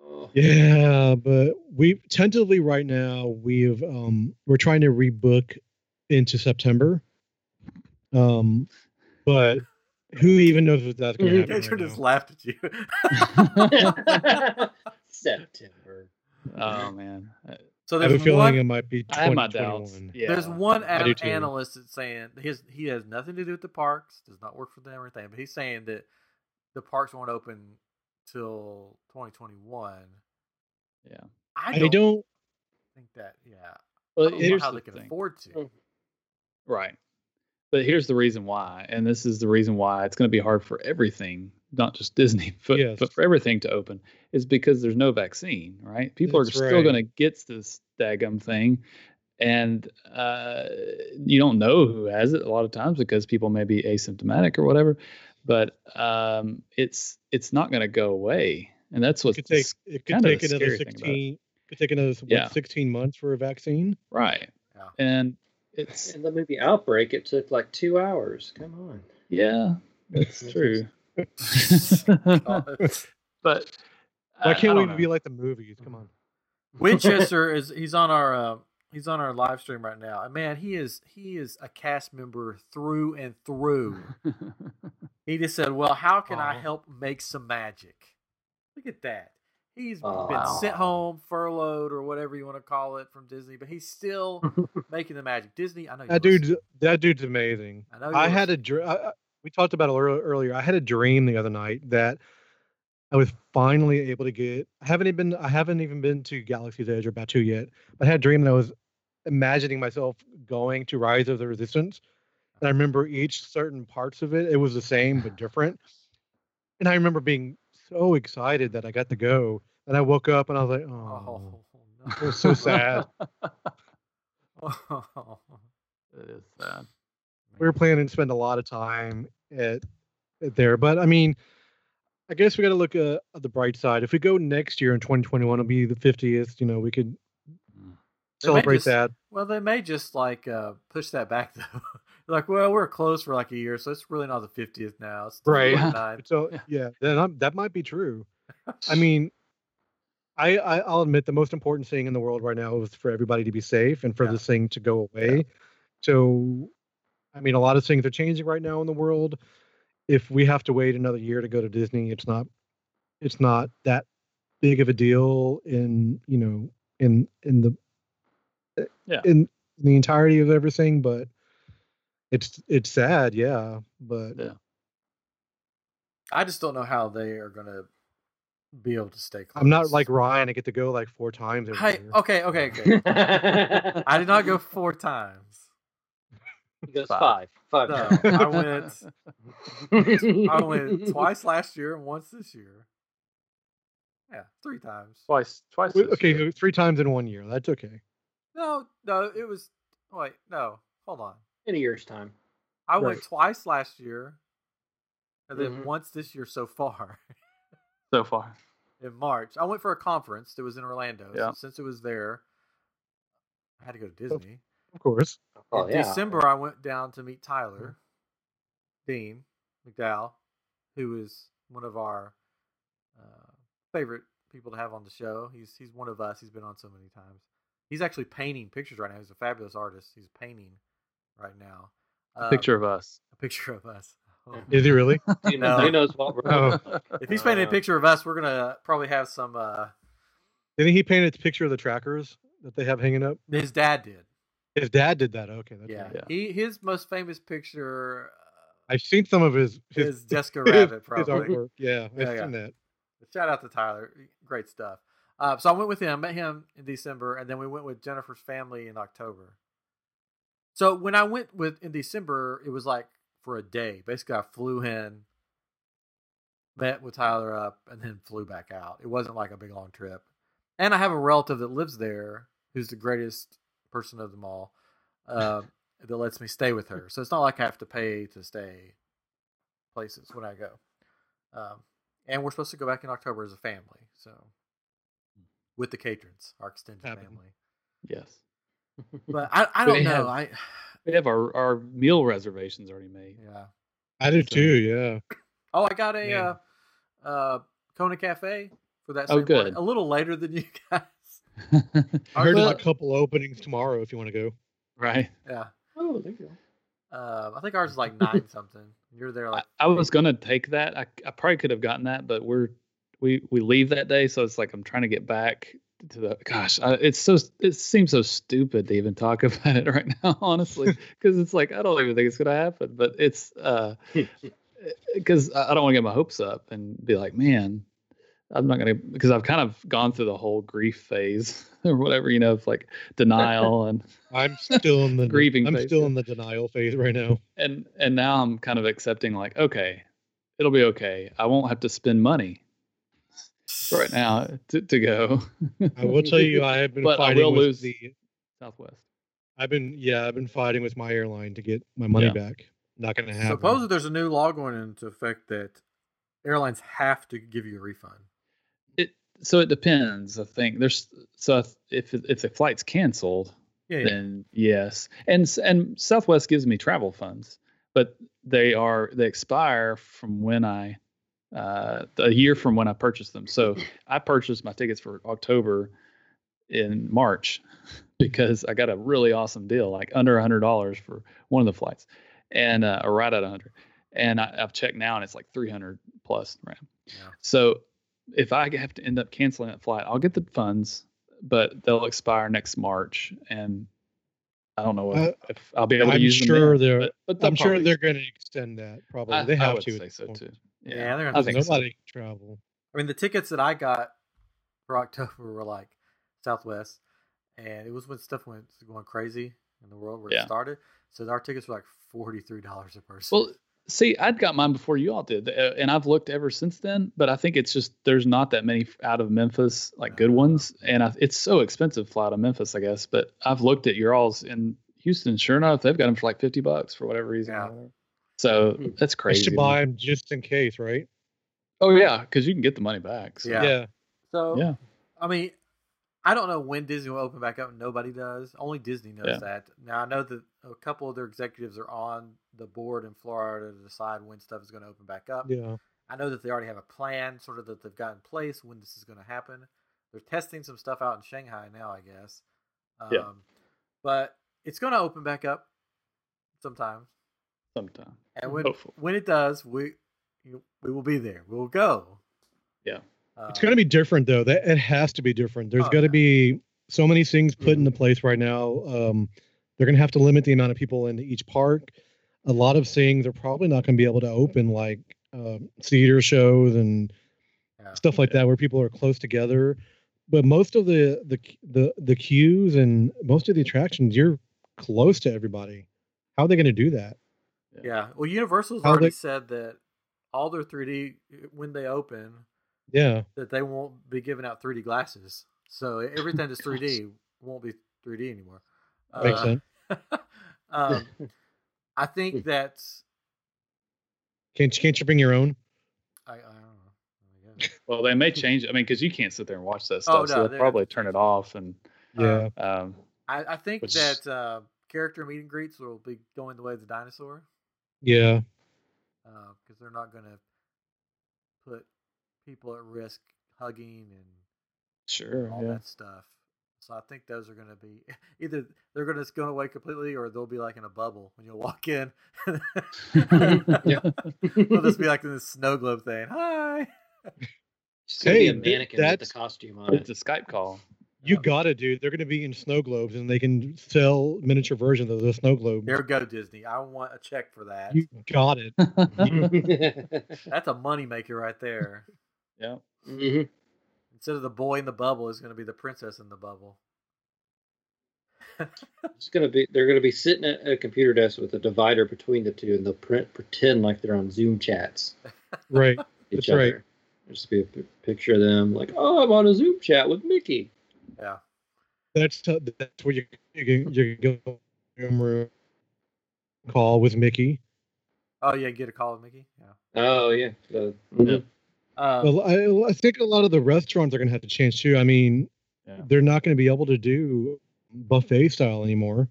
Speaker 4: Oh.
Speaker 3: Yeah, but we tentatively right now we've um we're trying to rebook into September. Um but who even knows what that's
Speaker 4: Oh,
Speaker 3: gonna
Speaker 1: <laughs>
Speaker 3: happen?
Speaker 1: Katrin
Speaker 3: right
Speaker 1: just
Speaker 3: now.
Speaker 1: laughed at you.
Speaker 4: September.
Speaker 2: oh man. I,
Speaker 1: so
Speaker 3: I have a
Speaker 1: there's
Speaker 3: feeling
Speaker 1: one
Speaker 3: it might be
Speaker 2: I have my doubts.
Speaker 3: 2021.
Speaker 2: Yeah.
Speaker 1: There's one
Speaker 3: I do
Speaker 1: an-
Speaker 3: too.
Speaker 1: analyst that's saying his he has nothing to do with the parks, does not work for them or anything, but he's saying that the parks won't open till 2021.
Speaker 2: Yeah.
Speaker 1: I
Speaker 3: I
Speaker 1: don't,
Speaker 3: don't
Speaker 1: think that. Yeah,
Speaker 2: Well,
Speaker 1: I don't know
Speaker 2: here's
Speaker 1: how
Speaker 2: the
Speaker 1: they can
Speaker 2: thing.
Speaker 1: afford to.
Speaker 2: Right. But here's the reason why, and this is the reason why it's going to be hard for everything, not just Disney, <laughs> but,
Speaker 3: Yes.
Speaker 2: but for everything to open, is because there's no vaccine, right? People
Speaker 3: That's
Speaker 2: are still
Speaker 3: right.
Speaker 2: going to get this daggum thing, and uh, you don't know who has it a lot of times because people may be asymptomatic or whatever. But um, it's it's not going to go away, and that's what
Speaker 3: it could take. It could take another sixteen. Could take another what,
Speaker 2: Yeah.
Speaker 3: sixteen months for a vaccine.
Speaker 2: right?
Speaker 1: Yeah.
Speaker 2: And it's
Speaker 4: In the movie Outbreak, it took like two hours. Come on.
Speaker 2: yeah, that's true.
Speaker 1: <laughs>
Speaker 2: <laughs>
Speaker 1: Oh.
Speaker 2: but
Speaker 3: Why
Speaker 2: I- I
Speaker 3: can't we
Speaker 2: don't know.
Speaker 3: be like the movies? Come on.
Speaker 1: Winchester is he's on our uh, he's on our live stream right now. And man, he is he is a cast member through and
Speaker 2: <laughs>
Speaker 1: through. He just said, "Well, how can I
Speaker 3: Wow.
Speaker 1: help make some magic?" Look at that. He's
Speaker 4: Oh,
Speaker 1: been
Speaker 4: wow.
Speaker 1: sent home, furloughed, or whatever you want to call it from Disney, but he's
Speaker 3: <laughs>
Speaker 1: still making the magic. Disney, I know you.
Speaker 3: That dude's that dude's amazing.
Speaker 1: I know.
Speaker 3: I had a dream. We talked about it ear- earlier. I had a dream the other night that I was finally able to get. I haven't even been. I haven't even been to Galaxy's Edge or Batu yet. But I had a dream that I was imagining myself going to Rise of the Resistance, and I remember each certain parts of it. It was the same but different, and I remember being so excited that I got to go. And I woke up and I was like, oh,
Speaker 1: <laughs> Oh, no.
Speaker 3: it was so sad.
Speaker 1: Oh,
Speaker 3: <laughs>
Speaker 2: It is sad.
Speaker 3: we were planning to spend a lot of time at, at there but i mean i guess we got to look uh, at the bright side if we go next year in 2021 it'll be the 50th you know we could
Speaker 2: Mm.
Speaker 3: celebrate
Speaker 1: just-
Speaker 3: that
Speaker 1: <laughs> well, they may just like uh, push that back though. <laughs> They're like, well, we're closed for like a year, so it's really not the fiftieth now. It's the
Speaker 3: Right. <laughs>
Speaker 1: 29th. <laughs>
Speaker 3: so
Speaker 2: Yeah.
Speaker 3: yeah then I'm, that might be true i mean I, I i'll admit the most important thing in the world right now is for everybody to be safe and for
Speaker 1: Yeah.
Speaker 3: this thing to go away so i mean a lot of things are changing right now in the world if we have to wait another year to go to disney it's not it's not that big of a deal in you know in in the eh,
Speaker 2: Yeah.
Speaker 3: in the entirety of everything but it's it's sad yeah but
Speaker 2: Yeah.
Speaker 1: I just don't know how they are going to be able to stay close.
Speaker 3: I'm not <laughs> like Ryan. I get to go like four times. Every
Speaker 1: Hey,
Speaker 3: year.
Speaker 1: okay, okay, okay.
Speaker 4: I
Speaker 1: I did not go four times.
Speaker 4: He <laughs> goes
Speaker 2: Five.
Speaker 4: five. <laughs> Five.
Speaker 1: <laughs> No,
Speaker 4: times.
Speaker 1: I went. I
Speaker 4: <laughs>
Speaker 1: went twice last year and once this year. Yeah, three times.
Speaker 2: Twice, twice.
Speaker 1: <laughs>
Speaker 3: Wait,
Speaker 2: this
Speaker 3: okay,
Speaker 2: year.
Speaker 3: so three times in one year. That's okay.
Speaker 1: No, no, it was. Wait, no, hold on.
Speaker 4: in a year's time.
Speaker 1: I went
Speaker 3: Right.
Speaker 1: twice last year, and then
Speaker 4: Mhm.
Speaker 1: once this year so <laughs> far
Speaker 2: so far.
Speaker 1: in March. I went for a conference that was in Orlando. so
Speaker 2: Yeah.
Speaker 1: since it was there, I had to go to Disney.
Speaker 3: Of course.
Speaker 4: Oh
Speaker 1: in
Speaker 4: yeah.
Speaker 1: December, I went down to
Speaker 3: Mm-hmm.
Speaker 1: meet Tyler, Dean McDowell, who is one of our uh, favorite people to have on the show. He's he's one of us. He's been on so many times. He's actually painting pictures right now. He's a fabulous artist. He's painting right now. Uh,
Speaker 2: Picture of us.
Speaker 1: a picture of us. Oh. <laughs>
Speaker 3: Is he really?
Speaker 4: Who knows, who
Speaker 1: No.
Speaker 4: knows what we're
Speaker 3: Oh.
Speaker 1: If he's painting a
Speaker 4: Uh,
Speaker 1: picture of us, we're gonna probably have some. Uh,
Speaker 3: Didn't he paint a picture of the trackers that they have hanging up?
Speaker 1: his dad did.
Speaker 3: His dad did that. Okay, that's
Speaker 1: Yeah.
Speaker 3: right.
Speaker 2: Yeah.
Speaker 1: he his most famous picture
Speaker 3: I've seen some of his
Speaker 1: uh,
Speaker 3: his,
Speaker 1: is Jessica
Speaker 3: <laughs> his-
Speaker 1: Rabbit,
Speaker 3: his
Speaker 1: probably.
Speaker 3: artwork. Yeah, I've
Speaker 1: Yeah, yeah.
Speaker 3: seen that.
Speaker 1: But shout out to Tyler. Great stuff. Uh, so I went with him, met him in December, and then we went with Jennifer's family in October. So when I went with in December, it was like for a day. Basically, I flew in, met with Tyler up, and then flew back out. It wasn't like a big long trip. And I have a relative that lives there who's the greatest person of them all uh, that lets me stay with her. So it's not like I have to pay to stay places when I go. Um, and we're supposed to go back in October as a family. So with the Catrons, our extended
Speaker 3: Happening.
Speaker 1: family.
Speaker 2: Yes.
Speaker 1: But I, I
Speaker 2: They
Speaker 1: don't
Speaker 2: have-
Speaker 1: know. I
Speaker 2: We have our, our meal reservations already made.
Speaker 1: yeah.
Speaker 3: I do
Speaker 2: So-
Speaker 3: too. Yeah.
Speaker 1: Oh, I got a
Speaker 3: Man.
Speaker 1: uh, uh, Kona Cafe for that.
Speaker 2: Oh,
Speaker 1: same morning.
Speaker 2: good.
Speaker 1: A little later than <laughs> you guys.
Speaker 3: I heard
Speaker 1: Well-
Speaker 3: there's a couple openings tomorrow if you want to go.
Speaker 2: <laughs> right.
Speaker 1: Yeah.
Speaker 4: <laughs> Oh, there you
Speaker 1: Uh, I think ours is
Speaker 2: <laughs>
Speaker 1: like nine something. You're there
Speaker 2: I,
Speaker 1: like
Speaker 2: I was gonna take that. I, I probably could have gotten that, but we're we we leave that day, so it's like I'm trying to get back to the. Gosh, I, it's so it seems so stupid to even talk <laughs> about it right now, honestly, because it's like I don't even think it's gonna happen. But it's uh
Speaker 4: go.
Speaker 2: because I I don't want to get my hopes up and be like, man, I'm not gonna because I've kind of gone through the whole grief phase <laughs> or whatever, you know, of like denial and
Speaker 3: I'm still in the
Speaker 2: Grieving
Speaker 3: I'm
Speaker 2: phase,
Speaker 3: still
Speaker 2: yeah.
Speaker 3: in the denial phase right now.
Speaker 2: and and now I'm kind of accepting like, okay, it'll be okay. I won't have to spend money right now to, to go
Speaker 3: I will tell you, I have been
Speaker 2: But I <laughs>
Speaker 3: fighting
Speaker 2: will
Speaker 3: with
Speaker 2: lose.
Speaker 3: the
Speaker 2: Southwest.
Speaker 3: I've been yeah, I've been fighting with my airline to get my money
Speaker 2: Yeah.
Speaker 3: back. Not gonna happen.
Speaker 1: Supposedly, there's a new law going into effect that airlines have to give you a refund.
Speaker 2: So it depends. I think there's so if if the flight's canceled,
Speaker 1: Yeah, yeah.
Speaker 2: then yes, and s- and Southwest gives me travel funds, but they are they expire from when I uh, a year from when I purchased them. So I purchased my tickets for October in March <laughs> because I got a really awesome deal, like under a hundred dollars for one of the flights, and uh, or right at a hundred. And I, I've checked now, and it's like three hundred plus RAM.
Speaker 1: Yeah.
Speaker 2: So if I have to end up canceling that flight, I'll get the funds, but they'll expire next March, and I don't know if,
Speaker 3: Uh,
Speaker 2: if I'll be able to
Speaker 3: I'm
Speaker 2: use them.
Speaker 3: sure
Speaker 2: then,
Speaker 3: they're-
Speaker 2: But, but
Speaker 3: I'm
Speaker 2: they'll
Speaker 3: sure
Speaker 2: probably-
Speaker 3: they're gonna extend that probably.
Speaker 2: I,
Speaker 3: they
Speaker 2: I
Speaker 3: have
Speaker 2: would
Speaker 3: to at
Speaker 2: say
Speaker 3: this
Speaker 2: so
Speaker 3: point.
Speaker 2: too.
Speaker 1: yeah,
Speaker 2: Yeah.
Speaker 1: they're
Speaker 2: I
Speaker 1: gonna.
Speaker 2: think so.
Speaker 3: Nobody can travel.
Speaker 1: I mean, the tickets that I got for October were like Southwest, and it was when stuff went going crazy in the world where
Speaker 2: Yeah.
Speaker 1: it started. So our tickets were like forty three dollars a person.
Speaker 2: Well, see, I'd got mine before you all did, uh, and I've looked ever since then. But I think it's just there's not that many f- out of Memphis like good
Speaker 1: Uh.
Speaker 2: ones, and I, it's so expensive to fly out of Memphis, I guess. But I've looked at your all's in Houston. Sure enough, they've got them for like fifty bucks for whatever reason.
Speaker 1: Yeah.
Speaker 2: So
Speaker 4: Hmm.
Speaker 2: that's
Speaker 3: I
Speaker 2: crazy.
Speaker 3: should
Speaker 2: man.
Speaker 3: buy them just in case, right?
Speaker 2: Oh yeah, because you can get the money back. so-
Speaker 1: Yeah. so
Speaker 2: yeah.
Speaker 1: I mean, I don't know when Disney will open back up. Nobody does. Only Disney knows
Speaker 2: Yeah.
Speaker 1: that. Now I know that a couple of their executives are on the board in Florida to decide when stuff is going to open back up.
Speaker 3: Yeah.
Speaker 1: I know that they already have a plan, sort of that they've got in place when this is going to happen. They're testing some stuff out in Shanghai now, I guess. Um,
Speaker 2: Yeah.
Speaker 1: But it's going to open back up sometime,
Speaker 2: sometime.
Speaker 1: and when
Speaker 2: Hopefully.
Speaker 1: when it does, we you- we will be there. We'll go. Uh,
Speaker 2: Yeah.
Speaker 3: It's going to be different though. That it has to be different. There's
Speaker 1: Oh,
Speaker 3: got to
Speaker 1: yeah. Mm-hmm.
Speaker 3: be so many things put into place right now. Um, they're going to have to limit the amount of people in each park. A lot of things are probably not going to be able to open, like um, theater shows and
Speaker 1: Yeah.
Speaker 3: stuff like that, where people are close together. But most of the the the the queues and most of the attractions, you're close to everybody. How are they going to do that?
Speaker 1: Yeah. Well, Universal's
Speaker 3: How
Speaker 1: already
Speaker 3: they-
Speaker 1: said that all their 3D when they open
Speaker 3: Yeah,
Speaker 1: that they won't be giving out 3D glasses. So e, everything that's
Speaker 3: <laughs>
Speaker 1: 3D won't be 3D anymore.
Speaker 3: makes
Speaker 1: Uh,
Speaker 3: sense.
Speaker 1: <laughs> um, I
Speaker 3: <laughs>
Speaker 1: think that
Speaker 3: Can't you can't you bring your own?
Speaker 1: I, I don't know. I guess.
Speaker 2: Well, they may change. I mean, because you can't sit there and watch that stuff,
Speaker 1: Oh, no,
Speaker 2: so
Speaker 1: they-
Speaker 2: they'll probably turn it off. And
Speaker 3: Yeah,
Speaker 2: um,
Speaker 1: Uh, I, I think
Speaker 2: Which-
Speaker 1: that uh, character meet and greets will be going the way of the dinosaur
Speaker 3: yeah.
Speaker 1: because they're not going to put people at risk hugging and
Speaker 2: sure,
Speaker 1: all
Speaker 2: yeah.
Speaker 1: that stuff. So I think those are going to be <laughs> either they're going to go away completely, or they'll be like in a bubble when you walk
Speaker 3: <laughs>
Speaker 1: in.
Speaker 2: Yeah.
Speaker 1: <laughs> They'll just be like in this snow globe thing. Hi.
Speaker 4: Just gonna be
Speaker 3: Hey,
Speaker 4: a mannequin with
Speaker 3: that's-
Speaker 4: the costume on <laughs>
Speaker 2: It's
Speaker 4: it.
Speaker 2: a Skype call.
Speaker 3: You
Speaker 1: Um,
Speaker 3: got to do. They're going to be in snow globes, and they can sell miniature versions of the snow globe.
Speaker 1: There go Disney. I want a check for that.
Speaker 3: You got it.
Speaker 1: That's a moneymaker right
Speaker 3: <laughs>
Speaker 1: there.
Speaker 2: yeah.
Speaker 4: Mhm.
Speaker 1: Instead of the boy in the bubble, it's going to be the princess in the bubble.
Speaker 4: It's gonna be they're gonna be sitting at a computer desk with a divider between the two, and they'll print, pretend like they're on Zoom chats.
Speaker 3: Right.
Speaker 4: with Each
Speaker 3: That's right.
Speaker 4: other. There'll Just be a p- picture of them, like, oh, I'm on a Zoom chat with Mickey.
Speaker 3: That's uh, that's where you you can- you can go room room call with Mickey.
Speaker 1: Oh yeah, get a call with Mickey. Yeah.
Speaker 4: Oh yeah, the-
Speaker 3: Mm-hmm.
Speaker 2: Yeah.
Speaker 1: Um,
Speaker 3: Well, I, I think a lot of the restaurants are going to have to change too. I mean,
Speaker 2: Yeah.
Speaker 3: they're not going to be able to do buffet style anymore.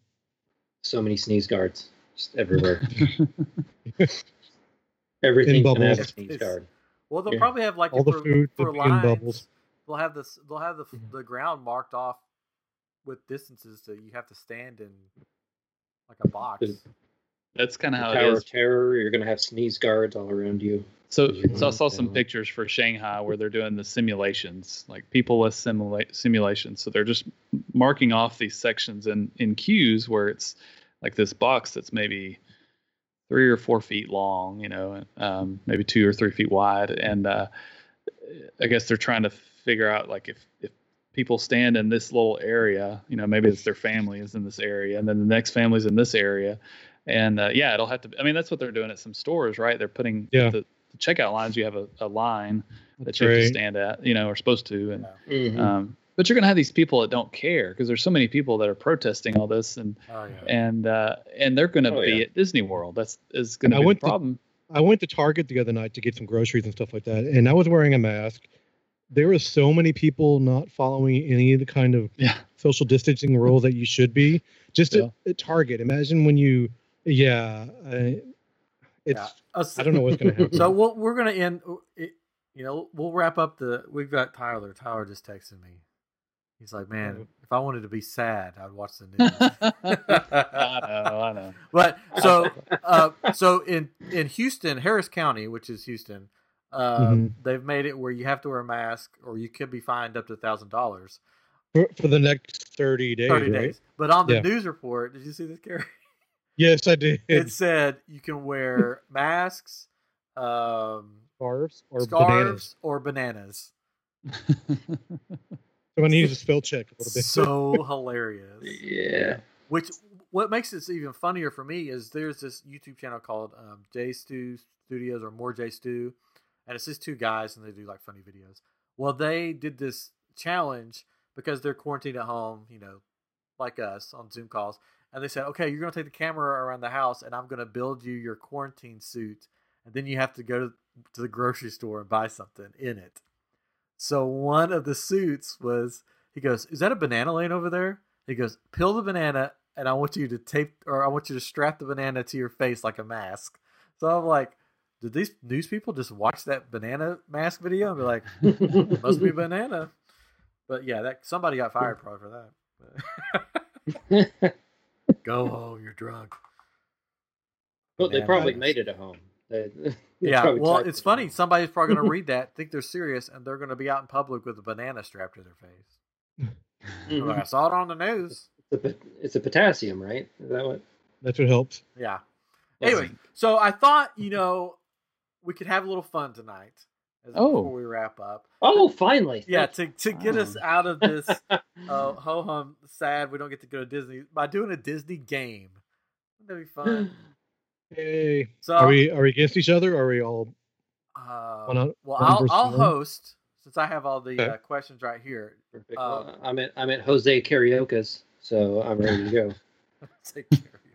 Speaker 4: so many sneeze guards just
Speaker 3: <laughs>
Speaker 4: everywhere. <laughs>
Speaker 3: In
Speaker 4: Everything can have a
Speaker 3: bubbles.
Speaker 4: sneeze guard.
Speaker 1: Well, they'll
Speaker 4: Yeah.
Speaker 1: probably have like
Speaker 3: All the
Speaker 1: for,
Speaker 3: food
Speaker 1: for
Speaker 3: in
Speaker 1: lines.
Speaker 3: bubbles. Mm-hmm.
Speaker 1: They'll have this. They'll have the f-
Speaker 4: Mhm.
Speaker 1: the ground marked off with distances that you have to stand in, like a box.
Speaker 4: Good.
Speaker 2: That's kind of how it
Speaker 4: Tower
Speaker 2: is.
Speaker 4: of Terror, you're gonna have sneeze guards all around you.
Speaker 2: So,
Speaker 4: Mhm.
Speaker 2: so I saw some
Speaker 4: Yeah.
Speaker 2: pictures for Shanghai where they're doing the simulations, like people simulate simulations. So they're just marking off these sections in in queues where it's like this box that's maybe three or four feet long, you know, and, um, maybe two or three feet wide, and uh, I guess they're trying to figure out like if if people stand in this little area, you know, maybe it's their family is in this area, and then the next family's in this area, and uh, yeah, it'll have to. Be, I mean, that's what they're doing at some stores, right? They're putting
Speaker 3: Yeah.
Speaker 2: the, the checkout lines. You have a, a line that
Speaker 3: That's
Speaker 2: you have to
Speaker 3: right.
Speaker 2: stand at, you know, are supposed to, and
Speaker 4: Mhm.
Speaker 2: um, But you're going to have these people that don't care because there's so many people that are protesting all this, and
Speaker 1: Oh yeah.
Speaker 2: and uh, and they're going to
Speaker 4: Oh,
Speaker 2: be
Speaker 4: yeah.
Speaker 2: at Disney World. That's is going
Speaker 3: I
Speaker 2: to be the
Speaker 3: went to-
Speaker 2: problem.
Speaker 3: I went to Target the other night to get some groceries and stuff like that, and I was wearing a mask. There were so many people not following any of the kind of
Speaker 2: Yeah.
Speaker 3: social distancing rules that you should be. Just
Speaker 2: Yeah.
Speaker 3: at, at Target, imagine when you, yeah, I, it's
Speaker 1: Us-
Speaker 3: I don't know what's gonna happen.
Speaker 1: Oh, <laughs> So we'll, we're gonna end. It, you know, we'll wrap up the. We've got Tyler. Tyler just texted me. He's like, "Man, if I wanted to be sad, I'd watch
Speaker 3: <laughs>
Speaker 1: the news."
Speaker 2: <laughs>
Speaker 1: <laughs>
Speaker 2: I know, I know.
Speaker 1: But so, uh, so in in Houston, Harris County, which is Houston, uh,
Speaker 3: Mhm.
Speaker 1: they've made it where you have to wear a mask, or you could be fined up to thousand dollars,
Speaker 3: for, for the next thirty days.
Speaker 1: thirty
Speaker 3: right?
Speaker 1: days. But on the
Speaker 3: Yeah.
Speaker 1: news report, did you see this, Gary?
Speaker 3: Yes, I did.
Speaker 1: It said you can
Speaker 3: <laughs>
Speaker 1: wear masks, um,
Speaker 3: scarves or
Speaker 1: scarves,
Speaker 3: bananas.
Speaker 1: or bananas.
Speaker 3: So I needed to spell check a little bit. <laughs>
Speaker 1: So hilarious.
Speaker 2: <laughs>
Speaker 4: Yeah.
Speaker 1: Which what makes this even funnier for me is there's this YouTube channel called um, J Stu Studios or More J Stu, and it's just two guys and they do like funny videos. Well, they did this challenge because they're quarantined at home, you know, like us on Zoom calls, and they said, okay, you're gonna take the camera around the house, and I'm gonna build you your quarantine suit, and then you have to go to, to the grocery store and buy something in it. So one of the suits was he goes, Is that a banana laying over there? He goes, Peel the banana and I want you to tape or I want you to strap the banana to your face like a mask. So I'm like, did these news people just watch that banana mask video and be like,
Speaker 4: <laughs>
Speaker 1: must be a banana? But yeah, that somebody got fired probably for that. <laughs> Go home, you're drunk.
Speaker 4: But they
Speaker 1: Banana
Speaker 4: probably
Speaker 1: mask.
Speaker 4: made it at home. They, <laughs> they
Speaker 1: Yeah,
Speaker 4: probably
Speaker 1: well,
Speaker 4: typed
Speaker 1: it's
Speaker 4: it
Speaker 1: funny.
Speaker 4: out.
Speaker 1: Somebody's probably
Speaker 4: <laughs>
Speaker 1: going to read that, think they're serious, and they're going to be out in public with a banana strapped to their face. They're
Speaker 4: Mhm.
Speaker 1: like, I saw it on the news.
Speaker 4: It's a, pot- it's a potassium, right? Is that what?
Speaker 3: That's what helps.
Speaker 1: Yeah. Anyway, so I thought, you know, we could have a little fun tonight as,
Speaker 2: Oh.
Speaker 1: before we wrap up.
Speaker 4: Oh, finally.
Speaker 1: Yeah, to, to get us
Speaker 2: Oh.
Speaker 1: out of
Speaker 3: <laughs>
Speaker 1: this uh, ho hum sad we don't get to go to Disney by doing a Disney game. That'd be <laughs> fun.
Speaker 3: Hey,
Speaker 1: So,
Speaker 3: are we are we against each other? Or are we all?
Speaker 1: uh,
Speaker 3: one on-
Speaker 1: well,
Speaker 3: one
Speaker 1: I'll,
Speaker 3: versus
Speaker 1: I'll
Speaker 3: one?
Speaker 1: host since I have all the
Speaker 3: Okay.
Speaker 1: uh, questions right here. <laughs>
Speaker 4: Perfect.
Speaker 1: Uh,
Speaker 4: Well, I'm at I'm at Jose Carioca's, so I'm ready to go.
Speaker 1: Take care of you.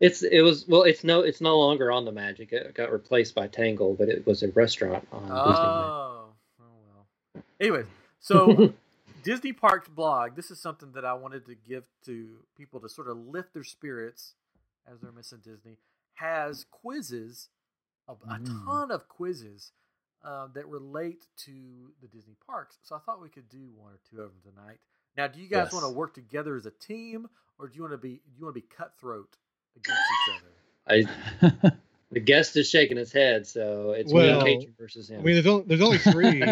Speaker 4: It's it was well, it's no it's no longer on the Magic. It got replaced by Tangle, but it was a restaurant on
Speaker 1: Oh, oh well. Anyways, so Disney Parks blog. This is something that I wanted to give to people to sort of lift their spirits as they're missing Disney. Has quizzes, a, a
Speaker 2: Mm.
Speaker 1: ton of quizzes uh, that relate to the Disney parks. So I thought we could do one or two of them tonight. Now, do you guys
Speaker 4: Yes.
Speaker 1: want to work together as a team, or do you want to be do you want to be cutthroat against each other?
Speaker 4: Disneyland. I,
Speaker 2: <laughs>
Speaker 4: the guest is shaking his head, so it's
Speaker 3: Well,
Speaker 4: me and Cajun versus him.
Speaker 3: I <laughs> mean, there's only there's
Speaker 1: <laughs>
Speaker 3: only three.
Speaker 4: <laughs>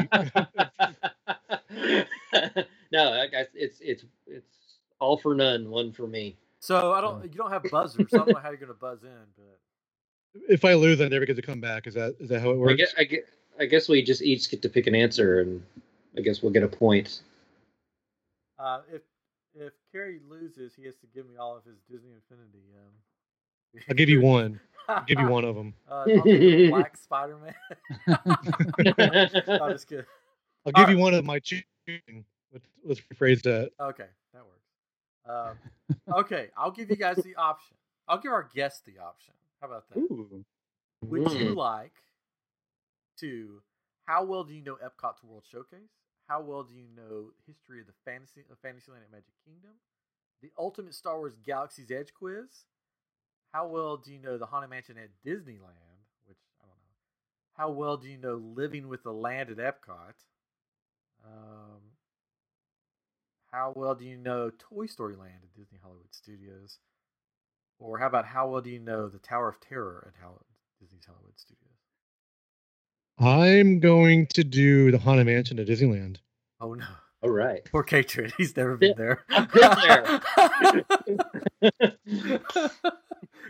Speaker 4: no, I, I, it's it's it's all for none, one for me.
Speaker 1: So I don't. You don't have buzzers. so I don't know how you're going to buzz in, but.
Speaker 3: if I lose, I never get to come back. Is that is that how it
Speaker 4: I
Speaker 3: works?
Speaker 4: guess, I, guess, I guess we just each get to pick an answer, and I guess we'll get a point.
Speaker 1: Uh, if if Carrie loses, he has to give me all of his Disney Infinity. Um,
Speaker 3: I'll give you
Speaker 2: <laughs>
Speaker 3: one. I'll give you one of them.
Speaker 1: <laughs> Uh, I'll take Black Spider <laughs> Man. I'm just kidding.
Speaker 3: I'll give
Speaker 1: All
Speaker 3: you one of my choosing. Let's, let's rephrase that.
Speaker 1: Okay, that works. Um, okay, I'll give you guys the option. I'll give our guests the option. How about that?
Speaker 2: Ooh.
Speaker 1: Would you like to? How well do you know Epcot's World Showcase? How well do you know history of the fantasy of Fantasyland at Magic Kingdom? The Ultimate Star Wars Galaxy's Edge quiz. How well do you know the Haunted Mansion at Disneyland? Which I don't know. How well do you know Living with the Land at Epcot? Um, how well do you know Toy Story Land at Disney Hollywood Studios? Or how about how well do you know the Tower of Terror at Hall- Disney's Hollywood Studios?
Speaker 3: I'm going to do the Haunted Mansion at Disneyland.
Speaker 1: Oh no, <laughs>
Speaker 4: All right.
Speaker 1: poor Katrin. He's never been there.
Speaker 4: I've been
Speaker 1: <laughs>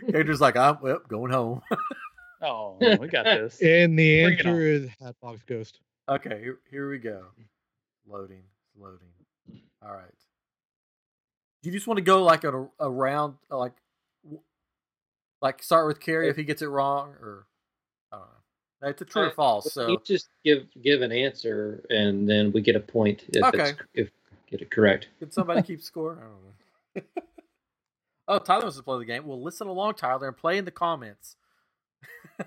Speaker 1: Katrin's like, I'm well, going home. <laughs>
Speaker 2: Oh, we
Speaker 3: <laughs>
Speaker 2: got this.
Speaker 3: And the
Speaker 2: Bring it on.
Speaker 3: answer is Hatbox Ghost.
Speaker 1: Okay, here, here we go. Loading, loading. All right. You just want to go like a, uh, a round, like, w- like start with Carrie if he gets it wrong, or I don't know. It's a true or false. So
Speaker 4: You just give give an answer, and then we get a point if
Speaker 1: Okay.
Speaker 4: it's, if get it correct.
Speaker 1: Did somebody keep score? <laughs> I don't know. <laughs> oh, Tyler wants to play the game. Well, listen along, Tyler, and play in the comments. <laughs>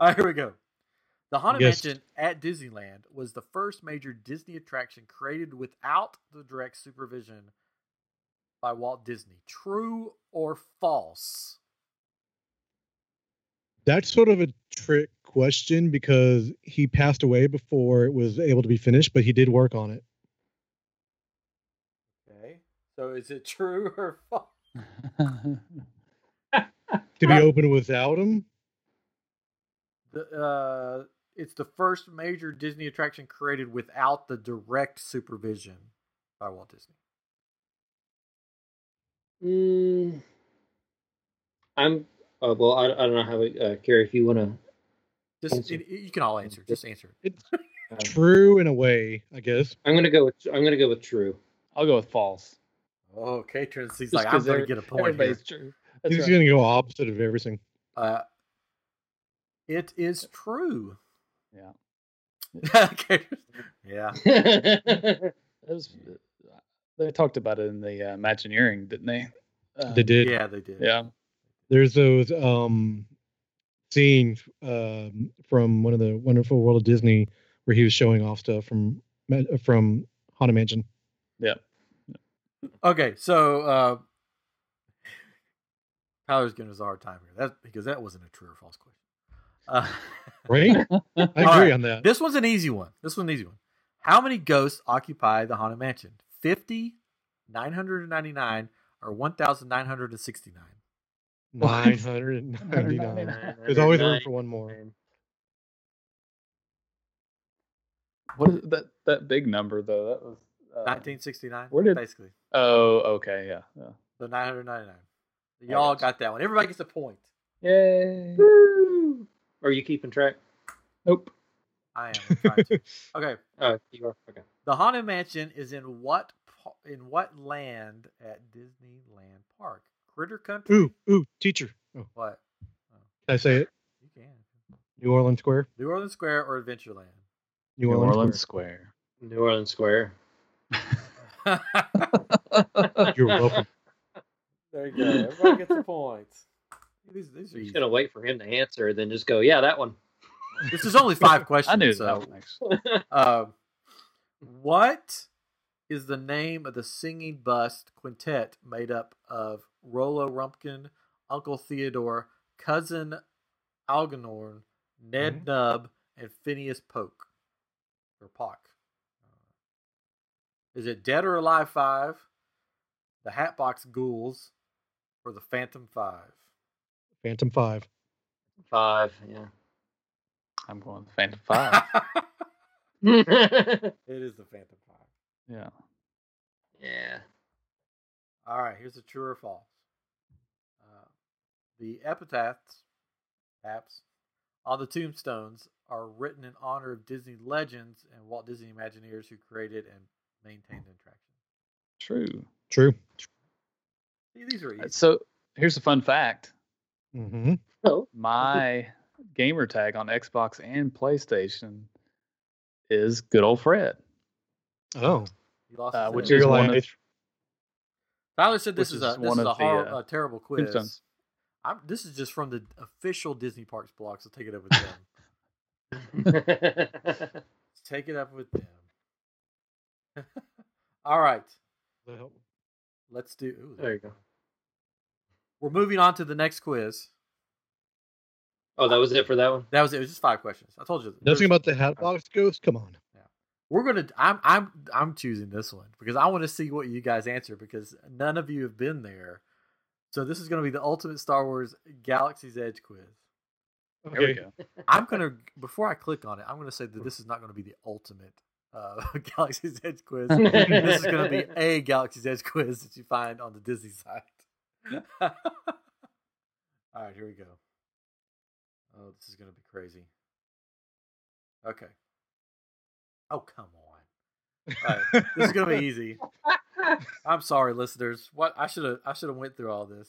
Speaker 1: All right, here we go. The Haunted
Speaker 3: Yes.
Speaker 1: Mansion at Disneyland was the first major Disney attraction created without the direct supervision by Walt Disney. True or false?
Speaker 3: That's sort of a trick question because he passed away before it was able to be finished, but he did work on it.
Speaker 1: Okay. So is it <laughs> true or false?
Speaker 3: To be open without him,
Speaker 1: The, uh, it's the first major Disney attraction created without the direct supervision by Walt Disney.
Speaker 4: Mm, I'm uh, well. I, I don't know how we, uh, Carrie. If you want to,
Speaker 1: Just
Speaker 4: Answer.
Speaker 1: it, you can all answer. Just answer.
Speaker 3: true in a way, I guess.
Speaker 4: uh, I'm gonna go with I'm gonna go with true.
Speaker 2: I'll go with false.
Speaker 1: Okay, Trinity's
Speaker 2: Just
Speaker 1: like I'm
Speaker 2: 'cause
Speaker 1: going to
Speaker 2: every-
Speaker 1: get a point here.
Speaker 2: Everybody's true.
Speaker 3: He's
Speaker 2: That's right.
Speaker 3: going to go opposite of everything.
Speaker 1: Uh, it is true.
Speaker 2: Yeah.
Speaker 1: <laughs> okay. Yeah.
Speaker 2: That was, uh, they talked about it in the uh, Imagineering, didn't they? Uh,
Speaker 3: They did.
Speaker 1: Yeah, they did.
Speaker 2: Yeah.
Speaker 3: There's those um scene um from one of the Wonderful World of Disney where he was showing off stuff from from Haunted Mansion.
Speaker 1: Okay, so uh, Tyler's giving us a hard time here. That's because that wasn't a true or false question. Uh, <laughs>
Speaker 3: Right? I agree
Speaker 1: right. <laughs>
Speaker 3: on that.
Speaker 1: This one's an easy one. This one's an easy one. How many ghosts occupy the Haunted Mansion? 50, 999, or 1,969?
Speaker 4: <laughs>
Speaker 3: 999. There's always room for one more. <laughs>
Speaker 2: What is that? That big number though. That was. Uh,
Speaker 1: 1969?
Speaker 2: Where did-
Speaker 1: Basically.
Speaker 2: Oh, okay, yeah. yeah.
Speaker 1: So 999. Y'all
Speaker 2: Alright.
Speaker 1: got that one. Everybody gets a point.
Speaker 2: Yay!
Speaker 4: Woo! Are you keeping track?
Speaker 2: Nope.
Speaker 1: I am
Speaker 2: <laughs>
Speaker 1: trying to. Okay.
Speaker 4: Oh, you are. Okay.
Speaker 1: The Haunted Mansion is in what pa- in what land at Disneyland Park? Critter Country?
Speaker 3: Ooh, ooh, teacher. Oh,
Speaker 1: What?
Speaker 3: did I say it?
Speaker 1: You can.
Speaker 3: New Orleans Square?
Speaker 1: New Orleans Square or
Speaker 2: <laughs>
Speaker 1: Adventureland?
Speaker 3: New, Orleans,
Speaker 2: Square.
Speaker 4: New Orleans Square.
Speaker 3: Square. <laughs> You're
Speaker 4: <laughs>
Speaker 3: welcome.
Speaker 1: there you go. Everybody gets a point. These, these are
Speaker 4: You're just
Speaker 1: easy.
Speaker 4: gonna wait for him to answer, then just go, yeah, that one.
Speaker 1: This is only five questions.
Speaker 2: <laughs> I knew
Speaker 1: so,
Speaker 2: that one actually.
Speaker 1: um, what is the name of the singing bust quintet made up of Rollo Rumpkin, Uncle Theodore, Cousin Algernon, Ned Nubb, and Phineas Polk? Or Pock? Is it Dead or Alive Five, the Hatbox Ghouls, or the Phantom Five?
Speaker 3: Phantom Five.
Speaker 4: Five.
Speaker 2: I'm going with Phantom Five.
Speaker 4: Yeah.
Speaker 1: <laughs> it is the Phantom Five.
Speaker 2: yeah.
Speaker 4: <laughs> yeah.
Speaker 1: All right, here's a true or false. Uh, the epitaphs, taps, on the tombstones are written in honor of Disney legends and Walt Disney Imagineers who created and maintained the attraction.
Speaker 3: <laughs>
Speaker 2: True.
Speaker 3: True.
Speaker 2: Uh,
Speaker 1: See, these are easy.
Speaker 2: So here's a fun fact.
Speaker 3: Mm-hmm.
Speaker 4: Oh.
Speaker 2: My gamer tag on Xbox and PlayStation is good old Fred.
Speaker 3: Oh.
Speaker 1: You lost
Speaker 2: Uh,
Speaker 1: us
Speaker 2: which
Speaker 1: there.
Speaker 2: is
Speaker 3: Realize-
Speaker 2: one of
Speaker 1: Tyler said this
Speaker 2: which
Speaker 1: is,
Speaker 2: is
Speaker 1: a this
Speaker 2: one
Speaker 1: is
Speaker 2: of
Speaker 1: a,
Speaker 2: the,
Speaker 1: hor-
Speaker 2: uh,
Speaker 1: a terrible quiz.
Speaker 2: tombstones.
Speaker 1: I'm, this is just from the official Disney Parks blog, so take it up with
Speaker 2: <laughs>
Speaker 1: them.
Speaker 4: <laughs>
Speaker 1: take it up with them. <laughs> All right, let's do. ooh,
Speaker 4: there you go.
Speaker 1: We're moving on to the next quiz.
Speaker 4: Oh, that was it for that one.
Speaker 1: That was it. It was just five questions. I told you. there's-
Speaker 3: Nothing about the Hatbox Ghost? Come on.
Speaker 1: We're gonna. I'm. I'm. I'm choosing this one because I want to see what you guys answer because none of you have been there. So this is gonna be the ultimate Star Wars Galaxy's Edge quiz.
Speaker 2: There we go.
Speaker 1: I'm gonna before I click on it, I'm gonna say that this is not gonna be the ultimate uh, <laughs> Galaxy's Edge quiz. this is gonna be a Galaxy's Edge quiz that you find on the Disney site. <laughs> All right, here we go. Oh, this is gonna be crazy. Okay. Oh come on. All
Speaker 2: <laughs>
Speaker 1: right, this is
Speaker 3: <laughs>
Speaker 1: gonna be easy. I'm sorry, listeners. What I should have I should have went through all this.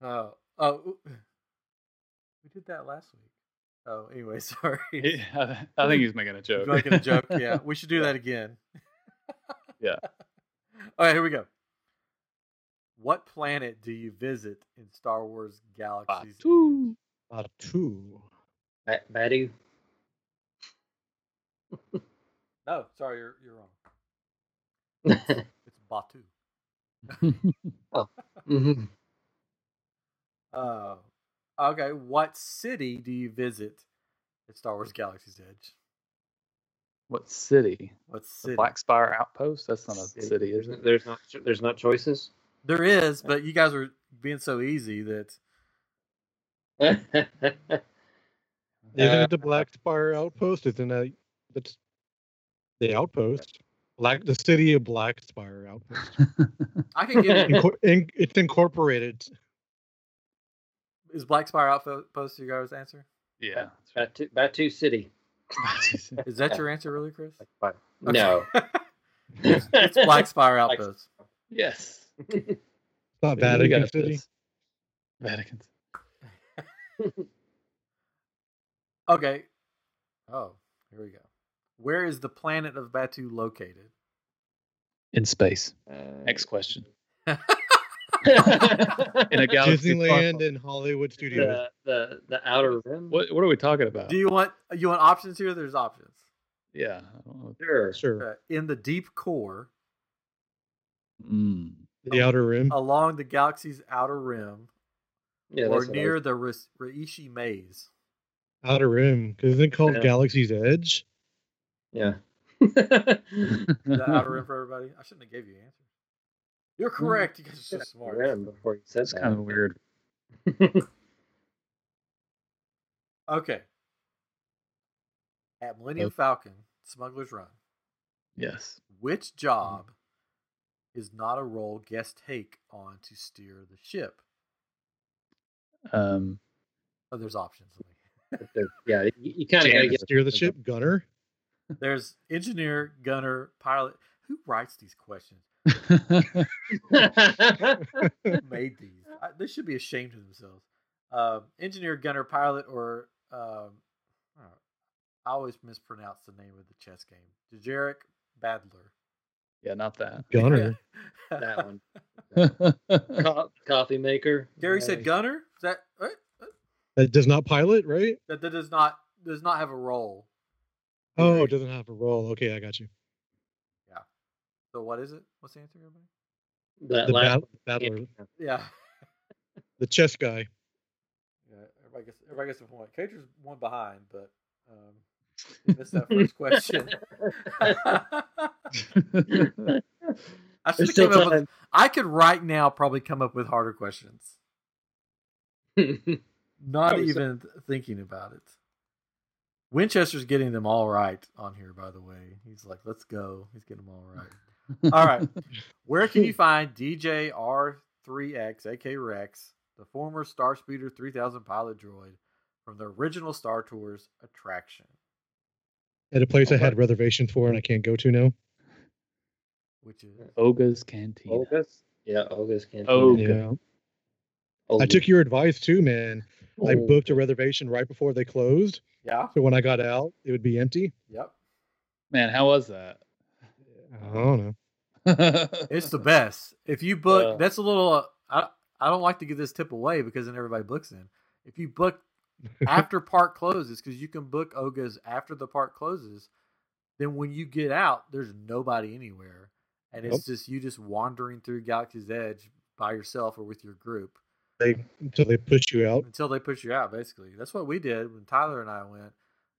Speaker 1: Oh, oh, we did that last week. Oh, anyway, <laughs> sorry.
Speaker 2: Yeah, <laughs> I think he's making a joke.
Speaker 1: Making a
Speaker 2: <laughs>
Speaker 1: joke. Yeah, we should do that again.
Speaker 2: Yeah.
Speaker 1: <laughs> All right, here we go. What planet do you visit in Star Wars Galaxies?
Speaker 2: Batu.
Speaker 3: Batu.
Speaker 4: Ba- <laughs> Badu.
Speaker 1: No, Oh, sorry, you're you're wrong. It's Batu.
Speaker 4: hmm
Speaker 1: Oh. Okay, what city do you visit at Star Wars Galaxy's Edge?
Speaker 2: What city?
Speaker 1: What
Speaker 2: The
Speaker 1: city?
Speaker 2: Black Spire Outpost? That's not a city,
Speaker 4: There's
Speaker 2: is
Speaker 4: not,
Speaker 2: it?
Speaker 4: there's not there's not <laughs> choices.
Speaker 1: There is, but you guys are being so easy that
Speaker 3: Isn't
Speaker 4: Uh,
Speaker 3: it the Black Spire Outpost? Isn't that that's the outpost? Black, the city of Black Spire
Speaker 4: <laughs>
Speaker 3: Outpost.
Speaker 1: I can give you.
Speaker 3: Incor- in, it's incorporated.
Speaker 1: is Black Spire Outpost your guys' answer?
Speaker 2: Yeah.
Speaker 4: Batu, Batu City.
Speaker 3: <laughs>
Speaker 1: Is that your answer, really, Chris?
Speaker 4: No.
Speaker 1: it's, it's <laughs> Black
Speaker 4: <laughs>
Speaker 1: Spire Outpost.
Speaker 2: <laughs> yes.
Speaker 3: It's not
Speaker 2: We got
Speaker 3: Vatican
Speaker 2: this.
Speaker 3: City.
Speaker 2: Vatican.
Speaker 1: Okay. Oh, here we go. Where is the planet of Batu located?
Speaker 2: In space.
Speaker 1: Uh,
Speaker 4: <laughs>
Speaker 2: Next question. In a galaxy. far,
Speaker 3: Disneyland and Hollywood Studios.
Speaker 4: the, the the outer rim.
Speaker 2: What What are we talking about?
Speaker 1: Do you want you want options here? There's options.
Speaker 2: yeah. I don't know.
Speaker 4: Sure.
Speaker 3: Sure.
Speaker 1: Uh, in the deep core,
Speaker 2: Mm.
Speaker 3: The Outer Rim.
Speaker 4: Oh.
Speaker 1: along the galaxy's outer rim,
Speaker 4: Yeah,
Speaker 1: or
Speaker 4: that's what I
Speaker 1: near
Speaker 4: was-
Speaker 1: the Ris- Raishi
Speaker 4: <laughs>
Speaker 1: maze.
Speaker 3: Outer Rim. Because isn't it called
Speaker 4: Yeah.
Speaker 3: Galaxy's Edge?
Speaker 4: yeah.
Speaker 1: <laughs> Is that outer rim for everybody? I shouldn't have gave you answers. You're correct. You guys are so smart.
Speaker 4: Mm. rim before you said
Speaker 2: <laughs> That's kind of weird.
Speaker 4: that.
Speaker 1: Okay. At Millennium Falcon, Smuggler's Run,
Speaker 2: Yes.
Speaker 1: which job is not a role guests take on to steer the ship?
Speaker 2: Um, <laughs>
Speaker 1: Oh, there's options.
Speaker 4: yeah, you, you kind of got to
Speaker 2: Janice.
Speaker 4: get
Speaker 3: Steer the ship, Gunner.
Speaker 1: There's engineer, gunner, pilot. Who writes these questions? Who made these? I, they should be ashamed of themselves. Um, engineer, gunner, pilot, or um, I don't know. I always mispronounce the name of the chess game. Dejeric Badler.
Speaker 2: yeah, not <laughs> that.
Speaker 1: <laughs>
Speaker 3: Gunner.
Speaker 4: <laughs> that one. Co- coffee maker.
Speaker 1: Gary said gunner. Is that what?
Speaker 3: That does not pilot, right?
Speaker 1: that that does not does not have a role.
Speaker 3: Oh, it doesn't have a role. Okay, I got you.
Speaker 1: So what is it? What's the answer, everybody?
Speaker 4: That
Speaker 3: The
Speaker 4: last
Speaker 3: bat- battler,
Speaker 4: one.
Speaker 1: Yeah.
Speaker 3: the chess guy.
Speaker 1: Yeah, everybody gets everybody gets a point. Cager's one behind, but um, he missed that first <laughs> question. I
Speaker 4: There's
Speaker 1: should
Speaker 4: still
Speaker 1: have come up
Speaker 4: time.
Speaker 1: with, I could right now probably come up with harder questions. Not
Speaker 4: Oh, so-
Speaker 1: even th- thinking about it. Winchester's getting them all right on here, by the way. He's like, let's go. He's getting them all right. All right. Where can you find DJ R3X, aka Rex, the former Starspeeder 3000 pilot droid from the original Star Tours attraction?
Speaker 3: At a place I
Speaker 4: Oh, Okay.
Speaker 3: had reservations for and I can't go to now.
Speaker 1: Which is
Speaker 2: Oga's Cantina.
Speaker 4: Olgus? Yeah, Olgus can't.
Speaker 2: Oh, Okay.
Speaker 3: Yeah. I took your advice too, man. I booked a reservation right before they closed.
Speaker 1: yeah,
Speaker 3: So when I got out, it would be empty.
Speaker 1: yep.
Speaker 2: Man, how was <laughs> that?
Speaker 3: I don't know.
Speaker 1: It's the best. If you book,
Speaker 2: Uh.
Speaker 1: that's a little. Uh, I I don't like to give this tip away because then everybody books in. If you book after park closes, because you can book Ogas after the park closes, then when you get out, there's nobody anywhere, and it's
Speaker 3: Nope.
Speaker 1: just you just wandering through Galaxy's Edge by yourself or with your group
Speaker 3: Until they push you out.
Speaker 1: until they push you out. Basically, that's what we did when Tyler and I went.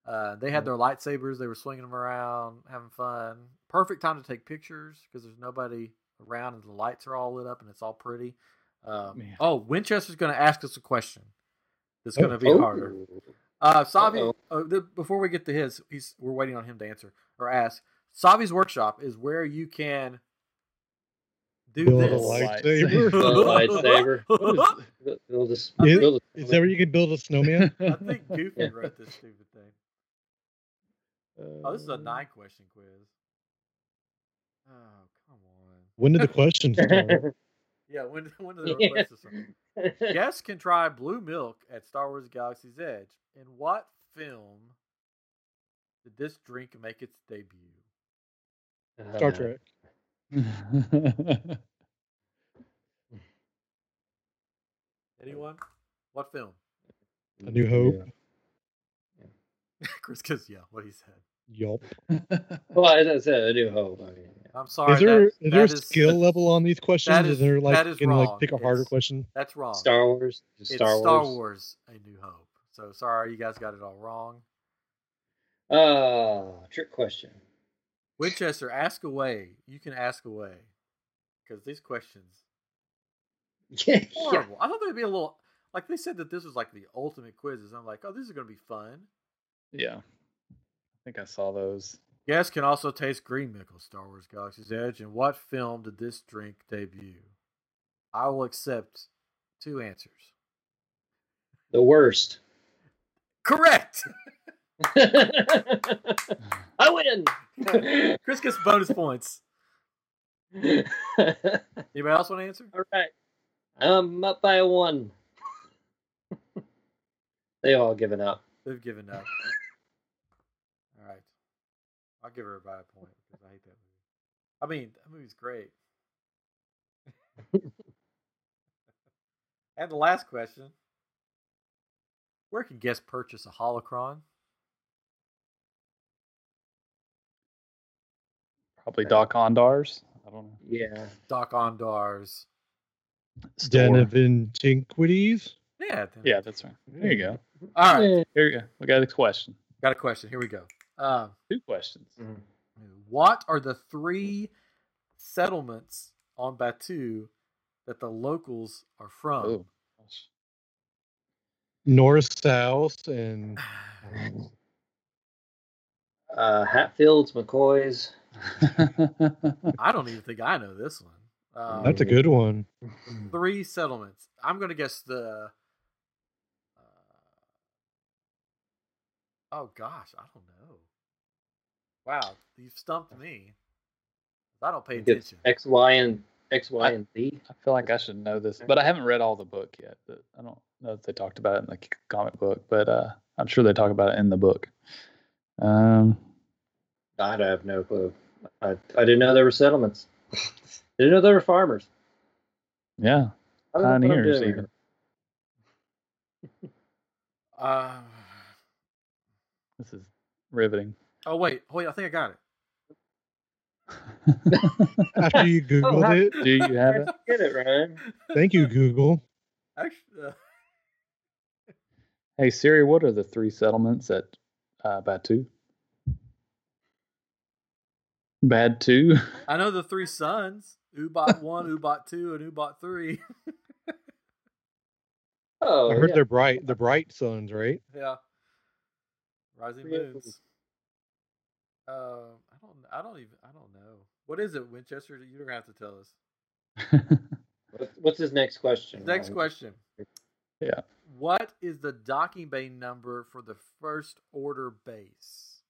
Speaker 1: Uh, they had their lightsabers. They were swinging them around, having fun. Perfect time to take pictures because there's nobody around and the lights are all lit up and it's all pretty. Um,
Speaker 2: Man.
Speaker 1: oh, Winchester's going to ask us a question. It's
Speaker 3: Oh.
Speaker 1: going to be harder. Uh, Savi, uh, the, before we get to his, he's we're waiting on him to answer or ask. Savi's workshop is where you can do
Speaker 3: Build
Speaker 1: this. <laughs>
Speaker 3: a
Speaker 2: Lightsaber.
Speaker 3: lightsaber.
Speaker 4: lightsaber.
Speaker 2: What is-
Speaker 4: They'll just
Speaker 1: I
Speaker 3: think-
Speaker 4: build a-
Speaker 3: Is that where you can build a snowman?
Speaker 1: I think Goofy
Speaker 3: <laughs>
Speaker 4: Yeah.
Speaker 1: wrote this stupid thing. Oh, this is a nine question quiz. Oh, come on.
Speaker 3: when did the questions start?
Speaker 1: Yeah, when <laughs> when do they
Speaker 4: Yeah.
Speaker 1: replace this one? Guests can try blue milk at Star Wars Galaxy's Edge. In what film did this drink make its debut?
Speaker 4: Uh,
Speaker 3: Star Trek.
Speaker 1: Anyone? What film?
Speaker 3: A New Hope.
Speaker 1: <laughs> Chris goes, yeah, what he said.
Speaker 3: Yup.
Speaker 4: Well, as I said, I do hope. I mean,
Speaker 1: I'm sorry.
Speaker 3: is there
Speaker 1: that-
Speaker 3: is there a
Speaker 1: that is- <laughs>
Speaker 3: skill level on these questions?
Speaker 1: that
Speaker 3: is,
Speaker 1: is-
Speaker 3: there like
Speaker 1: that is
Speaker 3: can you, like
Speaker 1: wrong.
Speaker 3: pick a harder
Speaker 1: It's-
Speaker 3: question?
Speaker 1: That's wrong.
Speaker 4: Star Wars.
Speaker 1: it's
Speaker 4: Just Star Wars.
Speaker 1: Star Wars A New Hope. So sorry, you guys got it all wrong.
Speaker 4: Uh, trick question. <laughs>
Speaker 1: Winchester, ask away. You can ask away. Because these questions
Speaker 4: yeah.
Speaker 1: horrible. I thought they'd be a little like they said that this was like the ultimate quizzes. I'm like, oh, this is gonna be fun.
Speaker 2: yeah. I think I saw those.
Speaker 1: Guests can also taste green Mickle, Star Wars Galaxy's Edge, and what film did this drink debut? I will accept two answers.
Speaker 4: The worst. <laughs>
Speaker 1: Correct. <laughs>
Speaker 4: I win.
Speaker 1: <laughs> Chris gets bonus points.
Speaker 4: All
Speaker 1: Anybody else want to answer?
Speaker 4: right. I'm up by one. <laughs> they all given up.
Speaker 1: They've given up. All right. I'll give everybody a point because I hate that movie. I mean, that movie's great. and the last question Where can guests purchase a holocron?
Speaker 2: Probably Doc Ondar's. I don't know.
Speaker 4: Yeah.
Speaker 1: Doc Ondar's.
Speaker 2: Store.
Speaker 3: Den of Antiquities.
Speaker 1: Yeah. then-
Speaker 2: Yeah, that's right. There you go.
Speaker 1: All right.
Speaker 2: Here you go. We got a question.
Speaker 1: Got a question. Here we go. Um,
Speaker 2: Two questions.
Speaker 4: Mm.
Speaker 1: what are the three settlements on Batu that the locals are from?
Speaker 2: Oh.
Speaker 3: North, South, and
Speaker 1: <sighs>
Speaker 4: Uh, Hatfields, McCoys.
Speaker 2: <laughs>
Speaker 1: I don't even think I know this one. Um,
Speaker 3: that's a good one.
Speaker 1: three settlements. I'm gonna guess the. Uh, oh gosh, I don't know. Wow, you've stumped me. I don't pay
Speaker 4: It's
Speaker 1: attention.
Speaker 4: X, Y, and X, Y,
Speaker 2: I-
Speaker 4: and Z.
Speaker 2: I feel like I should know this, but I haven't read all the book yet. But I don't know if they talked about it in the c- comic book, but uh, I'm sure they talk about it in the book. Um,
Speaker 4: I have no clue. I, I didn't know there were settlements. <laughs> didn't know there were farmers.
Speaker 2: yeah,
Speaker 4: I don't know what I'm
Speaker 2: Pioneers
Speaker 4: doing
Speaker 2: even.
Speaker 4: here.
Speaker 1: Uh,
Speaker 2: this is riveting. <laughs>
Speaker 1: oh wait, wait, I think I got it.
Speaker 3: After you googled
Speaker 4: how-
Speaker 3: it,
Speaker 2: Do you have it?
Speaker 1: <laughs>
Speaker 4: Get it, Ryan.
Speaker 3: thank you Google.
Speaker 1: Actually, uh,
Speaker 2: Hey Siri, what are the three settlements at uh, Batu? Bad <laughs> two.
Speaker 1: I know the three sons: Ubot one, Ubot two, and Ubot three.
Speaker 4: Oh,
Speaker 3: I heard
Speaker 4: yeah.
Speaker 3: they're bright. The bright suns, right?
Speaker 1: yeah, rising
Speaker 4: Three of
Speaker 1: moons. Uh, I don't, I don't even, I don't know. What is it, Winchester? You're gonna have to tell us.
Speaker 4: What- What's his next question?
Speaker 1: Next
Speaker 4: Ryan?
Speaker 1: question.
Speaker 2: Yeah.
Speaker 1: What is the docking bay number for the first order base?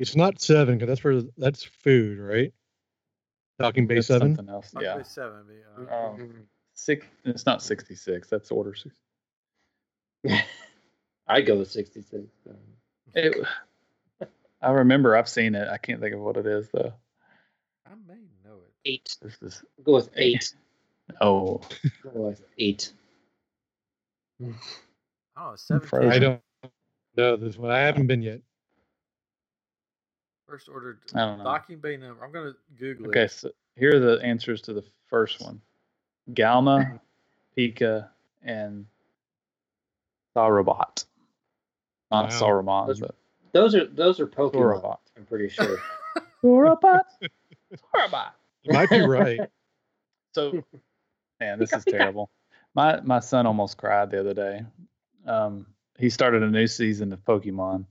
Speaker 3: It's not seven because that's for that's food, right? Docking Bay
Speaker 2: That's
Speaker 3: seven.
Speaker 2: Something else.
Speaker 1: Docking
Speaker 2: Yeah.
Speaker 1: bay seven. I mean, uh,
Speaker 4: Oh.
Speaker 2: Um, Six. It's not sixty-six. That's order six.
Speaker 4: I go with 66.
Speaker 2: It, I remember I've seen it. I can't think of what it is though.
Speaker 1: I may know it.
Speaker 4: Eight.
Speaker 2: This is
Speaker 4: Go with eight.
Speaker 2: oh
Speaker 4: Go with eight.
Speaker 1: I don't know. Seventeen.
Speaker 2: frozen.
Speaker 3: I don't know this one. I haven't been yet.
Speaker 1: First order
Speaker 2: I don't know.
Speaker 1: docking bay number. I'm gonna Google
Speaker 2: Okay,
Speaker 1: it.
Speaker 2: so here are the answers to the first one: Galma, Pika, and Saurobat.
Speaker 3: Wow.
Speaker 2: Not Sauron,
Speaker 4: Those-
Speaker 2: but
Speaker 4: Those are those are Pokemon.
Speaker 2: Saurobat.
Speaker 4: I'm pretty sure.
Speaker 2: Saurobat. Saurobat.
Speaker 3: You might be
Speaker 2: <laughs>
Speaker 3: right.
Speaker 2: So, man, this is terrible. My my son almost cried the other day. Um, he started a new season of Pokemon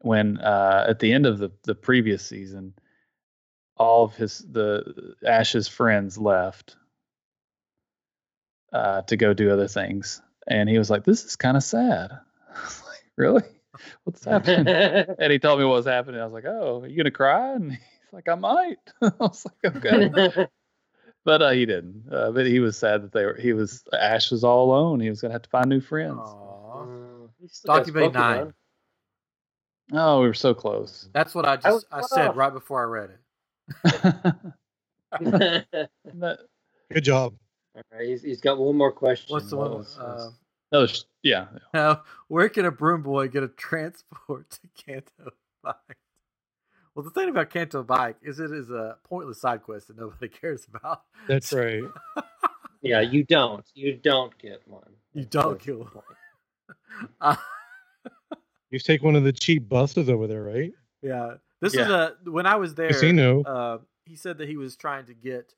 Speaker 2: when uh, at the end of the the previous season, all of his the Ash's friends left uh, to go do other things, and he was like, "This is kind of sad." <laughs> I was like, "Really?
Speaker 4: <laughs>
Speaker 2: What's happening?" and he told me what was happening. I was like, "Oh, are you gonna cry?" And <laughs> he's like, "I might." <laughs> I was like, "Okay." but uh, he didn't. Uh, but he was sad that they were. He was Ash was all alone. He was gonna have to find new friends.
Speaker 1: Aw.
Speaker 4: Aw. He still
Speaker 1: Docking
Speaker 4: has
Speaker 1: bay
Speaker 4: Pokemon.
Speaker 1: nine.
Speaker 2: Oh, we were
Speaker 1: <laughs>
Speaker 2: so close.
Speaker 1: That's what I just I said right before I read it.
Speaker 4: <laughs> All
Speaker 2: That-
Speaker 3: Good job.
Speaker 4: right, he's, he's got one more question.
Speaker 1: What's the
Speaker 4: What
Speaker 1: one?
Speaker 4: was this?
Speaker 1: Uh,
Speaker 2: that was yeah.
Speaker 1: now, where can a broom boy get a transport to Canto Bike? Well, the thing about Canto Bike is it is a pointless side quest that nobody <laughs> cares about.
Speaker 3: That's
Speaker 1: So
Speaker 3: right.
Speaker 4: yeah, you don't. You don't get one.
Speaker 1: You
Speaker 4: That's
Speaker 1: don't
Speaker 4: the
Speaker 1: get one.
Speaker 4: point.
Speaker 1: I-
Speaker 3: You take one of the cheap buses over there, right?
Speaker 1: yeah, this is a when I was there.
Speaker 2: <laughs>
Speaker 3: Casino.
Speaker 1: uh, he said that he was trying to get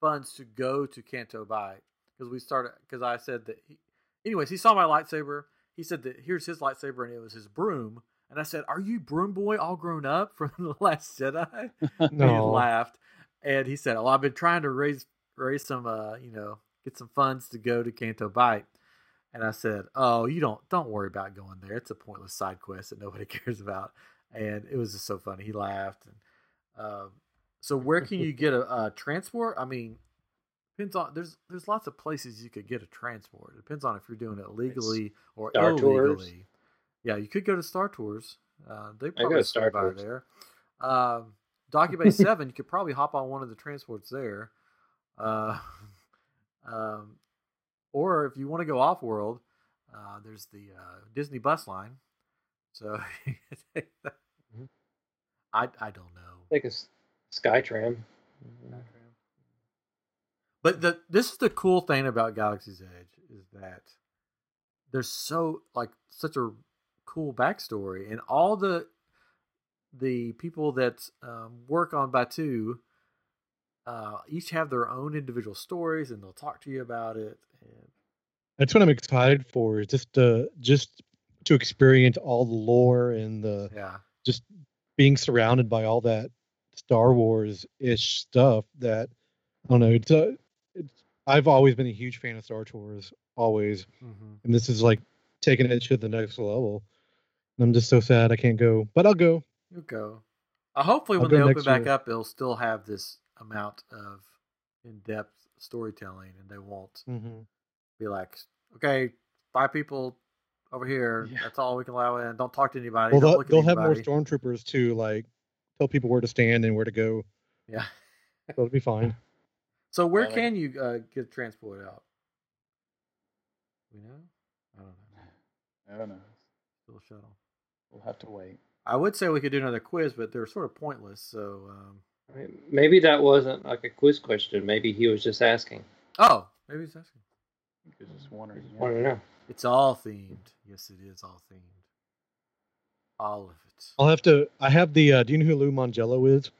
Speaker 1: funds to go to Canto Bite because we started because I said that. He, anyways, he saw my lightsaber. He said that here's his lightsaber and it was his broom. And I said, "Are you broom boy all grown up from <laughs> the Last Jedi?" And <laughs> he
Speaker 3: no.
Speaker 1: laughed, and he said, "Well, I've been trying to raise raise some, uh, you know, get some funds to go to Canto Bite." And I said, "Oh, you don't don't worry about going there. It's a pointless side quest that nobody <laughs> cares about." And it was just so funny. He laughed. And, um, so where can you get a,
Speaker 4: <laughs>
Speaker 1: a transport? I mean, depends on there's there's lots of places you could get a transport. It depends on if you're doing it legally or
Speaker 4: Star
Speaker 1: illegally.
Speaker 4: Tours.
Speaker 1: Yeah, you could go to Star Tours. Uh, they
Speaker 4: go
Speaker 1: probably
Speaker 4: to
Speaker 1: start
Speaker 4: Star
Speaker 1: by
Speaker 4: Tours.
Speaker 1: there. Um, Docubase Seven, you could probably hop on one of the transports there. Uh, <laughs> um, or if you want to go off world, uh, there's the uh, Disney bus line. So <laughs> I I don't know.
Speaker 4: Like a s- sky tram.
Speaker 1: But the this is the cool thing about Galaxy's Edge is that there's so like such a cool backstory, and all the the people that um, work on Batu uh, each have their own individual stories, and they'll talk to you about it. And
Speaker 3: That's what I'm excited for. Is just to just to experience all the lore and the
Speaker 1: yeah,
Speaker 3: just being surrounded by all that Star Wars ish stuff. That I don't know. It's a. It's, I've always been a huge fan of Star Wars. Always,
Speaker 1: mm-hmm.
Speaker 3: and this is like taking it to the next level. And I'm just so sad I can't go, but I'll go.
Speaker 1: you go. Uh, hopefully,
Speaker 3: I'll
Speaker 1: when they
Speaker 3: go
Speaker 1: open
Speaker 3: next
Speaker 1: back
Speaker 3: year.
Speaker 1: up, they'll still have this amount of in depth storytelling, and they won't
Speaker 3: Mm-hmm.
Speaker 1: be like, okay, five people over here.
Speaker 2: Yeah.
Speaker 1: That's all we can allow in. Don't talk to anybody.
Speaker 3: Well,
Speaker 1: don't
Speaker 3: they'll,
Speaker 1: look at
Speaker 3: they'll have more
Speaker 1: anybody."
Speaker 3: stormtroopers to like tell people where to stand and where
Speaker 1: <laughs>
Speaker 3: to go.
Speaker 1: Yeah.
Speaker 3: So it'll be fine.
Speaker 1: So where
Speaker 4: Yeah, like-
Speaker 1: can you uh, get transport out? We know. I don't know.
Speaker 2: I don't know.
Speaker 1: Still a shuttle.
Speaker 2: We'll have to wait.
Speaker 1: I would say we could do another quiz, but they're sort of pointless. So, um...
Speaker 4: Right, Maybe that wasn't like a quiz question. Maybe he was just asking.
Speaker 1: oh, maybe it's asking.
Speaker 2: Because just wondering.
Speaker 4: I don't know.
Speaker 1: It's all themed. Yes, it is all themed. All of it.
Speaker 3: I'll have to. I have the. Uh, do you know who Lou Mangello is?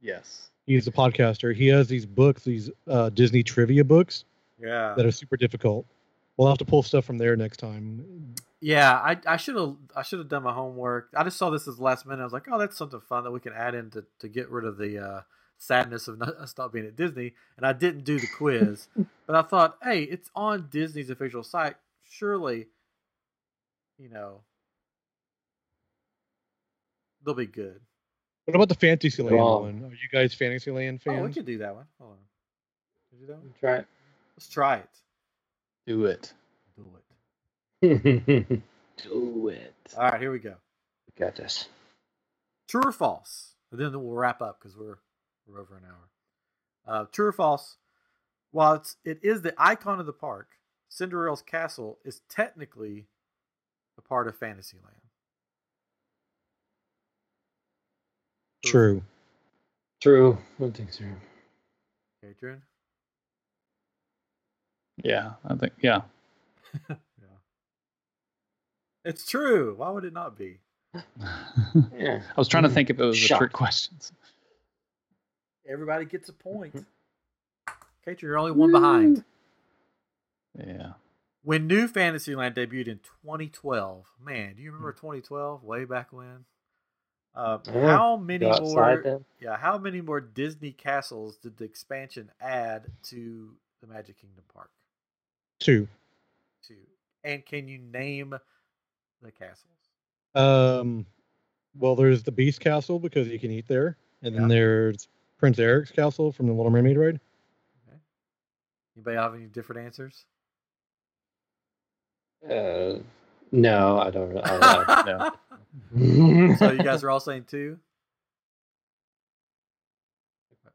Speaker 2: Yes.
Speaker 3: He's a podcaster. He has these books, these uh, Disney trivia books
Speaker 1: Yeah.
Speaker 3: that are super difficult. We'll have to pull stuff from there next time.
Speaker 1: Yeah, I I should have I should have done my homework. I just saw this as last minute. I was like, oh, that's something fun that we can add in to, to get rid of the uh, sadness of not, <laughs> us not being at Disney. And I didn't do the <laughs> quiz, but I thought, hey, it's on Disney's official site. Surely, you know, they'll be good.
Speaker 3: What about the Fantasyland
Speaker 4: Wrong.
Speaker 3: one? Are you guys Fantasyland
Speaker 1: Oh, we
Speaker 3: fans?
Speaker 1: could do that one. Hold on, Could do that one?
Speaker 4: Try
Speaker 1: Let's try it.
Speaker 2: Do it.
Speaker 1: Mm. Do it.
Speaker 4: it. <laughs> Do it.
Speaker 1: All right, here we go.
Speaker 4: We got this.
Speaker 1: True or false? And then we'll wrap up because we're we're over an hour. Uh, true or false? While it's it is the icon of the park, Cinderella's castle is technically a part of Fantasyland.
Speaker 3: True.
Speaker 4: True. I don't think so.
Speaker 1: Adrian.
Speaker 2: Yeah, I think. Yeah.
Speaker 1: Yeah. It's true. Why would it not be?
Speaker 2: I
Speaker 4: Yeah.
Speaker 2: was trying to think if it was a
Speaker 4: Shocked.
Speaker 2: trick question.
Speaker 1: Everybody gets a point. Katrin, you're only one behind.
Speaker 2: Yeah.
Speaker 1: when New Fantasyland debuted in 2012, man, do you remember 2012? Way back when. Uh,
Speaker 4: Mm. Yeah.
Speaker 1: How many
Speaker 4: Go outside
Speaker 1: more?
Speaker 4: then.
Speaker 1: Yeah, how many more Disney castles did the expansion add to the Magic Kingdom park?
Speaker 3: Two.
Speaker 1: Two. And can you name the castles?
Speaker 3: Um, well, there's the Beast Castle because you can eat there, and then
Speaker 1: Yeah.
Speaker 3: there's Prince Eric's Castle from the Little Mermaid ride.
Speaker 1: Anybody have any different answers?
Speaker 4: Uh, no, I don't. I don't know.
Speaker 1: <laughs>
Speaker 2: no.
Speaker 1: so you guys are all saying two?
Speaker 4: <laughs>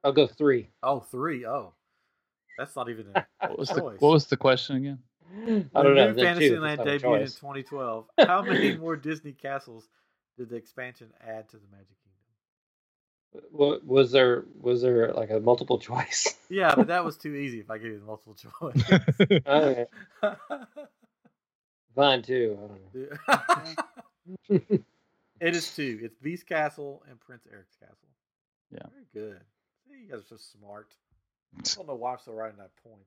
Speaker 4: I'll go three.
Speaker 1: Oh, three. Oh, that's not even a
Speaker 2: What was the
Speaker 1: choice.
Speaker 2: What was the question again?
Speaker 4: I don't
Speaker 1: when
Speaker 4: know.
Speaker 1: New
Speaker 4: then two,
Speaker 1: Fantasyland
Speaker 4: it's not a
Speaker 1: debuted in
Speaker 4: choice.
Speaker 1: 2012, how
Speaker 4: <laughs>
Speaker 1: many more Disney castles did the expansion add to the Magic Kingdom?
Speaker 4: Wa- was there was there like a multiple choice? <laughs>
Speaker 1: Yeah, but that was too easy if I gave you the multiple choice.
Speaker 4: okay,
Speaker 1: <laughs>
Speaker 4: fine too. I don't know.
Speaker 1: Dude.
Speaker 4: <laughs>
Speaker 1: it is two. It's Beast Castle and Prince Eric's Castle.
Speaker 2: Yeah.
Speaker 1: Very good. See, you guys are so
Speaker 4: <laughs>
Speaker 1: smart. I don't know why I'm still writing that point.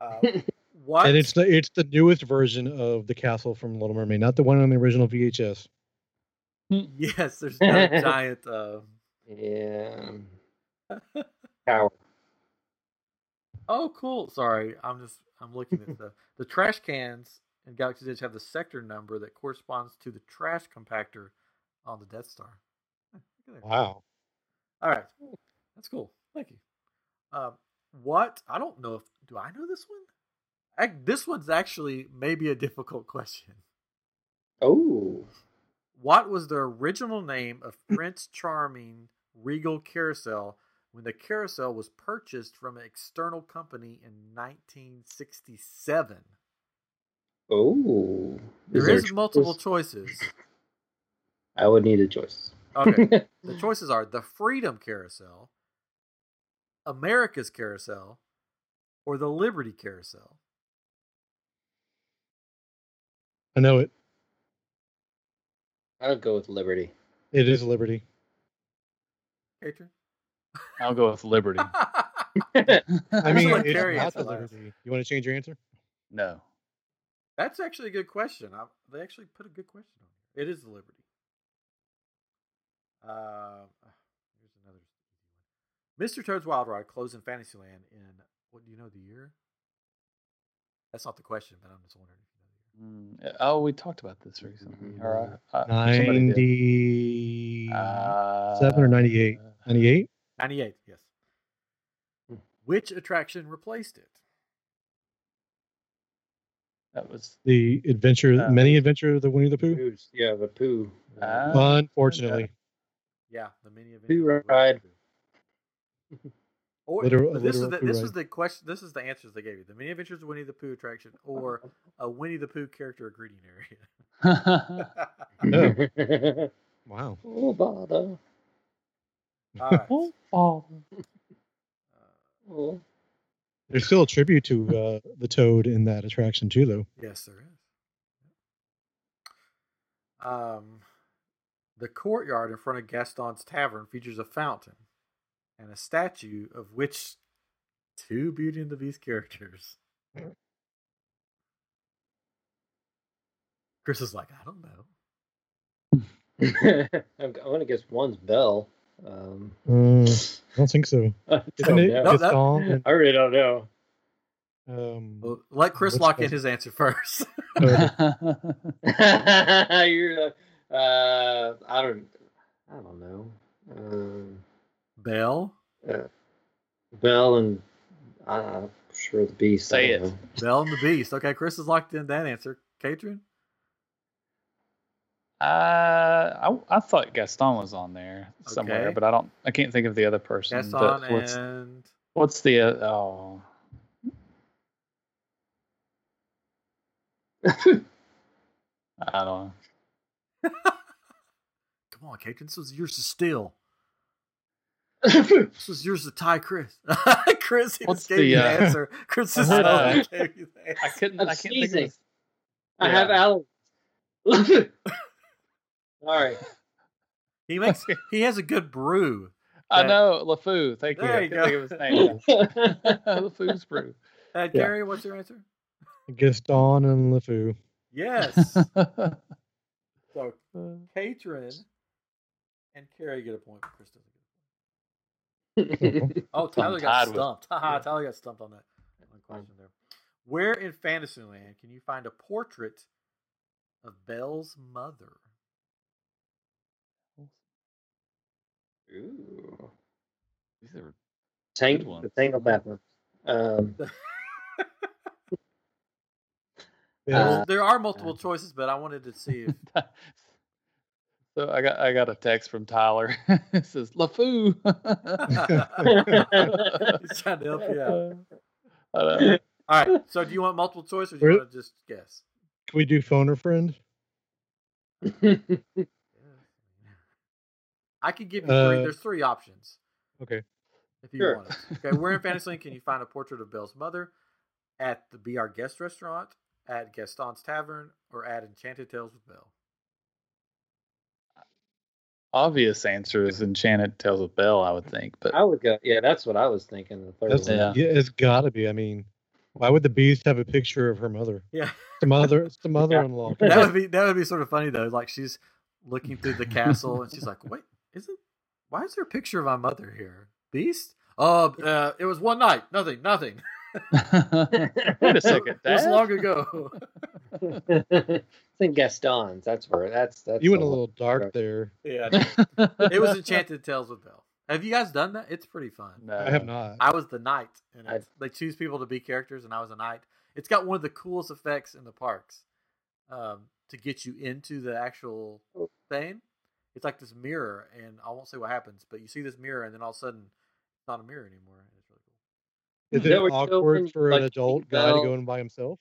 Speaker 1: It doesn't really matter.
Speaker 4: <laughs>
Speaker 1: Uh, what?
Speaker 3: And it's the it's the newest version of the castle from Little Mermaid, not the one on the original VHS.
Speaker 1: <laughs> yes, there's
Speaker 4: <laughs>
Speaker 1: no giant. Uh...
Speaker 4: Yeah. Coward.
Speaker 1: Oh, cool. Sorry, I'm just I'm looking at the the trash cans in Galaxy's Edge have the sector number that corresponds to the trash compactor on the Death Star. Huh, look at that.
Speaker 3: Wow.
Speaker 1: All right, that's cool. Thank you. Um, what I don't know if do I know this one? I, this one's actually maybe a difficult question.
Speaker 4: Oh.
Speaker 1: What was the original name of Prince Charming Regal Carousel when the carousel was purchased from an external company in 1967?
Speaker 4: Oh.
Speaker 1: There
Speaker 4: there
Speaker 1: is
Speaker 4: a
Speaker 1: multiple
Speaker 4: choice?
Speaker 1: choices.
Speaker 4: I would need a choice.
Speaker 1: Okay. the choices are the Freedom Carousel, America's Carousel, or the Liberty Carousel.
Speaker 3: I know it.
Speaker 4: I'll go with Liberty.
Speaker 3: It is Liberty.
Speaker 1: Adrian?
Speaker 2: I'll go with
Speaker 1: <laughs>
Speaker 2: Liberty. <laughs>
Speaker 3: I
Speaker 1: That's
Speaker 3: mean,
Speaker 1: what
Speaker 3: it's
Speaker 1: Terry
Speaker 3: not
Speaker 1: answered
Speaker 3: the
Speaker 1: last.
Speaker 3: Liberty. You want to change your answer?
Speaker 2: no.
Speaker 1: <laughs> That's actually a good question. I, they actually put a good question on it. It is the Liberty. Um, here's another easy one. Mr. Toad's Wild Ride closed in Fantasyland in what do you know the year? That's not the question, but I'm just wondering.
Speaker 2: Mm, oh, we talked about this recently. Or, uh, uh, somebody did.
Speaker 3: Ninety.
Speaker 2: Uh,
Speaker 3: Seven or 98? Ninety-eight.
Speaker 1: 98, yes.
Speaker 4: Hmm.
Speaker 1: Which attraction replaced it?
Speaker 2: That was
Speaker 3: The adventure,
Speaker 2: Uh,
Speaker 3: many adventure of the Winnie the Pooh.
Speaker 4: Pooh's- Yeah, the poo. <laughs>
Speaker 2: Ah.
Speaker 3: Unfortunately,
Speaker 1: Yeah, the mini event.
Speaker 4: Pooh ride.
Speaker 3: <laughs>
Speaker 1: Or,
Speaker 3: Literal-
Speaker 1: but this is
Speaker 3: literal
Speaker 1: the,
Speaker 3: Pooh
Speaker 1: this
Speaker 3: ride.
Speaker 1: was the question. This is the answers they gave you: the Mini Adventures of Winnie the Pooh attraction,
Speaker 3: <laughs>
Speaker 1: or a Winnie the Pooh character greeting area.
Speaker 3: wow.
Speaker 4: oh, bother.
Speaker 1: <laughs> All right.
Speaker 2: Oh, oh.
Speaker 1: Uh,
Speaker 4: Oh.
Speaker 3: There's still a tribute to uh, the Toad in that attraction too, though.
Speaker 1: yes, there is. Um, the courtyard in front of Gaston's tavern features a fountain and a statue of which two Beauty and the Beast characters.
Speaker 2: Mm.
Speaker 1: Chris is like, I don't know.
Speaker 4: I'm, <laughs> I'm gonna guess one's Bell. Um,
Speaker 3: Uh, I don't think so.
Speaker 4: I
Speaker 3: Isn't
Speaker 4: don't
Speaker 3: it
Speaker 4: know.
Speaker 1: No, that-
Speaker 4: <laughs>
Speaker 3: Gaston and,
Speaker 4: I really don't know.
Speaker 3: um,
Speaker 1: Well, let Chris
Speaker 3: Which
Speaker 1: lock in
Speaker 3: doesn't-
Speaker 1: his answer <laughs> first.
Speaker 3: Toad?
Speaker 4: <laughs> You're like, uh, I don't, I don't know. Um,
Speaker 1: Bell,
Speaker 4: Bell and I- I'm sure the Beast. I
Speaker 2: Say
Speaker 4: don't
Speaker 2: it.
Speaker 4: know.
Speaker 1: Bell and the Beast. Okay, Chris is locked in that answer. Katrin,
Speaker 2: <laughs> uh, I, I thought Gaston was on there somewhere,
Speaker 1: Okay.
Speaker 2: but I don't. I can't think of the other person.
Speaker 1: Gaston,
Speaker 2: but what's,
Speaker 1: and
Speaker 2: what's the? Uh, oh, I don't know.
Speaker 1: come on, Katrin. This was yours to steal.
Speaker 2: <laughs>
Speaker 1: This was yours to tie Chris. <laughs> Chris, he just
Speaker 2: What's
Speaker 1: gave
Speaker 2: the,
Speaker 1: you the
Speaker 2: uh,
Speaker 1: answer. Chris
Speaker 2: I
Speaker 1: is
Speaker 2: had,
Speaker 1: uh,
Speaker 2: uh,
Speaker 1: gave you the
Speaker 2: I
Speaker 1: answer.
Speaker 2: couldn't.
Speaker 4: I'm
Speaker 2: I can't think of
Speaker 4: sneezing.
Speaker 2: this.
Speaker 4: I have
Speaker 2: Yeah.
Speaker 4: <laughs> allergies.
Speaker 2: <laughs>
Speaker 4: Sorry.
Speaker 1: He makes he has a good brew.
Speaker 2: I
Speaker 1: that-
Speaker 2: know LeFou. Thank
Speaker 1: There
Speaker 2: you.
Speaker 1: you
Speaker 2: I couldn't think of his name. <laughs> LeFou's brew.
Speaker 1: <laughs>
Speaker 2: <laughs>
Speaker 1: Uh,
Speaker 2: Yeah.
Speaker 1: Gary, what's your answer?
Speaker 3: Gaston and LeFou.
Speaker 2: <laughs>
Speaker 1: Yes. so
Speaker 2: Uh,
Speaker 1: Katrin and Carrie get a point. but Chris doesn't get a point. Oh, Tyler
Speaker 2: tied
Speaker 1: got
Speaker 2: with-
Speaker 1: stumped. Ha ha,
Speaker 2: Yeah.
Speaker 1: Tyler got stumped on that one question there. Where in Fantasyland can you find a portrait of Belle's mother?
Speaker 4: Ooh.
Speaker 2: These are-
Speaker 4: Tank,
Speaker 2: Good one.
Speaker 4: the Tangle Bathroom. Um,
Speaker 1: There-
Speaker 4: Uh,
Speaker 1: there are multiple choices, but I wanted to see
Speaker 2: <laughs>
Speaker 1: if <laughs>
Speaker 2: so I got I got a text from Tyler. <laughs> it says LaFoo. <laughs>
Speaker 1: he's trying to help you out.
Speaker 2: I know.
Speaker 1: All right. So, do you want multiple choice or do you
Speaker 3: Really?
Speaker 1: want to just guess?
Speaker 3: Can we do phone or friend?
Speaker 1: I could give you three.
Speaker 3: Uh,
Speaker 1: There's three options
Speaker 3: Okay.
Speaker 1: if you
Speaker 4: Sure.
Speaker 1: want. It. Okay. Where in Fantasyland can you find a portrait of Belle's mother? At the Be Our Guest restaurant, at Gaston's Tavern, or at Enchanted Tales with Belle?
Speaker 2: Obvious answer is Enchanted Tales of Bell, I would think,
Speaker 1: <laughs>
Speaker 4: <laughs>
Speaker 2: but
Speaker 4: I would go. Yeah, that's what I was thinking. The third
Speaker 3: That's
Speaker 4: one.
Speaker 2: Yeah.
Speaker 3: yeah. it's gotta be. I mean, why would the beast have a picture of her mother?
Speaker 1: Yeah,
Speaker 3: Some other some mother in law.
Speaker 1: that would be that would be sort of funny though. Like she's looking through the castle and she's like, "Wait, isn't? Why is there a picture of my mother here? Beast? Oh, uh, it was one night. Nothing. Nothing.
Speaker 2: wait a second.
Speaker 1: <laughs> It was
Speaker 2: Dad?
Speaker 1: long ago."
Speaker 4: <laughs> I think Gaston's. That's where. That's that's.
Speaker 3: You
Speaker 4: the
Speaker 3: went a
Speaker 4: one.
Speaker 3: little dark there.
Speaker 1: <laughs> yeah. it was Enchanted Tales with Belle. Have you guys done that? It's pretty fun.
Speaker 2: <laughs> No.
Speaker 3: I have not.
Speaker 1: I was the knight, and
Speaker 4: I-
Speaker 1: they choose people to be characters, and I was a knight. It's got one of the coolest effects in the parks um, to get you into the actual thing. It's like this mirror, and I won't say what happens, but you see this mirror, and then all of a sudden, it's not a mirror anymore. and It's really cool.
Speaker 3: Is
Speaker 4: Is
Speaker 3: it
Speaker 4: that what you
Speaker 3: awkward
Speaker 4: opened,
Speaker 3: for
Speaker 4: like,
Speaker 3: an adult guy
Speaker 4: bell?
Speaker 3: to go in by himself?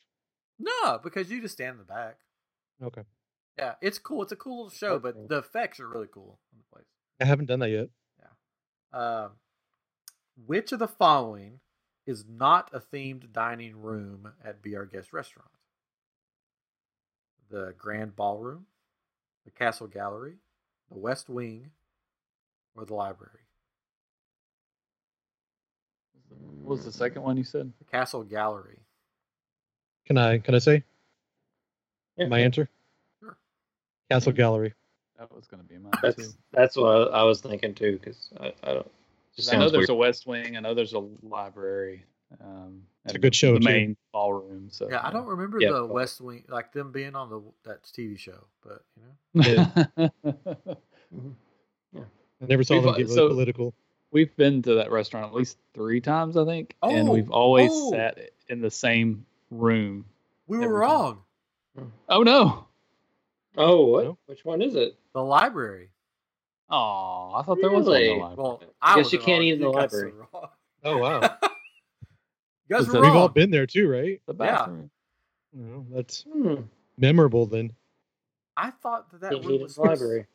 Speaker 1: No, because you just stand in the back.
Speaker 3: Okay.
Speaker 1: Yeah, it's cool. It's a cool little show,
Speaker 4: Okay.
Speaker 1: but the effects are really cool in the place.
Speaker 3: I haven't done that yet.
Speaker 1: Um, which of the following is not a themed dining room at Be Our Guest Restaurant? The Grand Ballroom, the Castle Gallery, the West Wing, or the Library?
Speaker 2: What was the second one you said?
Speaker 1: The Castle Gallery.
Speaker 3: Can I can I say
Speaker 4: Yeah.
Speaker 3: my answer?
Speaker 1: Sure.
Speaker 3: Castle Gallery.
Speaker 2: That was going to be mine too.
Speaker 4: That's that's what I, I was thinking too. Because I, I don't. Just
Speaker 2: 'Cause I know
Speaker 4: sounds
Speaker 2: there's
Speaker 4: weird.
Speaker 2: a West Wing. I know there's a library. Um,
Speaker 3: It's a
Speaker 2: and
Speaker 3: good show,
Speaker 2: The
Speaker 3: too.
Speaker 2: main ballroom. So
Speaker 1: Yeah, I
Speaker 2: <laughs>
Speaker 1: don't remember
Speaker 4: Yeah,
Speaker 1: the
Speaker 4: but-
Speaker 1: West Wing, like them being on the that TV show, but you know.
Speaker 3: I never saw
Speaker 2: We've,
Speaker 3: them
Speaker 2: uh,
Speaker 3: get really
Speaker 2: so-
Speaker 3: political.
Speaker 2: <laughs> We've been to that restaurant at least three times, I think, and
Speaker 1: Oh,
Speaker 2: we've always
Speaker 1: oh.
Speaker 2: sat in the same room.
Speaker 1: We were
Speaker 2: Every time.
Speaker 1: wrong.
Speaker 2: Oh no!
Speaker 4: Oh, what?
Speaker 3: No?
Speaker 4: Which one is it?
Speaker 1: The Library.
Speaker 2: Oh, I thought there was one. in the
Speaker 4: Really?
Speaker 2: library.
Speaker 1: Well,
Speaker 4: I
Speaker 1: I,
Speaker 4: guess
Speaker 1: was
Speaker 4: you can't
Speaker 1: wrong.
Speaker 4: eat in the
Speaker 1: You guys were
Speaker 4: library.
Speaker 1: wrong. <laughs>
Speaker 3: Oh wow.
Speaker 1: You guys
Speaker 2: Is
Speaker 1: were
Speaker 2: that-
Speaker 3: We've
Speaker 1: wrong.
Speaker 3: all been there too, right?
Speaker 1: yeah.
Speaker 2: the bathroom.
Speaker 3: Well, that's
Speaker 4: Hmm.
Speaker 3: memorable then.
Speaker 1: I thought that that
Speaker 4: Can't
Speaker 1: room
Speaker 4: eat in
Speaker 1: <laughs> was
Speaker 4: the library.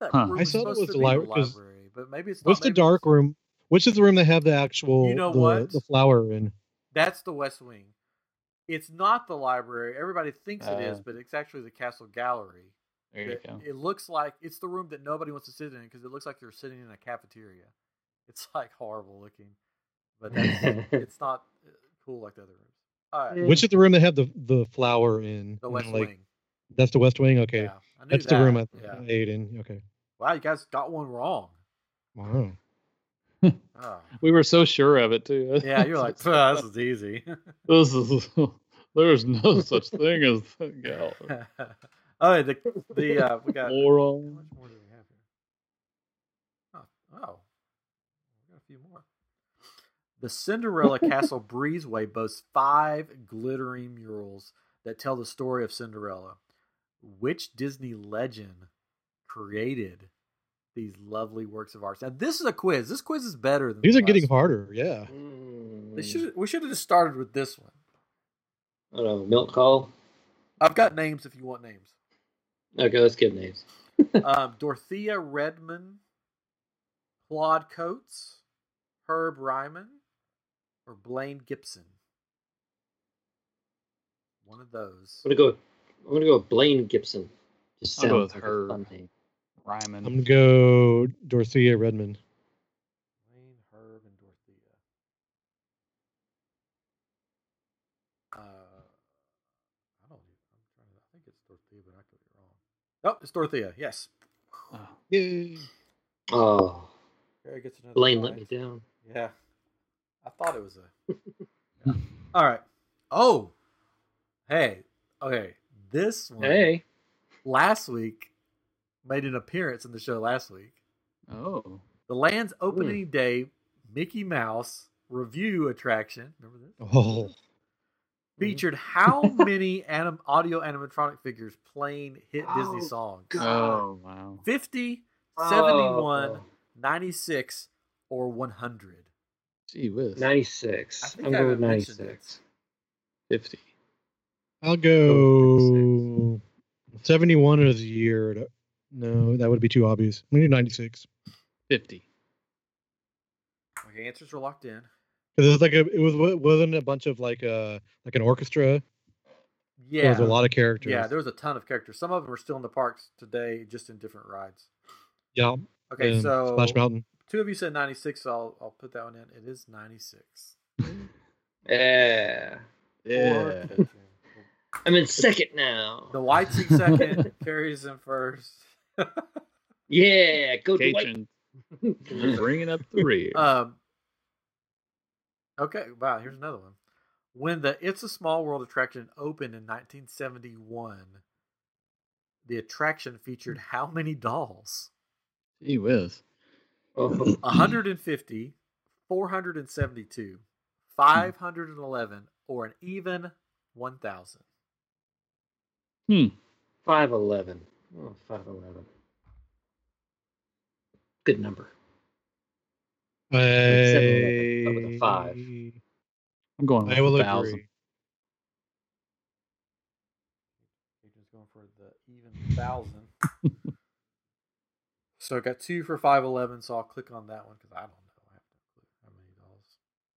Speaker 1: That
Speaker 2: Huh.
Speaker 1: room
Speaker 2: I
Speaker 1: was
Speaker 3: thought it
Speaker 1: supposed
Speaker 3: was
Speaker 1: to
Speaker 3: the
Speaker 1: be
Speaker 3: libra- 'cause-
Speaker 1: library, but maybe it's not.
Speaker 3: What's the
Speaker 1: Maybe
Speaker 3: dark
Speaker 1: it's-
Speaker 3: room? Which is the room they have the actual
Speaker 1: You know
Speaker 3: the,
Speaker 1: what?
Speaker 3: the flower in?
Speaker 1: That's the West Wing. It's not the library. Everybody thinks it is,
Speaker 2: Uh.
Speaker 1: but it's actually the Castle Gallery.
Speaker 2: There you
Speaker 1: It,
Speaker 2: go.
Speaker 1: it looks like it's the room that nobody wants to sit in because it looks like you're sitting in a cafeteria. It's <laughs> like horrible looking, but that's,
Speaker 2: <laughs>
Speaker 1: it's not uh, cool like the other rooms. All right,
Speaker 4: Yeah.
Speaker 3: Which is the room they have the the flower in?
Speaker 1: the
Speaker 3: And,
Speaker 1: West
Speaker 3: like,
Speaker 1: Wing.
Speaker 3: That's the West Wing. Okay,
Speaker 1: Yeah, I knew
Speaker 3: that's
Speaker 1: that.
Speaker 3: the room I,
Speaker 1: yeah.
Speaker 3: I ate in. Okay.
Speaker 1: Wow, you guys got one wrong.
Speaker 3: Wow.
Speaker 1: Oh.
Speaker 2: We were so sure of it too.
Speaker 1: Yeah, you're
Speaker 2: <laughs>
Speaker 1: like, "Pho, this is easy.
Speaker 2: this is. <laughs> There's no such thing as <laughs>
Speaker 1: <laughs>
Speaker 3: <laughs>
Speaker 2: yeah,
Speaker 1: All right, the the uh, we got.
Speaker 3: Mm.
Speaker 1: How
Speaker 2: moron.
Speaker 1: much more do we have here? Oh, wow. we got a few more. The Cinderella
Speaker 3: <laughs>
Speaker 1: Castle breezeway boasts five glittering murals that tell the story of Cinderella. Which Disney legend created these lovely works of art? Now, this is a quiz. This quiz is better than
Speaker 3: These
Speaker 1: the
Speaker 3: are getting
Speaker 1: last
Speaker 3: harder. Yeah.
Speaker 1: one.
Speaker 4: Hmm.
Speaker 1: They should we should have just started with this one.
Speaker 4: I don't know. Milk call.
Speaker 1: I've got names if you want names.
Speaker 4: Okay, let's give names.
Speaker 1: um, Dorothea Redmond, Claude Coates, Herb Ryman, or Blaine Gibson. One of those.
Speaker 4: I'm gonna go. I'm gonna go with Blaine Gibson. Just
Speaker 2: I'll go
Speaker 4: sounds
Speaker 2: with
Speaker 4: like
Speaker 2: Herb.
Speaker 4: a fun name.
Speaker 2: Ryman.
Speaker 3: I'm gonna go Dorothea Redmond.
Speaker 1: Blaine, Herb, and Dorothea. Uh, I don't. I'm trying to. I think it's Dorothea, but I could be wrong. Nope, it's Dorothea. Yes.
Speaker 2: Oh.
Speaker 3: Yay.
Speaker 4: Oh,
Speaker 1: Barry gets another
Speaker 4: Blaine let me
Speaker 1: prize.
Speaker 4: down.
Speaker 1: Yeah. I thought it was a. <laughs> Yeah. All right. Oh. Hey. Okay. This one
Speaker 4: Hey,
Speaker 1: last week made an appearance in the show last week.
Speaker 2: Oh.
Speaker 1: The land's
Speaker 4: Hmm.
Speaker 1: opening
Speaker 4: Hmm.
Speaker 1: day Mickey Mouse review attraction. Remember this?
Speaker 3: Oh.
Speaker 1: featured
Speaker 4: <laughs>
Speaker 1: how many anim- audio animatronic figures playing hit Disney
Speaker 4: Oh,
Speaker 1: songs?
Speaker 4: God.
Speaker 2: Oh wow.
Speaker 1: 50,
Speaker 4: Oh.
Speaker 1: 71, 96, or 100.
Speaker 2: Gee whiz.
Speaker 4: 96.
Speaker 1: I
Speaker 4: I'm
Speaker 1: think I
Speaker 4: going with
Speaker 1: mentioned
Speaker 4: 96.
Speaker 2: Fifty.
Speaker 3: I'll go 71 of the year. No, that would be too obvious. We need 96.
Speaker 2: Fifty.
Speaker 1: Okay, answers are locked in.
Speaker 3: Because it was like a, it was wasn't a bunch of like uh like an orchestra. There
Speaker 1: Yeah.
Speaker 3: was a lot of characters.
Speaker 1: Yeah, there was a ton of characters. Some of them are still in the parks today, just in different rides.
Speaker 3: yeah.
Speaker 1: Okay,
Speaker 3: and
Speaker 1: so
Speaker 3: Splash Mountain.
Speaker 1: two of you said 96, so I'll, I'll put that one in. It is 96.
Speaker 4: Yeah.
Speaker 1: Or-
Speaker 4: I'm in second now.
Speaker 1: the white seat
Speaker 3: <laughs>
Speaker 1: second carries in first.
Speaker 4: Yeah, go to white.
Speaker 2: Catron bringing up the rear.
Speaker 3: Uh,
Speaker 1: Um, okay, wow, here's another one. When the It's a Small World attraction opened in 1971, the attraction featured how many dolls?
Speaker 2: Gee whiz.
Speaker 4: <laughs> Oh,
Speaker 1: 150, 472, 511, or an even 1,000.
Speaker 2: Hmm.
Speaker 4: 511. Oh, 511. Good number.
Speaker 3: I,
Speaker 4: Seven, eleven, five.
Speaker 2: I'm going with
Speaker 3: I will
Speaker 2: a thousand.
Speaker 3: agree.
Speaker 1: Adrian's going for the even thousand. <laughs> so I got two for five eleven. So I'll click on that one because I don't know. I have no clue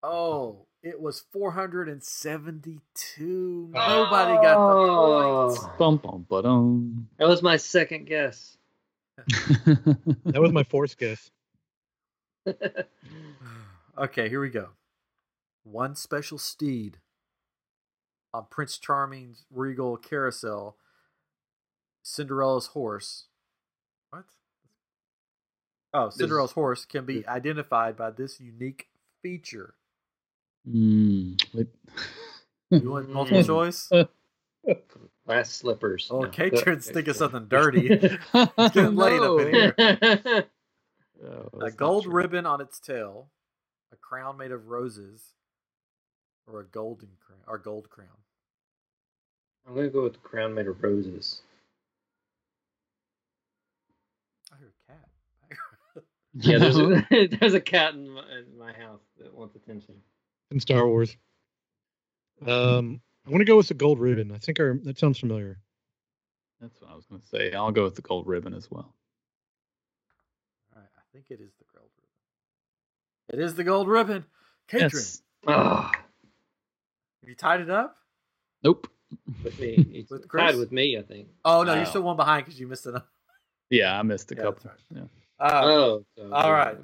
Speaker 1: how many dollars. Oh, it was four hundred and seventy-two. Nobody got the point.
Speaker 4: Oh,
Speaker 2: Bum bum ba-dum.
Speaker 4: That was my second guess.
Speaker 3: That
Speaker 2: <laughs>
Speaker 3: was my fourth guess.
Speaker 1: Okay, here we go. One special steed on Prince Charming's regal carousel. Cinderella's horse. What? Oh, Cinderella's horse can be identified by this unique feature.
Speaker 2: Hmm. Wait.
Speaker 1: You want multiple
Speaker 4: Mm.
Speaker 1: choice?
Speaker 4: Last slippers.
Speaker 1: Oh,
Speaker 4: No,
Speaker 1: Katrin's
Speaker 4: that-
Speaker 1: thinking something
Speaker 4: <laughs>
Speaker 1: dirty.
Speaker 2: getting
Speaker 1: late up in here. a gold
Speaker 2: ribbon.
Speaker 1: ribbon on its tail, a crown made of roses, or a golden crown, or gold crown.
Speaker 4: I'm going to go with the crown made of roses.
Speaker 1: I hear a cat.
Speaker 4: Yeah, there's <laughs> a, there's a cat in my, in my house that wants attention.
Speaker 3: in Star Wars. Um, I'm gonna go with the gold ribbon. I think our, that sounds familiar.
Speaker 2: <laughs> That's what I was going to say. I'll go with the gold ribbon as well.
Speaker 1: All right, I think it is the gold ribbon. It is the gold ribbon. Katrin,
Speaker 2: Yes.
Speaker 4: Ah,
Speaker 1: have you tied it up?
Speaker 2: Nope.
Speaker 1: <laughs>
Speaker 4: with me. It's
Speaker 1: With Chris?
Speaker 4: tied with me, I think.
Speaker 1: Oh no,
Speaker 2: Wow.
Speaker 1: you're still one behind because you missed it. up.
Speaker 2: Yeah, I missed a
Speaker 1: Yeah, that's
Speaker 2: couple.
Speaker 1: Uh,
Speaker 4: oh. so-
Speaker 1: all right,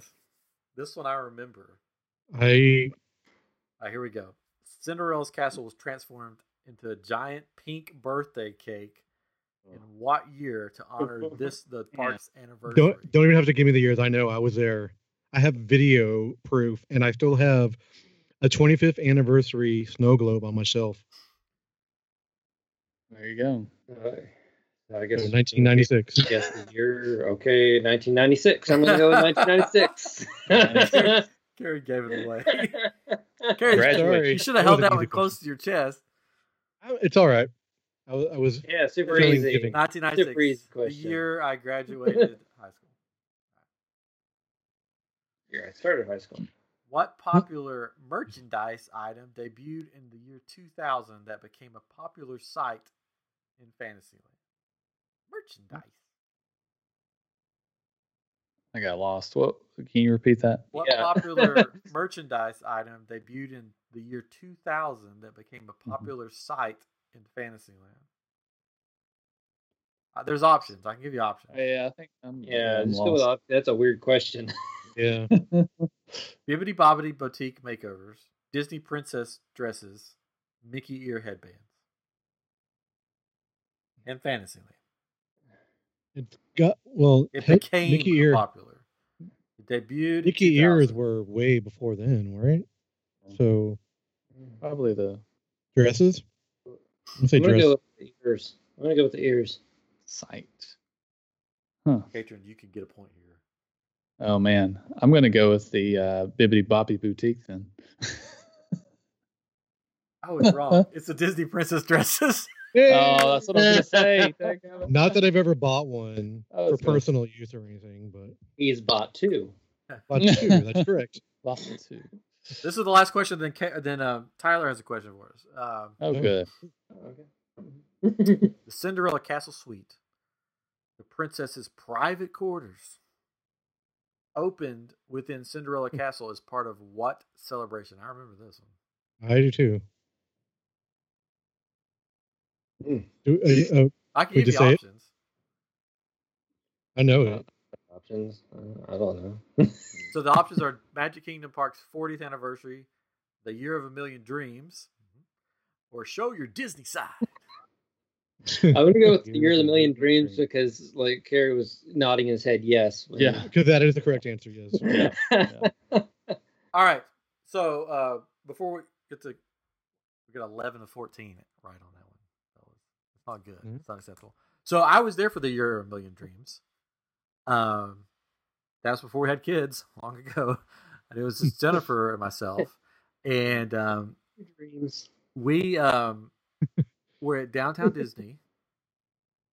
Speaker 1: this one I remember.
Speaker 3: I
Speaker 1: All right, here we go. Cinderella's castle was transformed into a giant pink birthday cake. In
Speaker 4: Oh.
Speaker 1: what year to honor
Speaker 4: <laughs>
Speaker 1: this the park's anniversary?
Speaker 3: don't don't even have to give me the years. I know I was there. I have video proof, and I still have a 25th anniversary snow globe on my shelf
Speaker 2: There you go.
Speaker 4: All right. So I guess
Speaker 3: from 1996.
Speaker 4: <laughs> Yes, the year. Okay, 1996. I'm going to go with <laughs> 1996.
Speaker 1: Carrie gave it away. Carrie,
Speaker 2: Congratulations.
Speaker 1: you should have
Speaker 3: That
Speaker 1: held
Speaker 3: was an
Speaker 1: that
Speaker 3: easy
Speaker 1: one close to your chest.
Speaker 3: I- It's all right. I, wa- I was
Speaker 4: yeah, super
Speaker 3: Feeling
Speaker 4: easy.
Speaker 3: giving.
Speaker 1: 1996,
Speaker 4: easy
Speaker 1: the
Speaker 4: question.
Speaker 1: year I graduated high school.
Speaker 4: Yeah, I started high school.
Speaker 1: What popular merchandise item debuted in the year 2000 that became a popular site in Fantasyland? Merchandise.
Speaker 2: I got lost. What? Can you repeat that?
Speaker 1: What
Speaker 4: Yeah.
Speaker 1: popular merchandise item debuted in the year 2000 that became a popular site in Fantasyland? Uh, there's options. I can give you options.
Speaker 2: Yeah, I think I'm.
Speaker 4: Yeah,
Speaker 2: I'm
Speaker 4: just go with,
Speaker 2: lost.
Speaker 4: op- that's a weird question.
Speaker 1: <laughs>
Speaker 3: yeah.
Speaker 1: Bibbidi Bobbidi Boutique Makeovers, Disney Princess Dresses, Mickey Ear Headbands, and Fantasyland.
Speaker 3: It's got well.
Speaker 1: It
Speaker 3: heck,
Speaker 1: became
Speaker 3: Mickey ear.
Speaker 1: popular. It debuted. in
Speaker 3: Mickey ears
Speaker 1: 2000.
Speaker 3: were way before then, right?
Speaker 1: Mm-hmm.
Speaker 3: So
Speaker 2: Probably the
Speaker 3: dresses. I'm gonna say
Speaker 4: I'm going to
Speaker 3: dress.
Speaker 4: go with the ears. I'm going to go with the ears.
Speaker 2: site.
Speaker 1: Patron, you could get a point here.
Speaker 2: Oh man, I'm going to go with the uh, Bibbidi Bobbidi Boutique then.
Speaker 1: I
Speaker 3: <laughs>
Speaker 1: was wrong. it's the Disney princess <laughs> dresses. Uh,
Speaker 4: Uh,
Speaker 2: Oh, that's what I was
Speaker 4: <laughs>
Speaker 2: gonna say. Dang it.
Speaker 3: Not that I've ever bought one
Speaker 2: Oh,
Speaker 3: for
Speaker 2: that's good.
Speaker 3: personal use or anything, but
Speaker 1: <laughs>
Speaker 4: He's bought two.
Speaker 3: but sure, that's correct.
Speaker 2: Lost it too.
Speaker 1: This is the last question. Then Ca- then uh, Tyler has a question for us. Um,
Speaker 2: Oh,
Speaker 3: Yeah.
Speaker 2: good.
Speaker 4: Okay. <laughs>
Speaker 1: the Cinderella Castle Suite, the princess's private quarters, opened within
Speaker 3: Hmm.
Speaker 1: Cinderella Castle as part of what celebration? I remember this one.
Speaker 3: I do too.
Speaker 4: Mm.
Speaker 3: Do, uh, uh,
Speaker 1: I can
Speaker 3: We
Speaker 1: give you
Speaker 3: just say it?
Speaker 1: options.
Speaker 3: I know
Speaker 4: Uh,
Speaker 3: it.
Speaker 4: Options? Uh, I don't know. <laughs>
Speaker 1: So the options are Magic Kingdom Park's 40th anniversary, the Year of a Million Dreams, or show your Disney side. <laughs>
Speaker 3: <laughs>
Speaker 4: I'm gonna go with the
Speaker 3: Year
Speaker 4: Year of
Speaker 3: of the
Speaker 4: the Million
Speaker 3: Million
Speaker 4: Dreams because like Carrie was nodding his head yes. when-
Speaker 2: Yeah.
Speaker 3: Because that is the correct answer, yes.
Speaker 1: <laughs>
Speaker 2: Yeah.
Speaker 1: All right. So uh, before we get to we got 11 to 14 right on that one. So It's not good.
Speaker 3: Mhm.
Speaker 1: It's not acceptable. So I was there for the Year of a Million Dreams. Um, that's before we had kids, long ago. <laughs> And it was just Jennifer and myself, and um,
Speaker 4: <laughs> Dreams.
Speaker 1: we um were at downtown Disney.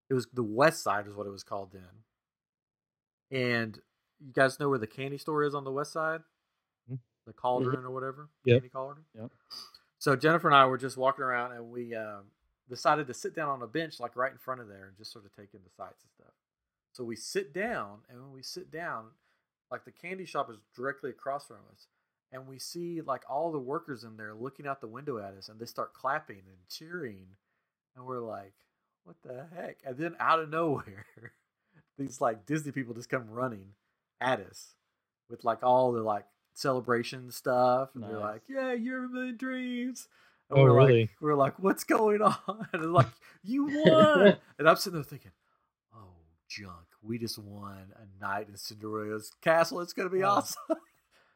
Speaker 1: It was the West Side, is what it was called then. And you guys know where the candy store is on the West Side,
Speaker 3: Mhm.
Speaker 1: the Cauldron or whatever,
Speaker 3: Yep.
Speaker 1: candy Cauldron.
Speaker 2: Yep.
Speaker 1: So Jennifer and I were just walking around, and we um, decided to sit down on a bench, like right in front of there, and just sort of take in the sights and stuff. So we sit down, and when we sit down, like the candy shop is directly across from us, and we see like all the workers in there looking out the window at us, and they start clapping and cheering, and we're like, "What the heck?" And then out of <laughs> nowhere, these like Disney people just come running at us with like all the like celebration stuff, and they're
Speaker 2: Nice.
Speaker 1: like, "Yeah, you're a million dreams." And
Speaker 3: Oh,
Speaker 1: we're
Speaker 3: really?
Speaker 1: like, we're like, what's going on? <laughs> And they're like, you won. and I'm sitting there thinking, oh, junk. We just won a night in Cinderella's castle. It's going to be
Speaker 3: Oh.
Speaker 1: awesome. <laughs>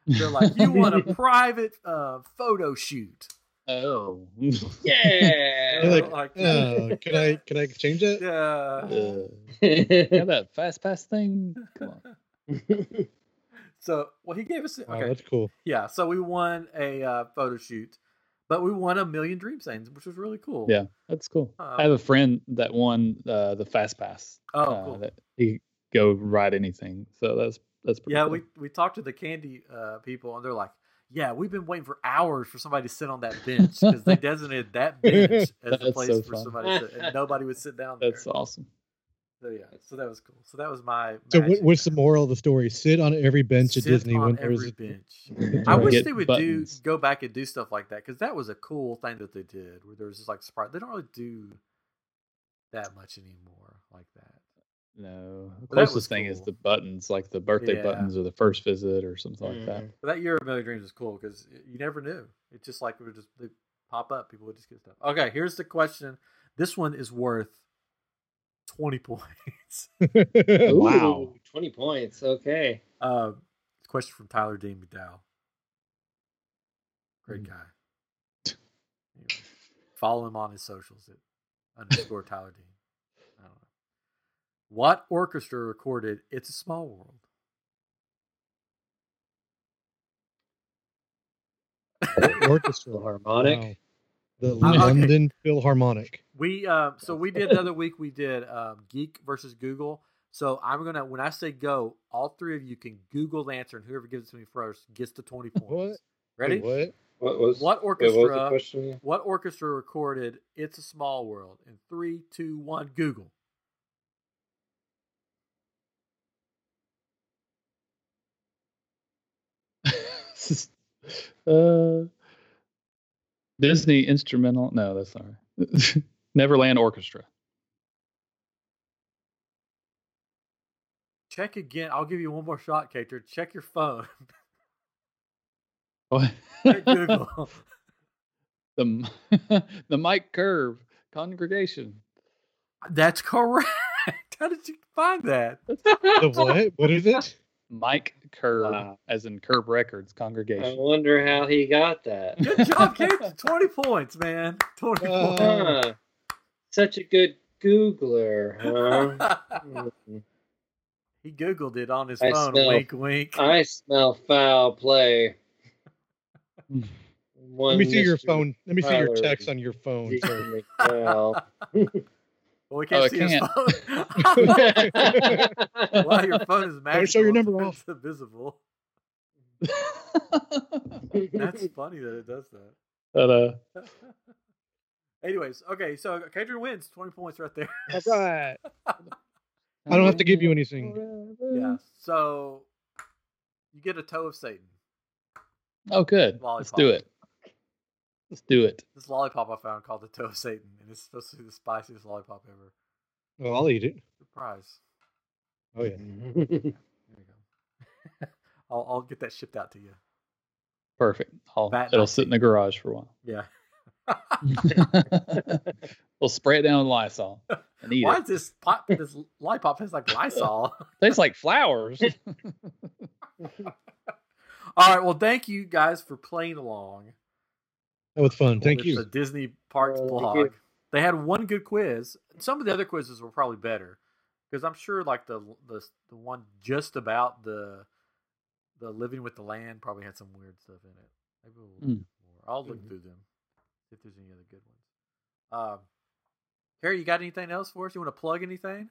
Speaker 1: They're like, you won a private uh, photo shoot.
Speaker 2: <laughs> oh.
Speaker 1: Yeah,
Speaker 4: Yeah. <laughs>
Speaker 3: You're like,
Speaker 1: like-
Speaker 3: uh, can I can I change that?
Speaker 1: Yeah.
Speaker 2: Uh,
Speaker 4: <laughs>
Speaker 2: yeah, that fast pass thing. Come on.
Speaker 1: So, well, he gave us,
Speaker 3: Wow,
Speaker 1: okay.
Speaker 3: that's cool.
Speaker 1: Yeah. So we won a uh, photo shoot, but we won a million dream things, which was really cool.
Speaker 2: Yeah, <laughs> that's cool. I have a friend that won uh, the fast pass.
Speaker 1: Uh, Oh,
Speaker 2: uh,
Speaker 1: cool.
Speaker 2: that he could go ride anything. So that's that's pretty.
Speaker 1: Yeah,
Speaker 2: cool.
Speaker 1: we
Speaker 3: <laughs>
Speaker 1: we talked to the candy uh, people, and they're like, "Yeah, we've been waiting for hours for somebody to sit on that bench because
Speaker 3: <laughs>
Speaker 1: they designated that bench as the
Speaker 2: That's
Speaker 1: place
Speaker 2: so
Speaker 1: for
Speaker 2: fun.
Speaker 1: somebody to sit, and nobody would sit down there."
Speaker 2: that's awesome.
Speaker 1: so yeah, so that was cool. So that was my.
Speaker 3: So what,
Speaker 1: magic.
Speaker 3: what's the moral of the story? Sit on every bench
Speaker 1: Sit
Speaker 3: at Disney
Speaker 1: on
Speaker 3: when
Speaker 1: every
Speaker 3: there's
Speaker 1: bench. I
Speaker 2: Try to
Speaker 1: wish
Speaker 2: get
Speaker 1: they would
Speaker 2: buttons.
Speaker 1: do go back and do stuff like that because that was a cool thing that they did where there was just like surprise. They don't really do that much anymore like that.
Speaker 2: No, the
Speaker 1: But that was
Speaker 2: closest thing is
Speaker 1: cool.
Speaker 2: the buttons, like the birthday
Speaker 1: Yeah. Mm-hmm.
Speaker 2: buttons or the first visit or something like that.
Speaker 4: Mm.
Speaker 1: But that year of Million Dreams was cool because you never knew. It's just like we would just they pop up, people would just get stuff. Okay, here's the question. This one is worth twenty <laughs> points.
Speaker 3: <laughs>
Speaker 2: Ooh.
Speaker 4: Wow. 20 Mm. points. Okay.
Speaker 1: Uh, question from Tyler Dean McDowell. Great guy. Anyway, follow him on his socials at underscore Tyler Dean. I don't know. What orchestra recorded "It's a Small World"?
Speaker 3: orchestra.
Speaker 4: The harmonic.
Speaker 3: Wow. The
Speaker 1: okay.
Speaker 3: London Philharmonic.
Speaker 1: We uh, so we did the other week. We did um, Geek versus Google. So I'm gonna when I say go, all three of you can Google the answer, and whoever gives it to me first gets the 20 points.
Speaker 3: What?
Speaker 1: Ready?
Speaker 3: Wait, What?
Speaker 4: What was
Speaker 1: What
Speaker 4: wait,
Speaker 1: orchestra?
Speaker 4: what was the question? <laughs>
Speaker 1: What orchestra recorded "It's a Small World"? In three, two, one, Google.
Speaker 2: <laughs> uh, Disney instrumental. No, that's not right. <laughs> Neverland Orchestra. <laughs>
Speaker 1: Check again. I'll give you one more shot, Kater. Check your phone. <laughs>
Speaker 2: What?
Speaker 1: Check
Speaker 3: <laughs>
Speaker 1: Google.
Speaker 2: the <laughs> the Mike Curve Congregation.
Speaker 1: That's correct. <laughs> How did you find that?
Speaker 3: The what? What is it?
Speaker 2: Mike Curve,
Speaker 4: Wow.
Speaker 2: as in Curb Records
Speaker 4: I
Speaker 2: Congregation.
Speaker 4: wonder how he got that.
Speaker 3: <laughs>
Speaker 1: Good job, Kater. 20 points, man. 20
Speaker 3: Uh,
Speaker 4: Huh. Such a good Googler, huh?
Speaker 1: points.
Speaker 4: Mm.
Speaker 1: He Googled it on his
Speaker 4: I
Speaker 1: phone.
Speaker 4: smell-
Speaker 1: Wink, wink. Oh.
Speaker 4: I smell foul play. <laughs> One Oh,
Speaker 3: Let me see your
Speaker 4: Mr.
Speaker 3: phone. Let me see your
Speaker 4: Tyler.
Speaker 3: text on your phone. sir.
Speaker 4: Deacon
Speaker 3: <laughs>
Speaker 4: <laughs> McDowell.
Speaker 1: Well, we can't
Speaker 2: I
Speaker 1: see his
Speaker 2: can't.
Speaker 1: phone. <laughs> wow, your phone is magical.
Speaker 3: show
Speaker 1: <laughs>
Speaker 3: your number
Speaker 1: It's invisible. That's funny that it does that.
Speaker 2: <laughs>
Speaker 1: <laughs>
Speaker 2: but, uh,
Speaker 1: Anyways, okay, so Kadri wins, twenty points right there. <laughs>
Speaker 3: All <laughs> right. I don't have to give
Speaker 4: <laughs>
Speaker 3: you anything.
Speaker 1: Yeah. So you get a toe of Satan.
Speaker 2: Oh, good. Let's do
Speaker 1: Lollipop.
Speaker 2: it. Let's do it.
Speaker 1: This lollipop I found called the toe of Satan, and it's supposed to be the spiciest lollipop ever.
Speaker 3: Well, Oh, I'll eat it.
Speaker 1: Surprise!
Speaker 3: Oh yeah.
Speaker 4: <laughs>
Speaker 3: <laughs>
Speaker 1: There you go. <laughs> I'll, I'll get that shipped out to you.
Speaker 2: Perfect. I'll,
Speaker 1: Bat
Speaker 2: it'll
Speaker 1: night.
Speaker 2: sit in the garage for a
Speaker 1: Yeah.
Speaker 2: while. we'll spray it down with Lysol and eat
Speaker 1: Why
Speaker 2: it.
Speaker 1: is this pop? This lollipop tastes like Lysol.
Speaker 2: Tastes like flowers.
Speaker 1: All right. Well, thank you guys for playing along.
Speaker 3: That was fun. Thank
Speaker 1: It's The
Speaker 3: you.
Speaker 1: Disney Parks
Speaker 4: Well, thank
Speaker 1: blog.
Speaker 4: you.
Speaker 1: They had one good quiz. Some of the other quizzes were probably better because I'm sure like the the the one just about the the living with the land probably had some weird stuff in it. Maybe
Speaker 3: Hmm.
Speaker 1: we'll look
Speaker 2: Mm.
Speaker 1: more. I'll look
Speaker 4: Mhm.
Speaker 1: through them if there's any other good ones. Um, Harry, you got anything else for us? You want to plug anything?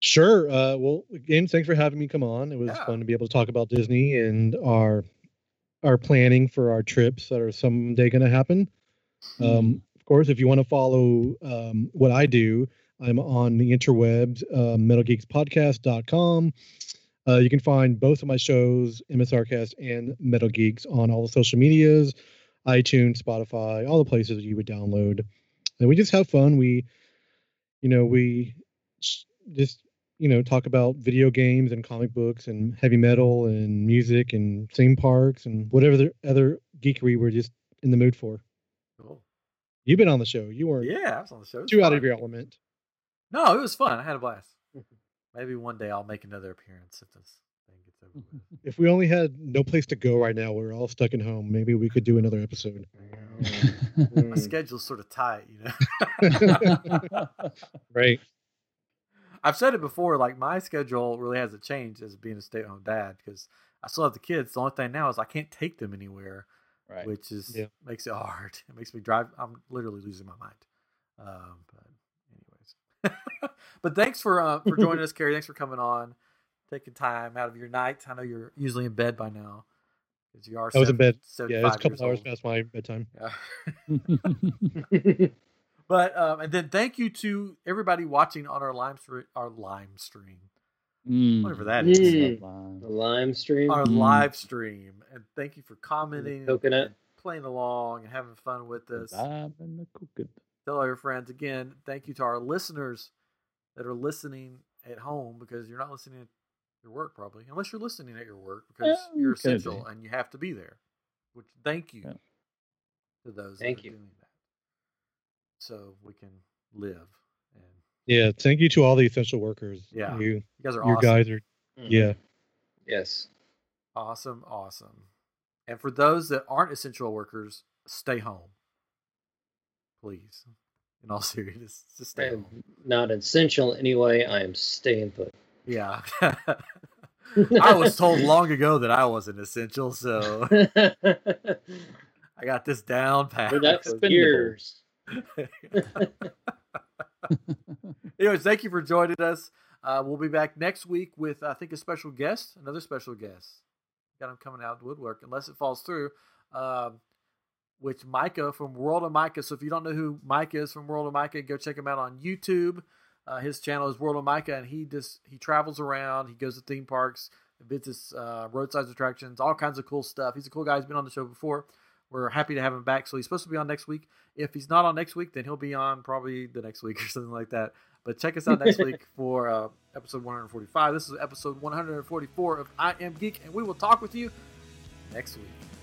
Speaker 3: Sure. Uh, well, again, thanks for having me come on. It was
Speaker 1: Yeah.
Speaker 3: fun to be able to talk about Disney and our our planning for our trips that are someday going to happen.
Speaker 2: <laughs>
Speaker 3: Um, of course, if you want to follow um, what I do, I'm on the interwebs, uh, metalgeekspodcast.com. Uh, you can find both of my shows, MSRcast and Metal Geeks, on all the social medias, iTunes, Spotify, all the places you would download. And we just have fun. We, you know, we s- just, you know, talk about video games and comic books and heavy metal and music and theme parks and whatever the other geekery we're just in the mood for.
Speaker 1: Cool.
Speaker 3: You've been on the show. You weren't
Speaker 1: Yeah, I was on the show. It was
Speaker 3: too out of
Speaker 1: fun.
Speaker 3: your element.
Speaker 1: No, it was fun. I had a blast.
Speaker 3: Mm-hmm.
Speaker 1: Maybe one day I'll make another appearance if this thing gets over with.
Speaker 3: <laughs> If we only had no place to go right now, we're all stuck at home. Maybe we could do another episode.
Speaker 1: My
Speaker 4: Mm.
Speaker 1: schedule's sort of tight, you know.
Speaker 3: Right.
Speaker 1: <laughs> I've said it before, like my schedule really hasn't changed as being a stay at home dad because I still have the kids. The only thing now is I can't take them anywhere,
Speaker 2: right.
Speaker 1: which is
Speaker 3: Yeah.
Speaker 1: makes it hard. <laughs> It makes me drive. I'm literally losing my mind. Um, but anyways, <laughs> but thanks for uh, for joining us, Carrie. Thanks for coming on, taking time out of your night. I know you're usually in bed by now because you are.
Speaker 3: I was in bed.
Speaker 1: seven-
Speaker 3: Yeah, it's a
Speaker 1: 75
Speaker 3: couple
Speaker 1: years old.
Speaker 3: hours past my bedtime.
Speaker 1: Yeah.
Speaker 4: Hmm.
Speaker 1: <laughs> But um, and then thank you to everybody watching on our live stream, our live stream,
Speaker 2: Mm.
Speaker 1: whatever that is,
Speaker 4: Mm. The
Speaker 2: Lime.
Speaker 4: lime stream.
Speaker 1: our
Speaker 2: Mm.
Speaker 1: live stream, and thank you for commenting,
Speaker 4: Coconut.
Speaker 1: and playing along, and having fun with us.
Speaker 2: Lime and the coconut.
Speaker 1: Tell all your friends again. Thank you to our listeners that are listening at home because you're not listening at your work probably, unless you're listening at your work because
Speaker 2: Yeah,
Speaker 1: you're
Speaker 2: it could
Speaker 1: essential
Speaker 2: be.
Speaker 1: and you have to be there. Which thank you
Speaker 2: Yeah.
Speaker 1: to those.
Speaker 4: Thank
Speaker 1: that are
Speaker 4: you.
Speaker 1: Doing that. So we can live, and
Speaker 3: Yeah. Thank you to all the essential workers.
Speaker 1: Yeah.
Speaker 3: You,
Speaker 1: you guys are
Speaker 3: your
Speaker 1: awesome.
Speaker 3: guys are,
Speaker 4: Mm.
Speaker 3: yeah.
Speaker 4: Yes.
Speaker 1: Awesome, awesome. And for those that aren't essential workers, stay home. Please. In all <laughs> seriousness, just stay
Speaker 4: I'm
Speaker 1: home.
Speaker 4: not essential anyway. I am staying put. <laughs>
Speaker 1: Yeah. <laughs> I was told long ago that I wasn't essential, so <laughs>
Speaker 4: For
Speaker 1: I got this down pat.
Speaker 4: that
Speaker 2: Expendable.
Speaker 4: years.
Speaker 1: Anyways, thank you for joining us. Uh, we'll be back next week with, I think, a special guest, another special guest. Got him coming out of the woodwork, unless it falls through. Um, which Micah from World of Micah. So if you don't know who Micah is from World of Micah, go check him out on YouTube. Uh, his channel is World of Micah, and he just he travels around. He goes to theme parks, visits uh, roadside attractions, all kinds of cool stuff. He's a cool guy. He's been on the show before. We're happy to have him back. So he's supposed to be on next week. If he's not on next week, then he'll be on probably the next week <laughs> or something like that. But check us out next week for uh, episode 145. This is episode 144 of I Am Geek, and we will talk with you next week.